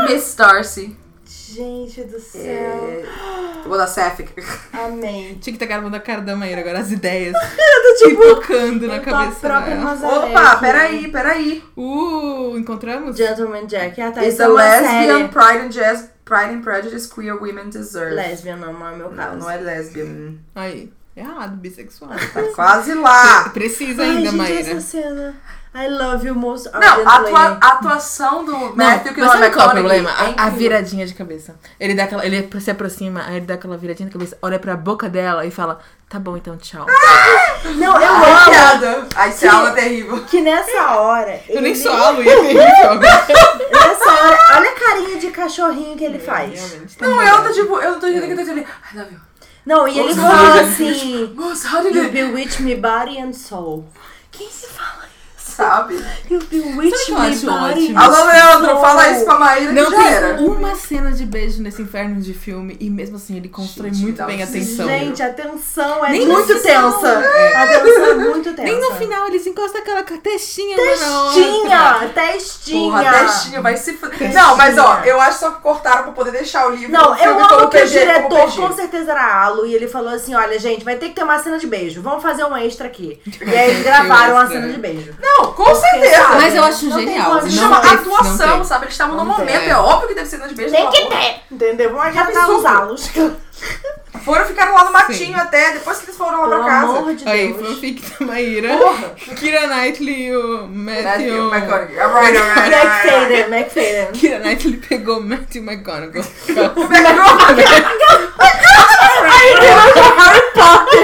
Miss Darcy. Gente do céu. É... Eu vou dar Sapphic. Amei. Tinha que estar gravando a cara da Maíra agora, as ideias. Eu tô tipo. Tocando na cabeça dela. né? é Opa, peraí, peraí. Uh, encontramos? Gentleman Jack. Ah, tá. It's Isso a é uma lesbian, série. pride and jazz, pride and prejudice, queer women deserve. Lesbian não, não é meu Não, caso. não é lesbian. Aí. Errado, bissexual. Tá quase Ah. lá. Precisa Ai, ainda, gente, Maíra. essa cena. I love you most Não, a ardently. atua- a atuação do Matthew que mas sabe qual é o McConaughey problema? é A, a incrível. viradinha de cabeça. Ele dá aquela, ele se aproxima, aí ele dá aquela viradinha de cabeça, olha pra boca dela e fala: "Tá bom, então tchau". Não, eu Ai, amo piada. Ai, essa aula é terrível. que nessa hora. Eu nem ele- sou a Luísa, ele joga. assim, Nessa hora, olha a carinha de cachorrinho que ele faz. Realmente, tá Não, bom. eu tô tipo, eu não tô entendendo o que eu tô entendendo. Ai, não, viu? Não, e ele Nossa, fala olha. assim: Moça, how did You you... bewitch me body and soul. Quem se fala? Sabe? You bewitch Sabe o que eu me acho body ótimo? and Alô, Leandro, soul. fala isso pra Maíra Não que já era. tem uma cena de beijo nesse inferno de filme e mesmo assim ele constrói Gente, muito dá bem um a tensão. Gente, a tensão é Nem muito no final. tensa. A tensão é muito tensa. Nem no final eles encostam aquela testinha uma na outra. Testinha! Testinha! Porra, testinha, vai se fuder. Não, mas ó, eu acho só que cortaram pra poder deixar o livro. Não, o filme eu amo como que é o PG, como diretor PG. com certeza era Alo e ele falou assim: olha, gente, vai ter que ter uma cena de beijo. Vamos fazer um extra aqui. E aí eles gravaram a cena de beijo. Não, com certeza. sabe, Mas eu acho Não tem genial. como, Se não chama tem- atuação, não tem. sabe? Eles estavam no Não tem. momento, é óbvio que deve ser nas beijas. pelo amor. ter! Entendeu? Vamos acabar absurdo. os alos. Pelo Foram, ficaram lá no matinho Sim. até, depois que eles foram lá pra casa. amor de Aí, um Deus. fanfic da Maíra. Kira Knightley e o Matthew Matthew. McConaughey. Alright, é alright, alright. McFadden, McFadden. Kira Knightley pegou Matthew McConaughey. é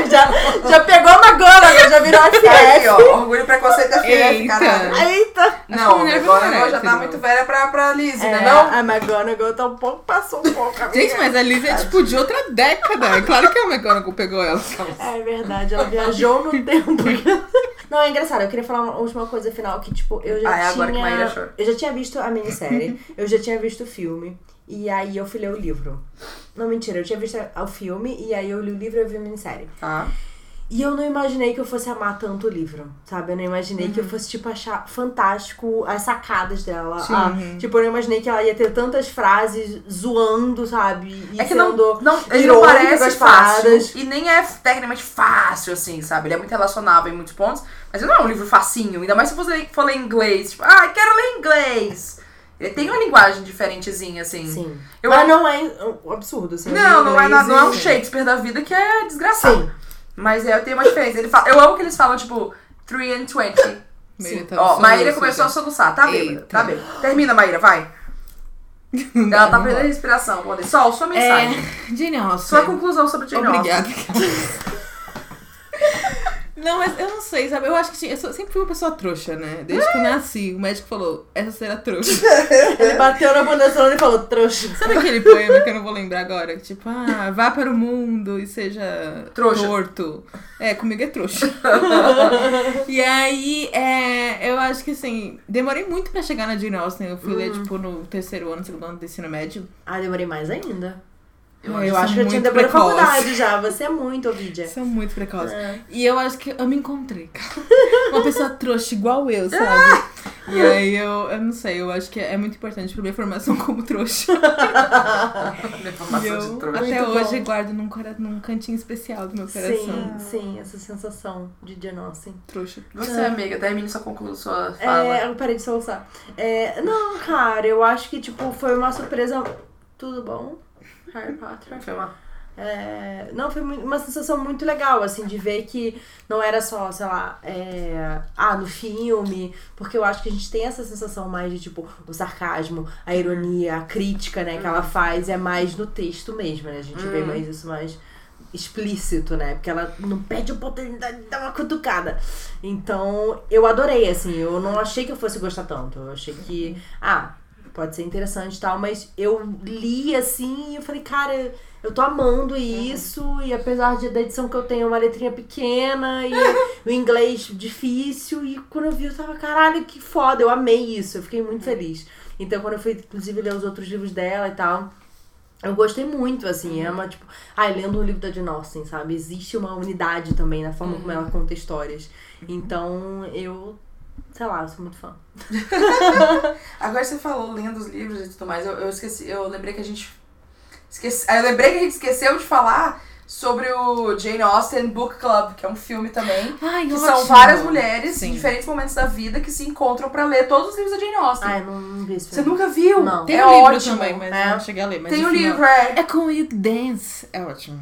já, já pegou uma gola, já virou Aí, ó, ACS. orgulho e preconceito da filha, Eita. caralho. Eita! Não, mulher agora não ela já merece, tá não. muito velha pra, pra Liz, É, né não? A McGonagall tá um pouco, passou um pouco. amiga. Gente, mas a Liz é tipo de outra década. É claro que a McGonagall pegou ela. É verdade, ela viajou no tempo. Não, é engraçado, eu queria falar uma última coisa final, que tipo, eu já Ah, é tinha... agora que Maíra chora. eu já tinha visto a minissérie, eu já tinha visto o filme, e aí eu fui ler o livro. Não, mentira, eu tinha visto a- o filme, e aí eu li o livro e eu vi a minissérie. Tá. E eu não imaginei que eu fosse amar tanto o livro, sabe? Eu não imaginei que eu Uhum. fosse, tipo, achar fantástico as sacadas dela. Sim. Uhum. a- tipo, eu não imaginei que ela ia ter tantas frases zoando, sabe? E É que não, sendo- não, ele não irônico parece das fácil. paradas. E nem é tecnicamente fácil, assim, sabe? Ele é muito relacionável em muitos pontos. Mas ele não é um livro facinho. Ainda mais se você for ler em inglês. Tipo, ah, quero ler inglês. Ele tem uma linguagem diferentezinha, assim. Sim. Eu- Mas não é um absurdo, assim. Não, não é, inglês nada- não é um e- Shakespeare da vida que é desgraçado. Sim. Mas é, eu tenho uma diferença. Ele fala, eu amo que eles falam, tipo, 3 and 20. Maíra tá Ó, Maíra soluçando. começou a soluçar. Tá bêbada, Eita. tá bêbada. Termina, Maíra, vai. Ela tá perdendo a respiração. Pode. Sol, sua mensagem. É, Jane Austen. Sua conclusão sobre Jane Austen. Obrigada. Não, mas eu não sei, sabe? Eu acho que tinha- eu sou- sempre fui uma pessoa trouxa, né? Desde que eu nasci, o médico falou, essa será trouxa. Ele bateu na bunda e falou, trouxa. Sabe aquele poema que eu não vou lembrar agora? Que Tipo, ah, vá para o mundo e seja Trouxa. torto. É, comigo é trouxa. e aí, é, eu acho que assim, demorei muito pra chegar na Jane Austen. Eu fui ler, tipo, no terceiro ano, segundo ano do ensino médio. É, Ah, demorei mais ainda. Eu, acho que eu tinha muito demorado precoce. faculdade já. Você é muito, Ovidia. São muito precoces. É. E eu acho que eu me encontrei, cara. Uma pessoa trouxa igual eu, sabe? E aí eu, eu não sei, eu acho que é muito importante pra minha formação como trouxa. Minha E formação de eu, trouxa. até Muito bom. hoje guardo num, cora- num cantinho especial do meu coração. Sim, sim, essa sensação de Jane Austen. Trouxa. Você, amiga, termine sua conclusão, sua fala. É, eu parei de soluçar. É, não, cara, eu acho que, tipo, foi uma surpresa. Tudo bom? Harry Potter. Foi uma- É, não, foi mui- uma sensação muito legal, assim, de ver que não era só, sei lá, é, ah, no filme, porque eu acho que a gente tem essa sensação mais de, tipo, o sarcasmo, a ironia, a crítica, né, que ela faz, é mais no texto mesmo, né, a gente vê mais isso mais explícito, né, porque ela não perde a oportunidade de dar uma cutucada. Então, eu adorei, assim, eu não achei que eu fosse gostar tanto, eu achei que, ah... pode ser interessante e tal, mas eu li assim e eu falei, cara, eu tô amando isso, e apesar de, da edição que eu tenho é uma letrinha pequena e o inglês difícil, e quando eu vi, eu tava, caralho, que foda, eu amei isso, eu fiquei muito feliz. Então, quando eu fui, inclusive, ler os outros livros dela e tal. Eu gostei muito, assim, é uma, tipo... Ai, lendo um livro da Jane Austen, sabe? Existe uma unidade também na forma como ela conta histórias. Então, eu... Sei lá, eu sou muito fã. Agora você falou lendo os livros e tudo mais. Eu, eu esqueci, eu lembrei que a gente. Esqueci, eu lembrei que a gente esqueceu de falar sobre o Jane Austen Book Club, que é um filme também. Ai, que são várias mulheres em diferentes momentos da vida que se encontram pra ler todos os livros da Jane Austen. Ai, não, não vi esse Você filme. nunca viu? Não. Tem é um livro ótimo. também, mas É. eu não cheguei a ler. Mas Tem o enfim, ó. livro, é. É com o You Dance. É ótimo.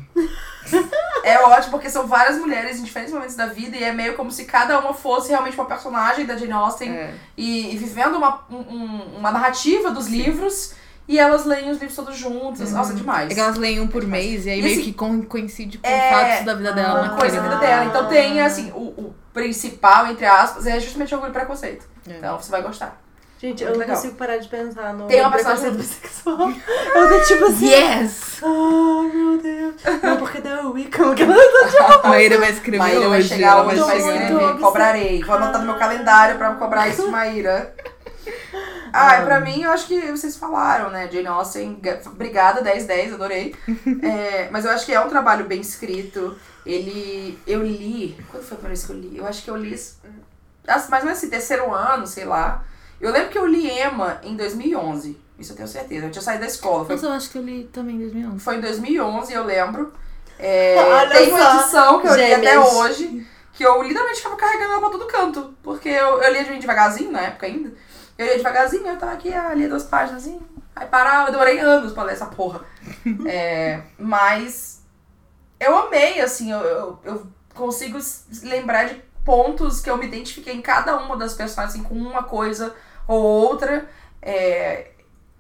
É ótimo, porque são várias mulheres em diferentes momentos da vida e é meio como se cada uma fosse realmente uma personagem da Jane Austen É. e, e vivendo uma, um- um- uma narrativa dos livros e elas leem os livros todos juntas. Nossa, é demais. É que elas leem um por mês e aí E meio assim, que con- coincide com é, fatos da vida dela uma naquele coisa da vida dela. Então tem, assim, o, o principal, entre aspas, é justamente o orgulho e preconceito. É. Então você vai gostar. Gente, Muito eu não legal. consigo parar de pensar no Tem uma preconceito personagem- bissexual. Eu tô tipo assim... Yes! Ai, meu Deus. Não, porque deu o Wicca. porque- Maíra vai escrever Maíra hoje. vai chegar, ela hoje vai chegar. escrever, Muito cobrarei. Vou anotar no meu calendário pra cobrar isso, Maíra. Ah, pra mim, eu acho que vocês falaram, né? Jane Austen, ga- obrigada, 10-10, adorei. É, mas eu acho que é um trabalho bem escrito. Ele. Eu li. Quando foi a primeira vez que eu li? Eu acho que eu li. isso- as- Mais ou menos assim, terceiro ano, sei lá. Eu lembro que eu li Emma em 2011. Isso eu tenho certeza. Eu tinha saído da escola. Foi, Nossa, eu acho que eu li também em 2011. foi em 2011, eu lembro. É, Olha tem uma só, edição que eu li até gêmeas. hoje, que eu literalmente ficava carregando ela pra todo canto. Porque eu, eu lia de- devagarzinho na época ainda. Eu lia devagarzinho, eu tava aqui, ah, lia duas páginas assim. Aí parava, eu demorei anos pra ler essa porra. É, mas eu amei, assim, eu, eu, eu consigo s- lembrar de pontos que eu me identifiquei em cada uma das personagens, assim, com uma coisa ou outra. É,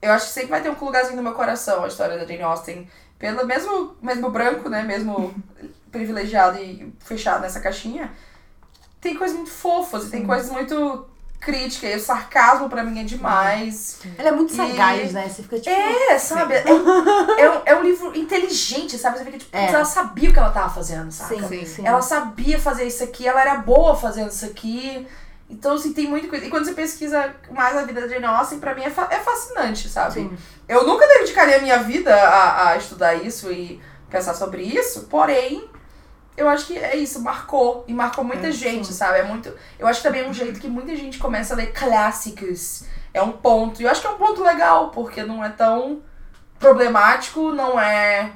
eu acho que sempre vai ter um lugarzinho no meu coração a história da Jane Austen. Pelo mesmo, mesmo branco, né? Mesmo privilegiado e fechado nessa caixinha. Tem coisas muito fofas, e tem coisas muito críticas. E o sarcasmo pra mim é demais. Ela é muito E- sagaz, né? Você fica tipo... É, sabe? É, é um, é um livro inteligente, sabe? Você fica tipo, É. putz, ela sabia o que ela tava fazendo, sabe? Sim, sim, sim. Ela sabia fazer isso aqui, ela era boa fazendo isso aqui. Então, assim, tem muita coisa. E quando você pesquisa mais a vida da Jane Austen, pra mim é, fa- é fascinante, sabe? Sim. Eu nunca dedicaria a minha vida a, a estudar isso e pensar sobre isso, porém, eu acho que é isso, marcou. E marcou muita gente, sabe? É muito. Eu acho que também é um jeito que muita gente começa a ler clássicos. É um ponto. E eu acho que é um ponto legal, porque não é tão problemático, não é.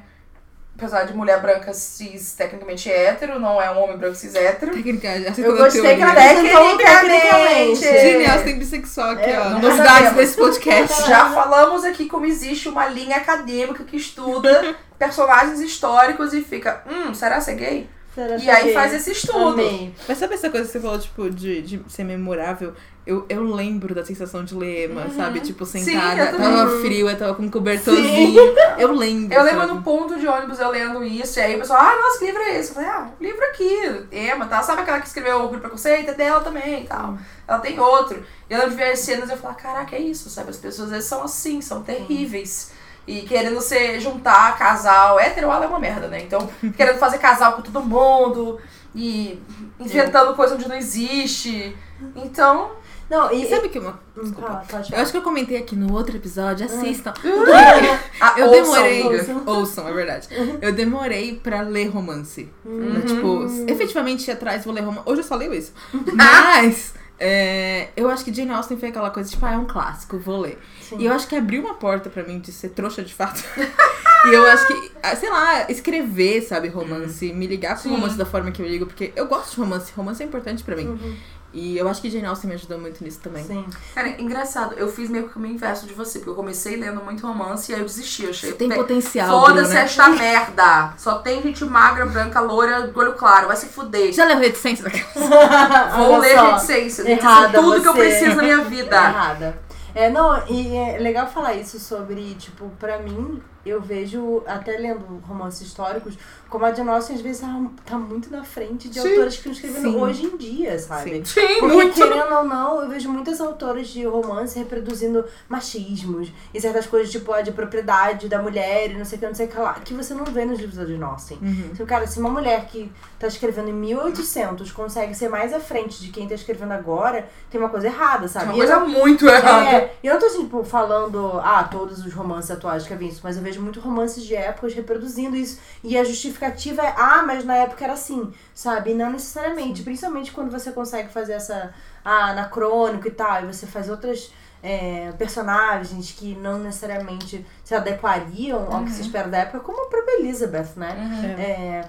Apesar de mulher branca cis tecnicamente hétero, não é um homem branco cis hétero. Técnica, Eu gostei que ela um teoria. apresentou tecnicamente. Tecnicamente. Genial, tem bissexual aqui, É, ó. não Novidades sabemos. desse podcast. Já falamos aqui como existe uma linha acadêmica que estuda personagens históricos e fica, hum, será que é gay? Será E que aí é? faz esse estudo. Amei. Mas sabe essa coisa que você falou, tipo, de, de ser memorável? Eu, eu lembro da sensação de ler Emma, sabe? Tipo, sentada, eu também. tava frio, eu tava com um cobertorzinho. Eu lembro. Eu lembro sabe? no ponto de ônibus eu lendo isso, e aí o pessoal, ah, nossa, que livro é esse? Eu falei, ah, livro aqui, Emma, tá? Sabe aquela que escreveu o Orgulho e Preconceito? É dela também e Hum. tal. Ela tem outro. E eu lembro de ver as cenas e eu falar, caraca, é isso, sabe? As pessoas às vezes são assim, são terríveis. E querendo se juntar, casal, hétero ela é uma merda, né? Então, querendo fazer casal com todo mundo e inventando coisa onde não existe. Então, Não, E e... sabe que uma. Hum, fala, pode Eu acho que eu comentei aqui no outro episódio, assistam. a Eu Uhum. Ah, ouçam, Uhum. demorei. ouçam. Ouçam, é verdade. Eu demorei pra ler romance. Uhum. Eu, Tipo, efetivamente ir atrás, vou ler romance. Hoje eu só leio isso. Mas. é, eu acho que Jane Austen foi aquela coisa, tipo, ah, é um clássico, vou ler. Hum, E eu acho que abriu uma porta pra mim de ser trouxa de fato. e eu acho que, ah, sei lá, escrever, sabe, romance, me ligar com romance da forma que eu ligo, porque eu gosto de romance, romance é importante pra mim. Uhum. E eu acho que Jane Austen me ajudou muito nisso também. Sim. Cara, engraçado, eu fiz meio que o caminho inverso de você, porque eu comecei lendo muito romance e aí eu desisti, eu achei. Você tem pe- potencial, né? Foda-se né? Bruna. esta merda. Só tem gente magra, branca, loira, de olho claro. Vai se fuder. Já levou reticência daquela. Vou Olha ler só. reticências. Errada, é Tudo que eu você. preciso na minha Tá vida. errada. É, não, e é legal falar isso sobre, tipo, pra mim, eu vejo, até lendo romances históricos, como a Jane Austen às vezes ela tá muito na frente de autoras que estão escrevendo Sim. hoje em dia, sabe? Sim. Sim, Porque, muito. querendo ou não, eu vejo muitas autoras de romance reproduzindo machismos e certas coisas, tipo a de propriedade da mulher e não sei o que, não sei o que lá, que você não vê nos livros da Jane Austen. Uhum. Então, cara, se uma mulher que tá escrevendo em 1800 consegue ser mais à frente de quem tá escrevendo agora, tem uma coisa errada, É sabe? uma E eu coisa muito errada. é, e eu não tô, tipo, falando, ah, todos os romances atuais que havia isso, mas eu vejo muito romances de épocas reproduzindo isso. E a justificativa é, ah, mas na época era assim, sabe? E não necessariamente, principalmente quando você consegue fazer essa, ah, anacrônico e tal, e você faz outras é, personagens que não necessariamente se adequariam ao que se espera da época, como a própria Elizabeth, né? É,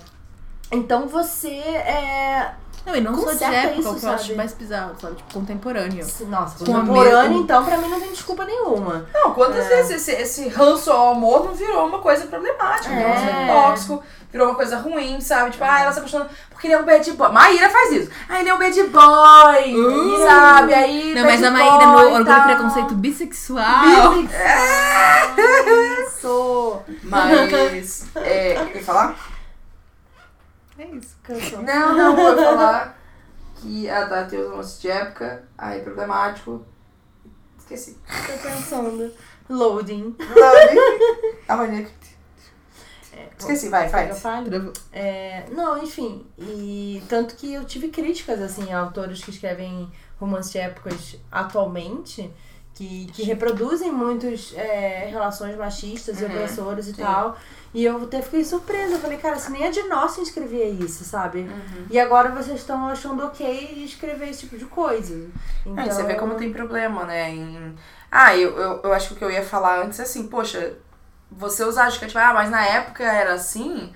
então você é. Não, e não só de Conserta época, isso, o que eu acho sabe? mais bizarro, sabe? Tipo, contemporâneo. Nossa, Com a contemporânea, mesma- então, pra mim não tem desculpa nenhuma. Não, É. quantas vezes esse, esse ranço ao amor não virou uma coisa problemática, virou um É. relacionamento tóxico, virou uma coisa ruim, sabe? Tipo, ah, ela se apaixona porque ele é um bad boy. Maíra faz isso. Ah, ele é um bad boy, sabe? Aí, Não, bad mas a boy Maíra no e Orgulho tal. e Preconceito bissexual. Isso! Mas, é, quer falar? É isso. Canção. Não, não, vou falar que a da tem os romances de época, aí problemático. Esqueci. Tô pensando. Loading. A Maíra. é É, Esqueci, vai, Eu faz. falo. Travou. É, não, enfim. E tanto que eu tive críticas, assim, a autores que escrevem romances de épocas atualmente, que, que reproduzem muitas relações machistas e Uhum, opressoras e sim. tal. E eu até fiquei surpresa. Eu falei, cara, se nem a de nós escrevia isso, sabe? E agora vocês estão achando ok escrever esse tipo de coisa. Então, É, você vê como tem problema, né? em- Ah, eu, eu, eu acho que o que eu ia falar antes é assim, poxa, você usar a justificativa, ah, mas na época era assim.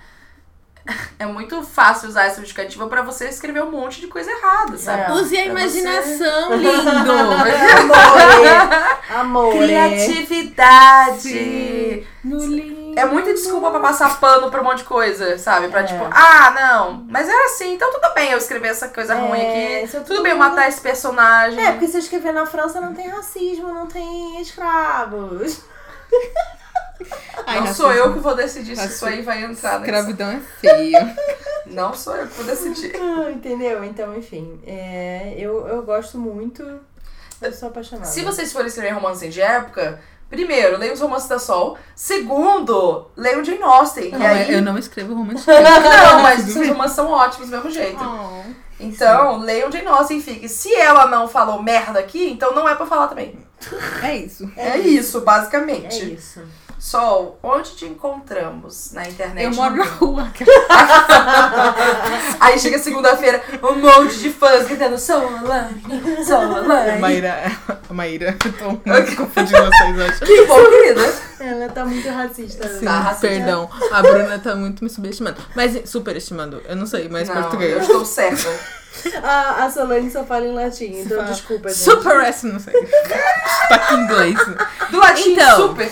É muito fácil usar essa justificativa pra você escrever um monte de coisa errada, sabe? É. Use a É imaginação, lindo! Amor! Criatividade! No lindo. É muita desculpa pra passar pano pra um monte de coisa, sabe? Pra É. tipo, ah, não, mas era assim, então tudo bem eu escrever essa coisa É, ruim aqui. isso é Tudo tudo- bem eu matar esse personagem. É, porque se eu escrever na França não tem racismo, não tem escravos. Ai, não racismo. sou eu que vou decidir se isso Racismo. aí vai entrar nesse Escravidão é feio. Não sou eu que vou decidir. Ah, Entendeu? Então, enfim. é, eu, eu gosto muito. Eu sou apaixonada. Se vocês forem escrever romance de época, primeiro, leiam os romances da Sol. Segundo, leiam Jane Austen. Não, e aí... Eu não escrevo romance. Não, mas seus romances são ótimos do mesmo jeito. Ah, Então, leiam Jane Austen e fiquem. Se ela não falou merda aqui, então não é pra falar também. É isso. É, isso, É basicamente. isso. Sol, onde te encontramos na internet? Eu moro na rua. Aí chega segunda-feira, um monte de fãs gritando: Sol Alane, Sol A Alane. Maíra. A Maíra. Eu tô muito confundindo vocês, eu acho. Que bom, querida. Ela tá muito racista. Sim, Tá, assim, perdão. A Bruna tá muito me subestimando. Mas superestimando, eu não sei mais não, eu português. estou certa. A, a Solane só fala em latim, então fala- desculpa, gente. Super S, não sei. tá aqui em inglês. Do latim, Então. super.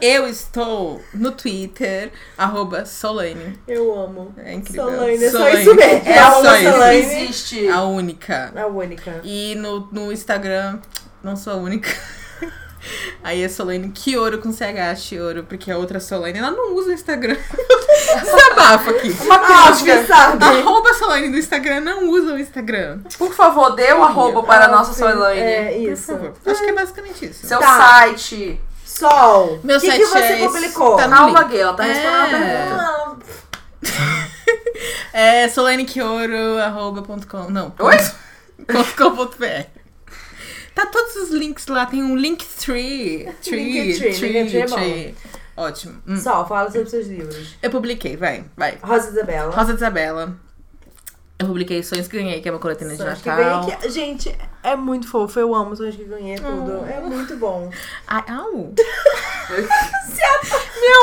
Eu estou no Twitter, arroba Solane. Eu amo. É incrível. Solane, é só isso mesmo. É a só única isso. que Solane. existe. A única. A única. E no, no Instagram, não sou a única. Aí é Solane Kioro com CH, Chioro, porque a outra Solane, ela não usa o Instagram. Desabafa aqui. Uma Ah, crítica. Arroba Solane do Instagram, não usa o Instagram. Por favor, dê um arroba para a nossa Solane. É Por isso. favor. Acho que é basicamente isso. Seu Tá. site. Sol! Meu o que, site que você é esse- publicou? tá no Calma, link. Gay, ela tá respondendo a pergunta. Ah, É solanequioro, arroba, ponto com Não. Oi? ponto .com.br. Tá todos os links lá, tem um link tree. Tree, Linktree, Linktree é bom. Ótimo. Hum. Sol, fala sobre seus livros. Eu publiquei, vai, vai. Rosa Isabela. Rosa de Isabela. Eu publiquei Sonhos que Ganhei, que é uma coletânea de Sonhos que Natal. ganhei que- Gente, é muito fofo. Eu amo sonhos que ganhei tudo. É muito bom. Ai, au.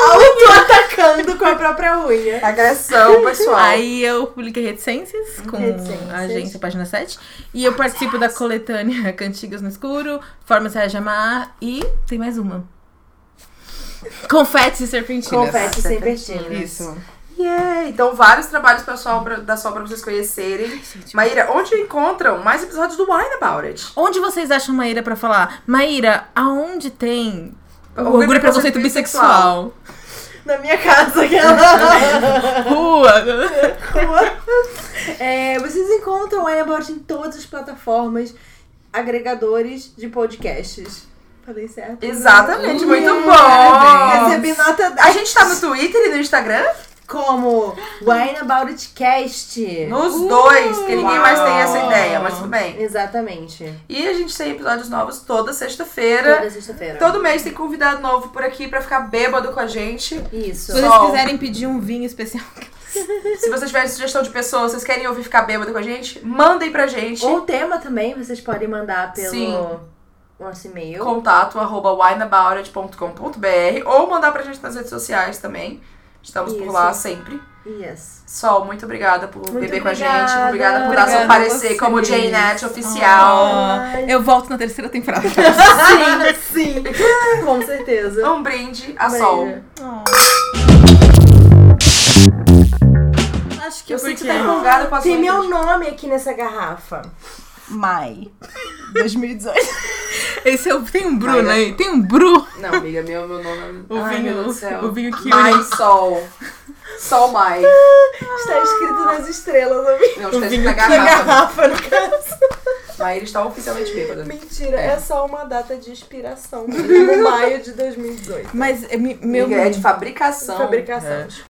Auto-atacando com a própria unha. Agressão, pessoal. Aí eu publiquei Reticências com Reticências. a agência Página 7. E eu participo da coletânea Cantigas no Escuro, Formas Reais de Amar e tem mais uma. Confetes e Serpentinas. Confete sem pertinho. Isso. Yeah. Então, vários trabalhos pessoal pra- da Sol pra vocês conhecerem. Maíra, onde encontram mais episódios do Wine About It? Onde vocês acham Maíra pra falar? Maíra, aonde tem o Orgulho e orgulho e preconceito preconceito bissexual? na minha casa que ela. Rua! É, vocês encontram o About em todas as plataformas agregadores de podcasts. Falei certo? Hum, Exatamente, muito é Parabéns. bom. Recebi nota 10. A gente tá no Twitter e no Instagram? Como Wine About It Cast. Nos dois, porque ninguém mais tem essa uau. ideia, mas tudo bem. Exatamente. E a gente tem episódios novos toda sexta-feira. Toda sexta-feira. Todo mês tem convidado novo por aqui pra ficar bêbado com a gente. Isso. Se vocês Sol. quiserem pedir um vinho especial. Se vocês tiverem sugestão de pessoas, vocês querem ouvir ficar bêbado com a gente, mandem pra gente. Ou tema também, vocês podem mandar pelo Sim. nosso e-mail. Contato arroba wineaboutit.com.br ou mandar pra gente nas redes sociais também. Estamos por Isso. lá sempre. Yes. Sol, muito obrigada por Muito beber com a gente. Obrigada por dar obrigada. seu Obrigada a parecer vocês. como Jane Net Ah. oficial. Ai. Eu volto na terceira temporada. Sim, com certeza. Um brinde a Sol. Acho que Eu eu sei que porque... você tá empolgada com a Tem sua meu nome aqui nessa garrafa. Mai. 2018. Esse é o... Tem um Bru, né? Tem um Bru. Não, amiga, meu, meu nome é. O Ai, vinho, meu Deus do céu. o vinho que une. Mai Sol. Sol Mai. Está escrito nas estrelas na minha Não, está escrito na na é garrafa. garrafa, no caso. Maíra está oficialmente bêbada. Mentira, é só uma data de inspiração. No maio de 2018. Mas é, me- meu... Amiga, é de fabricação. Fabricação.